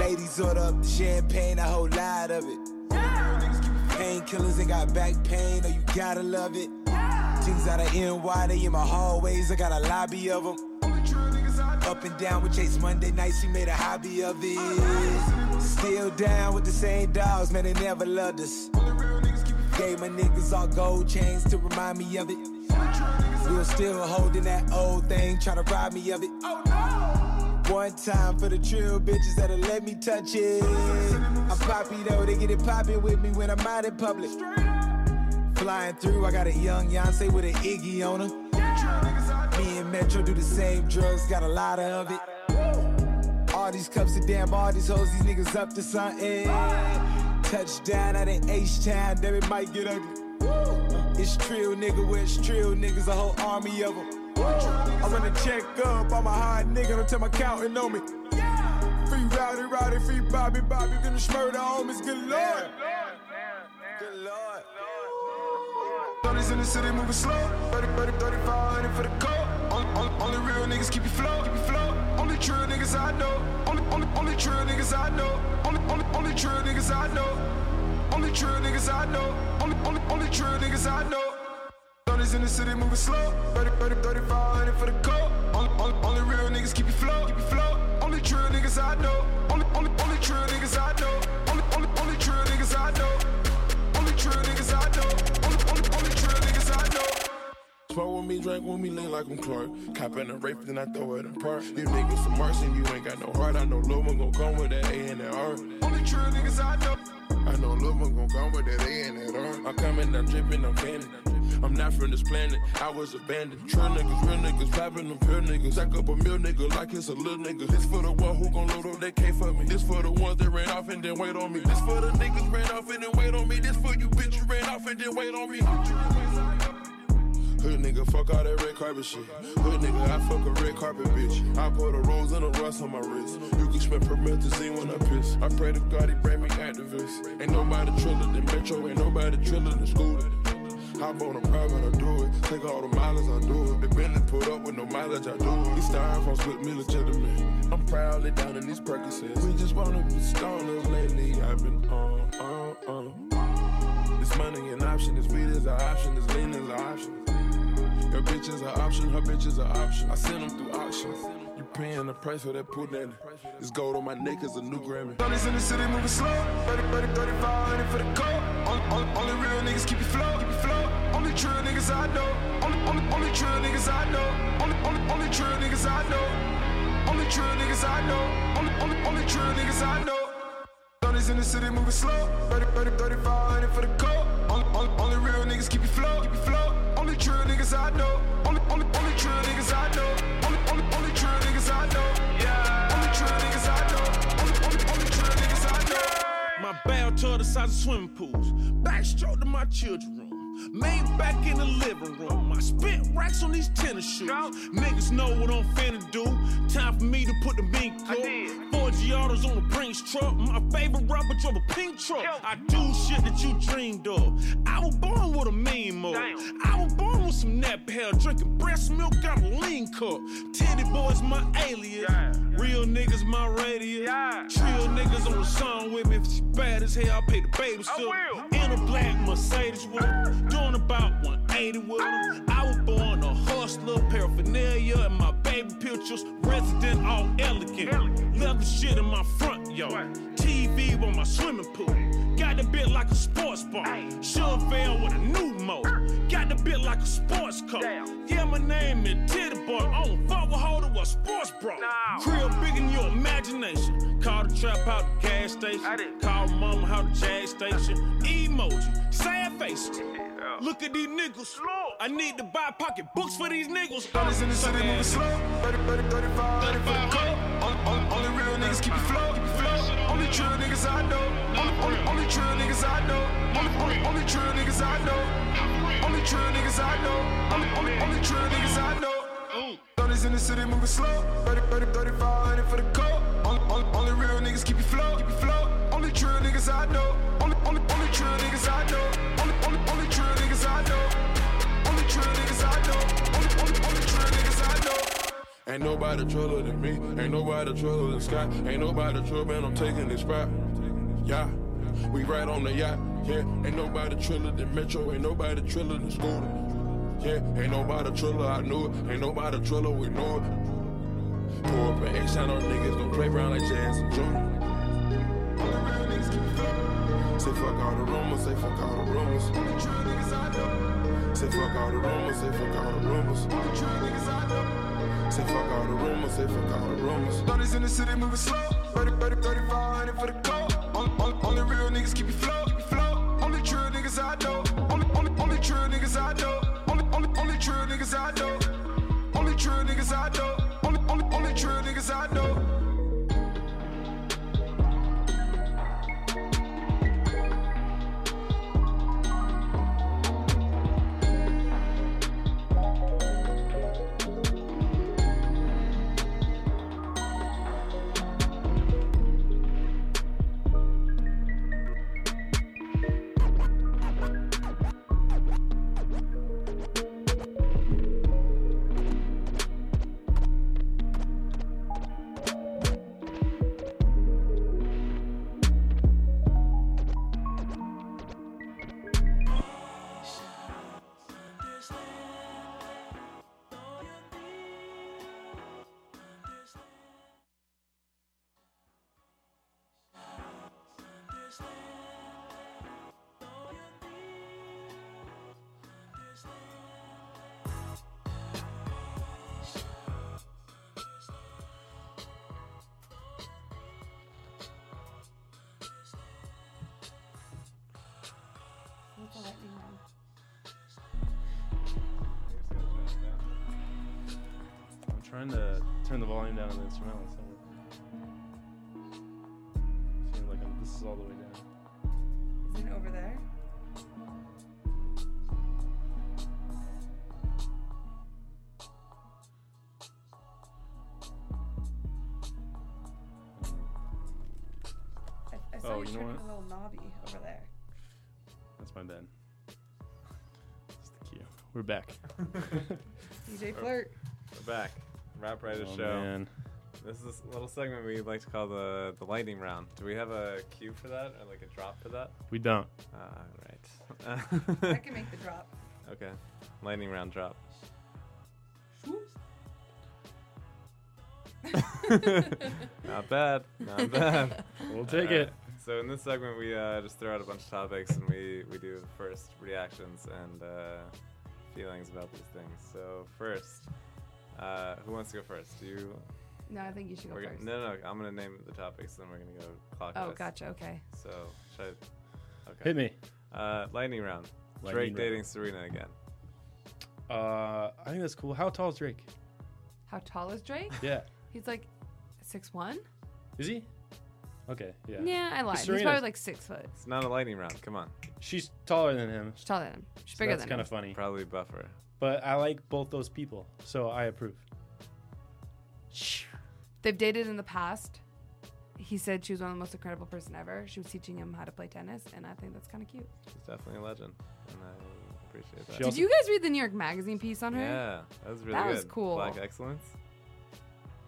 Speaker 19: Ladies order up the champagne, a whole lot of it. Painkillers and got back pain, oh you gotta love it. Things out of NY, they in my hallways, I got a lobby of them. Up and down with Chase Monday nights, we made a hobby of it. Still down with the same dogs, man, they never loved us. Gave my niggas all gold chains to remind me of it. We're still holding that old thing, try to rob me of it. One time for the trill bitches that'll let me touch it. I'm poppy though, they get it poppin' with me when I'm out in public. Flying through, I got a young Yonsei with an Iggy on her. Me and Metro do the same drugs, got a lot of it. All these cups and damn, all these hoes, these niggas up to something. Touchdown out in H Town, damn it might get ugly. It's trill, nigga, where it's trill, niggas, a whole army of them. I wanna check up, I'm a hard nigga, don't tell my counting on me. Free Rowdy, Rowdy, free Bobby, Bobby, gonna smurder homies, good lord. Good lord.
Speaker 21: Thirties in the city moving slow. 30, 30, 3500 for the coat. Only, only, only real niggas keep you flow, keep you flow. Only true niggas I know. Only, only, only true niggas I know. Only, only, only true niggas I know. Only true niggas I know. Only, only, only true niggas I know. Thirties in the city moving slow. 30, 30, 3500 for the coat. Only, only, only real niggas keep you flow, keep you flow. Only true niggas I know. Only, only, only true niggas I know. Only, only, only true niggas I know. Only true niggas I know. Only, only, only true niggas I know.
Speaker 20: Smoke with me, drink with me, lean like I'm Clark. Cop in a rape, then I throw it in park. You niggas some marks and you ain't got no heart. I know Lil one gon' come with that A and that R.
Speaker 21: Only true niggas I know.
Speaker 20: I know Lil one gon' come with that A and that R. I'm coming, I'm dripping, I'm fanning. I'm not from this planet, I was abandoned. True niggas, real niggas, poppin' them pure niggas. Stack up a meal nigga like it's a little nigga. This for the one who gon' load up that K for me. This for the ones that ran off and then wait on me. This for the niggas ran off and then wait on me. This for you bitch, you ran off and then wait on me. Hood nigga, fuck all that red carpet shit. Hood nigga, I fuck a red carpet bitch. I put a rose and a rust on my wrist. You can smell promethazine when I piss. I pray to God he bring me activists. Ain't nobody triller than Metro, ain't nobody triller than Scooter. Hop on a private, I do it. Take all the mileage, I do it. The Bentley put up with no mileage, I do it. These styrofoams with me legitimate. I'm proudly down in these Percocets. We just wanna be stoners lately. I've been on, on, on. This money an option, this weed is an option, this lean is an option. Your bitch is an option, her bitch is an option. I send them through auctions. You paying the price for that pudding. This gold on my neck is a new Grammy.
Speaker 21: Thirties in the city moving slow. 30, 30, 3500 for the coat. Only, only, only real niggas keep you flow, keep you flow. Only true niggas I know. Only, only, only true niggas I know. Only, only, only true niggas I know. Only true niggas I know. Only, only, only true niggas I know. Thirties in the city moving slow. 30, 30, 3500 for the coat. Only, only, only real niggas keep you flow, keep you flow. Only true niggas I know. Only, only, only true niggas I know. Only, only, only true niggas I know. Yeah. Only true niggas I know. Only, only, only true niggas I know.
Speaker 22: My barrel to the size of swimming pools. Backstroke to my children room. Made back in the living room. I spent racks on these tennis shoes. Niggas know what I'm finna do. Time for me to put the mink through. Four Giardos on the Brinks truck. My favorite rapper drove a pink truck. I do shit that you dreamed of. I was born with a mean mode. I was born with some nap hair, drinking breast milk, I'm a lean cup. Teddy boy's my alias. Real niggas my radius. Trill niggas on the song with me. If she bad as hell, I pay the baby still. In a black Mercedes with her. Doing about 180 with her. I was born a hustler, paraphernalia, and my baby pictures. Resident all elegant. Leather shit in my front yard. TV on my swimming pool. Got the bit like a sports bar. Shove fan with a new mode. Got the bit like a sports car. Yeah, my name is Titty Boy. I don't fuck with holder or sports bra. Crib big in your imagination. Call the trap out the gas station. Call mama out the jazz station. Emoji, sad faces. Look at these niggas. I need to buy pocket books for these niggas.
Speaker 21: Brothers in the city moving slow. 30, 30, 35, 35 Only, only, only real niggas keep it flow. Only true niggas I know. Only, only, only true niggas I know. Only, only, only true niggas I know. Only true niggas I know. Only, only, only true niggas I know. Brothers in the city moving slow. 30, 30, 35, 100 for the coat. Only, only, only real niggas keep it flow. Keep it flow. Only true niggas I know. Only, only, only true niggas I know. Only, only, only true niggas I know. Only true niggas I know. Only, only, only true niggas I know.
Speaker 20: Ain't nobody truller than me. Ain't nobody truller than Scott. Ain't nobody truller, man. I'm taking this spot. Yeah, we right on the yacht. Yeah, ain't nobody truller than Metro. Ain't nobody truller than Scooter. Yeah, ain't nobody truller. I knew it. Ain't nobody truller. We knew it. Pour up an X on our niggas. Don't play around like Jazz and Junior. Say fuck all the rumors. Say fuck all the rumors. Say fuck all the rumors. Say fuck all the rumors. Say fuck all the rumors. Say fuck all the rumors.
Speaker 21: Brothers in the city moving slow. 30, 30, 35, 100 for the coat. Only, only, only real niggas keep it flow. Keep it flow. Only true niggas I know. Only, only, only true niggas I know. Only, only, only true niggas I know. Only true niggas I know. Only, only, only true niggas I know.
Speaker 3: I'm trying to turn the volume down on the instrumental. It's not working. Feeling like I'm, this is all the way down.
Speaker 23: Isn't it over there? I, I saw
Speaker 3: Oh,
Speaker 23: you
Speaker 3: you know
Speaker 23: turning
Speaker 3: what?
Speaker 23: a little knobby over there.
Speaker 3: That's my bad. That's the cue. We're
Speaker 4: [laughs]
Speaker 3: back.
Speaker 23: DJ Flirt.
Speaker 2: We're back. Rap Writer
Speaker 3: Oh,
Speaker 2: Show.
Speaker 3: man.
Speaker 2: This is a little segment we like to call the the lightning round. Do we have a cue for that or like a drop for that?
Speaker 3: We don't.
Speaker 2: Ah, right.
Speaker 23: I
Speaker 2: [laughs]
Speaker 23: can make the drop.
Speaker 2: Okay. Lightning round drop. Not bad.
Speaker 23: [laughs]
Speaker 2: Not bad.
Speaker 3: We'll take
Speaker 2: All
Speaker 3: it.
Speaker 2: So in this segment, we uh, just throw out a bunch of topics and we, we do first reactions and uh, feelings about these things. So first, uh, who wants to go first? Do you?
Speaker 4: No, I think you should go
Speaker 2: we're gonna-
Speaker 4: first.
Speaker 2: No, no, I'm gonna name the topics, then we're gonna go clockwise.
Speaker 4: Oh, gotcha, okay.
Speaker 2: So should I? Okay.
Speaker 3: Hit me.
Speaker 2: Uh, lightning round.
Speaker 3: Lightning
Speaker 2: Drake
Speaker 3: round.
Speaker 2: dating Serena again.
Speaker 3: Uh, I think that's cool. How tall is Drake?
Speaker 4: How tall is Drake?
Speaker 3: Yeah.
Speaker 4: He's like six one.
Speaker 3: Is he? Okay. Yeah.
Speaker 4: Yeah, I lied. He's probably
Speaker 3: Serena's-
Speaker 4: like six foot.
Speaker 2: It's not a lightning round. Come on.
Speaker 3: She's taller than him.
Speaker 4: She's taller than him. She's bigger
Speaker 3: that's
Speaker 4: than
Speaker 3: kind
Speaker 4: him.
Speaker 3: of funny.
Speaker 2: Probably buffer.
Speaker 3: But I like both those people, so I approve.
Speaker 4: They've dated in the past. He said she was one of the most incredible person ever. She was teaching him how to play tennis, and I think that's kind of cute.
Speaker 2: She's definitely a legend, and I appreciate that.
Speaker 4: Did you guys read the New York Magazine piece on her?
Speaker 2: Yeah, that was really
Speaker 4: That
Speaker 2: good.
Speaker 4: was cool.
Speaker 2: Black excellence.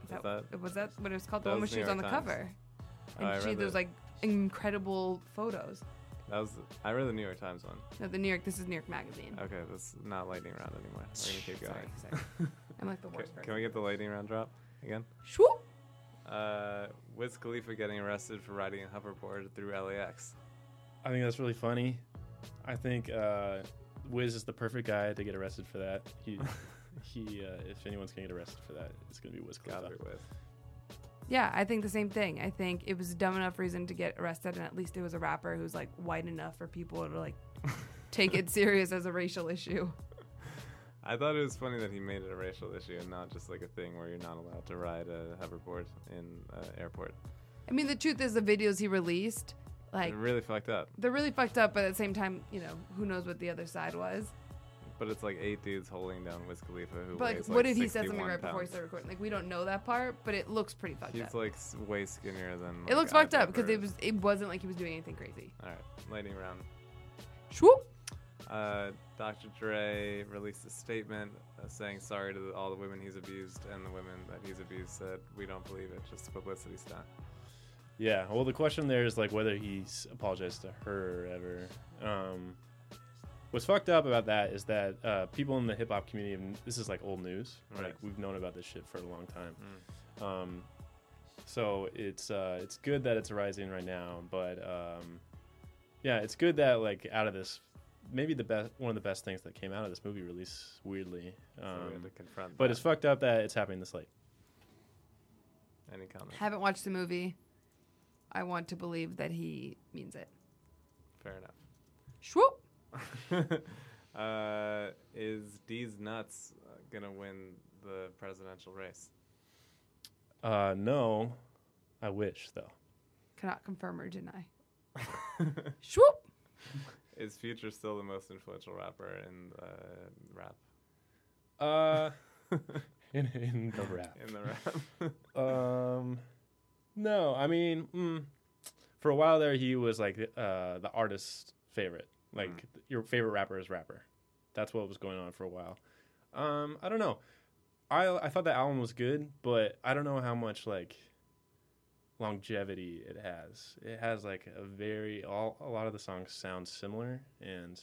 Speaker 4: Is
Speaker 2: Is
Speaker 4: that- was that what it was called?
Speaker 2: that
Speaker 4: The one where
Speaker 2: was
Speaker 4: she was
Speaker 2: New
Speaker 4: on the
Speaker 2: York
Speaker 4: cover,
Speaker 2: Times. Oh,
Speaker 4: and
Speaker 2: I
Speaker 4: she
Speaker 2: read
Speaker 4: those
Speaker 2: the-
Speaker 4: like incredible photos.
Speaker 2: That was I read the New York Times one.
Speaker 4: No, the New York. This is New York Magazine.
Speaker 2: Okay, that's not lightning round anymore. We're gonna keep
Speaker 4: Sorry,
Speaker 2: going. [laughs]
Speaker 4: sorry. I'm like the
Speaker 2: Ca-
Speaker 4: worst
Speaker 2: Can,
Speaker 4: person.
Speaker 2: we get the lightning round drop again?
Speaker 4: Swoop.
Speaker 2: Uh, Wiz Khalifa getting arrested for riding a hoverboard through LAX.
Speaker 3: I think that's really funny. I think uh, Wiz is the perfect guy to get arrested for that. [laughs] He, he. Uh, if anyone's gonna get arrested for that, it's gonna be Wiz Khalifa.
Speaker 4: Yeah, I think the same thing. I think it was a dumb enough reason to get arrested, and at least it was a rapper who's like white enough for people to
Speaker 2: [laughs]
Speaker 4: like take it serious as a racial issue.
Speaker 2: I thought it was funny that he made it a racial issue and not just like a thing where you're not allowed to ride a hoverboard in uh, airport.
Speaker 4: I mean, the truth is, the videos he released, like,
Speaker 2: it really fucked up.
Speaker 4: they're really fucked up, but at the same time, you know, who knows what the other side was.
Speaker 2: But it's like eight dudes holding down Wiz Khalifa who
Speaker 4: But like,
Speaker 2: weighs
Speaker 4: what
Speaker 2: like
Speaker 4: if he said
Speaker 2: 61
Speaker 4: something right before he
Speaker 2: pounds.
Speaker 4: started recording? Like, we don't know that part, but it looks pretty fucked
Speaker 2: He's
Speaker 4: up.
Speaker 2: like "Oh s- way skinnier than.
Speaker 4: it
Speaker 2: like,
Speaker 4: looks fucked
Speaker 2: I've
Speaker 4: up because
Speaker 2: ever-
Speaker 4: it was it wasn't like he was doing anything crazy.
Speaker 2: All right, lightning round.
Speaker 4: Swoop.
Speaker 2: Uh, Dr. Dre released a statement uh, saying sorry to the, all the women he's abused, and the women that he's abused said, "We don't believe it, just publicity stunt."
Speaker 3: Yeah. Well, the question there is like whether he's apologized to her or ever. Um, what's fucked up about that is that uh, people in the hip hop community, and this is like old news. Like we've known about this shit for a long time.
Speaker 2: Mm.
Speaker 3: Um, so it's uh, it's good that it's rising right now, but um, yeah, it's good that like out of this, maybe the best one of the best things that came out of this movie release, weirdly. Um,
Speaker 2: we had to confront
Speaker 3: but
Speaker 2: that.
Speaker 3: it's fucked up that it's happening this late.
Speaker 2: Any comment?
Speaker 4: Haven't watched the movie. I want to believe that he means it.
Speaker 2: Fair enough. [laughs]
Speaker 4: Swoop.
Speaker 2: Uh, is D's nuts uh, gonna win the presidential race?
Speaker 3: Uh, no, I wish though.
Speaker 4: Cannot confirm or deny. Swoop.
Speaker 2: Is Future still the most influential rapper in uh, rap? [laughs]
Speaker 3: Uh, in, in the rap.
Speaker 2: In the rap. [laughs]
Speaker 3: um, no, I mean, mm, for a while there, he was like uh, the artist's favorite. Like
Speaker 2: Hmm.
Speaker 3: th- your favorite rapper is rapper. That's what was going on for a while. Um, I don't know. I I thought the album was good, but I don't know how much like longevity it has. It has like a very all a lot of the songs sound similar, and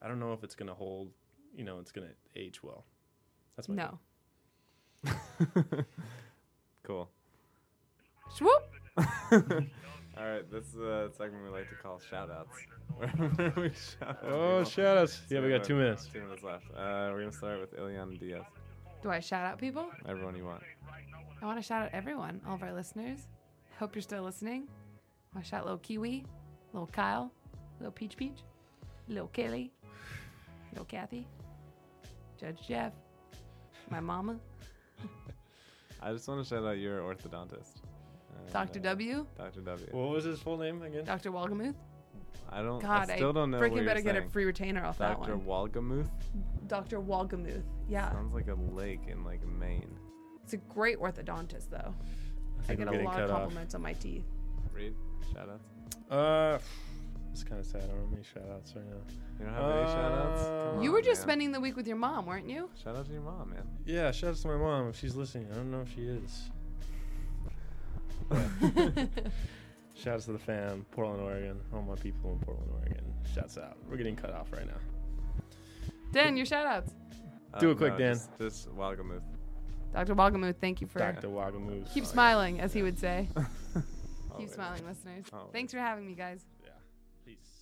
Speaker 3: I don't know if it's gonna hold. You know, it's gonna age well. That's my
Speaker 4: No.
Speaker 2: Cool.
Speaker 4: Swoop.
Speaker 2: All right, this is a segment we like to call shoutouts. [laughs] Where we shout out
Speaker 3: Oh,
Speaker 2: people. [laughs]
Speaker 3: shoutouts. Yeah,
Speaker 2: So
Speaker 3: we got two minutes.
Speaker 2: Two minutes left. Uh, we're going to start with Ileana Diaz.
Speaker 4: Do I shout out people?
Speaker 2: Everyone you want.
Speaker 4: I want to shout out everyone, all of our listeners. Hope you're still listening. I want to shout out little Kiwi, little Kyle, little Peach Peach, little Kelly, little Kathy, Judge Jeff, my mama,
Speaker 2: I just want to shout out your orthodontist. And,
Speaker 4: Dr. W?
Speaker 2: Dr. W.
Speaker 3: What was his full name again?
Speaker 4: Dr. Walgamuth.
Speaker 2: I don't.
Speaker 4: God,
Speaker 2: I still
Speaker 4: I
Speaker 2: don't know.
Speaker 4: freaking
Speaker 2: what you're
Speaker 4: better get a
Speaker 2: saying.
Speaker 4: free retainer off that
Speaker 2: Dr. Walgamuth
Speaker 4: Dr. Walgamuth. Yeah.
Speaker 2: sounds like a lake in like Maine.
Speaker 4: It's a great orthodontist, though. I,
Speaker 2: think
Speaker 4: get
Speaker 2: we're
Speaker 4: a
Speaker 2: getting
Speaker 4: lot of
Speaker 2: cut off.
Speaker 4: compliments on my teeth.
Speaker 2: Read shoutouts.
Speaker 3: Uh, it's kind of sad. I don't have any shout outs right now.
Speaker 2: You
Speaker 3: Uh,
Speaker 2: don't have any shoutouts? Come
Speaker 4: you were just
Speaker 3: man.
Speaker 4: spending the week with your mom, weren't you?
Speaker 2: Oh, Shout out to your mom, Oh, man.
Speaker 3: Yeah, shout out to my mom if she's listening. I don't know if
Speaker 2: [laughs]
Speaker 3: she is. shout out to the fam, Portland, Oregon. All my people in Portland, Oregon. Shouts out. We're getting cut off right now.
Speaker 4: Dan, your
Speaker 2: [laughs]
Speaker 4: shout outs.
Speaker 3: Do it quick, Dan.
Speaker 2: Uh, Just, just Walgamuth.
Speaker 4: Dr. Walgamuth, thank you for
Speaker 3: Dr. Wagamoose.
Speaker 4: Keep
Speaker 3: [laughs]
Speaker 4: smiling, as he would say. Keep
Speaker 3: Always.
Speaker 4: smiling, listeners.
Speaker 3: Always.
Speaker 4: Thanks for having me, guys.
Speaker 3: Peace.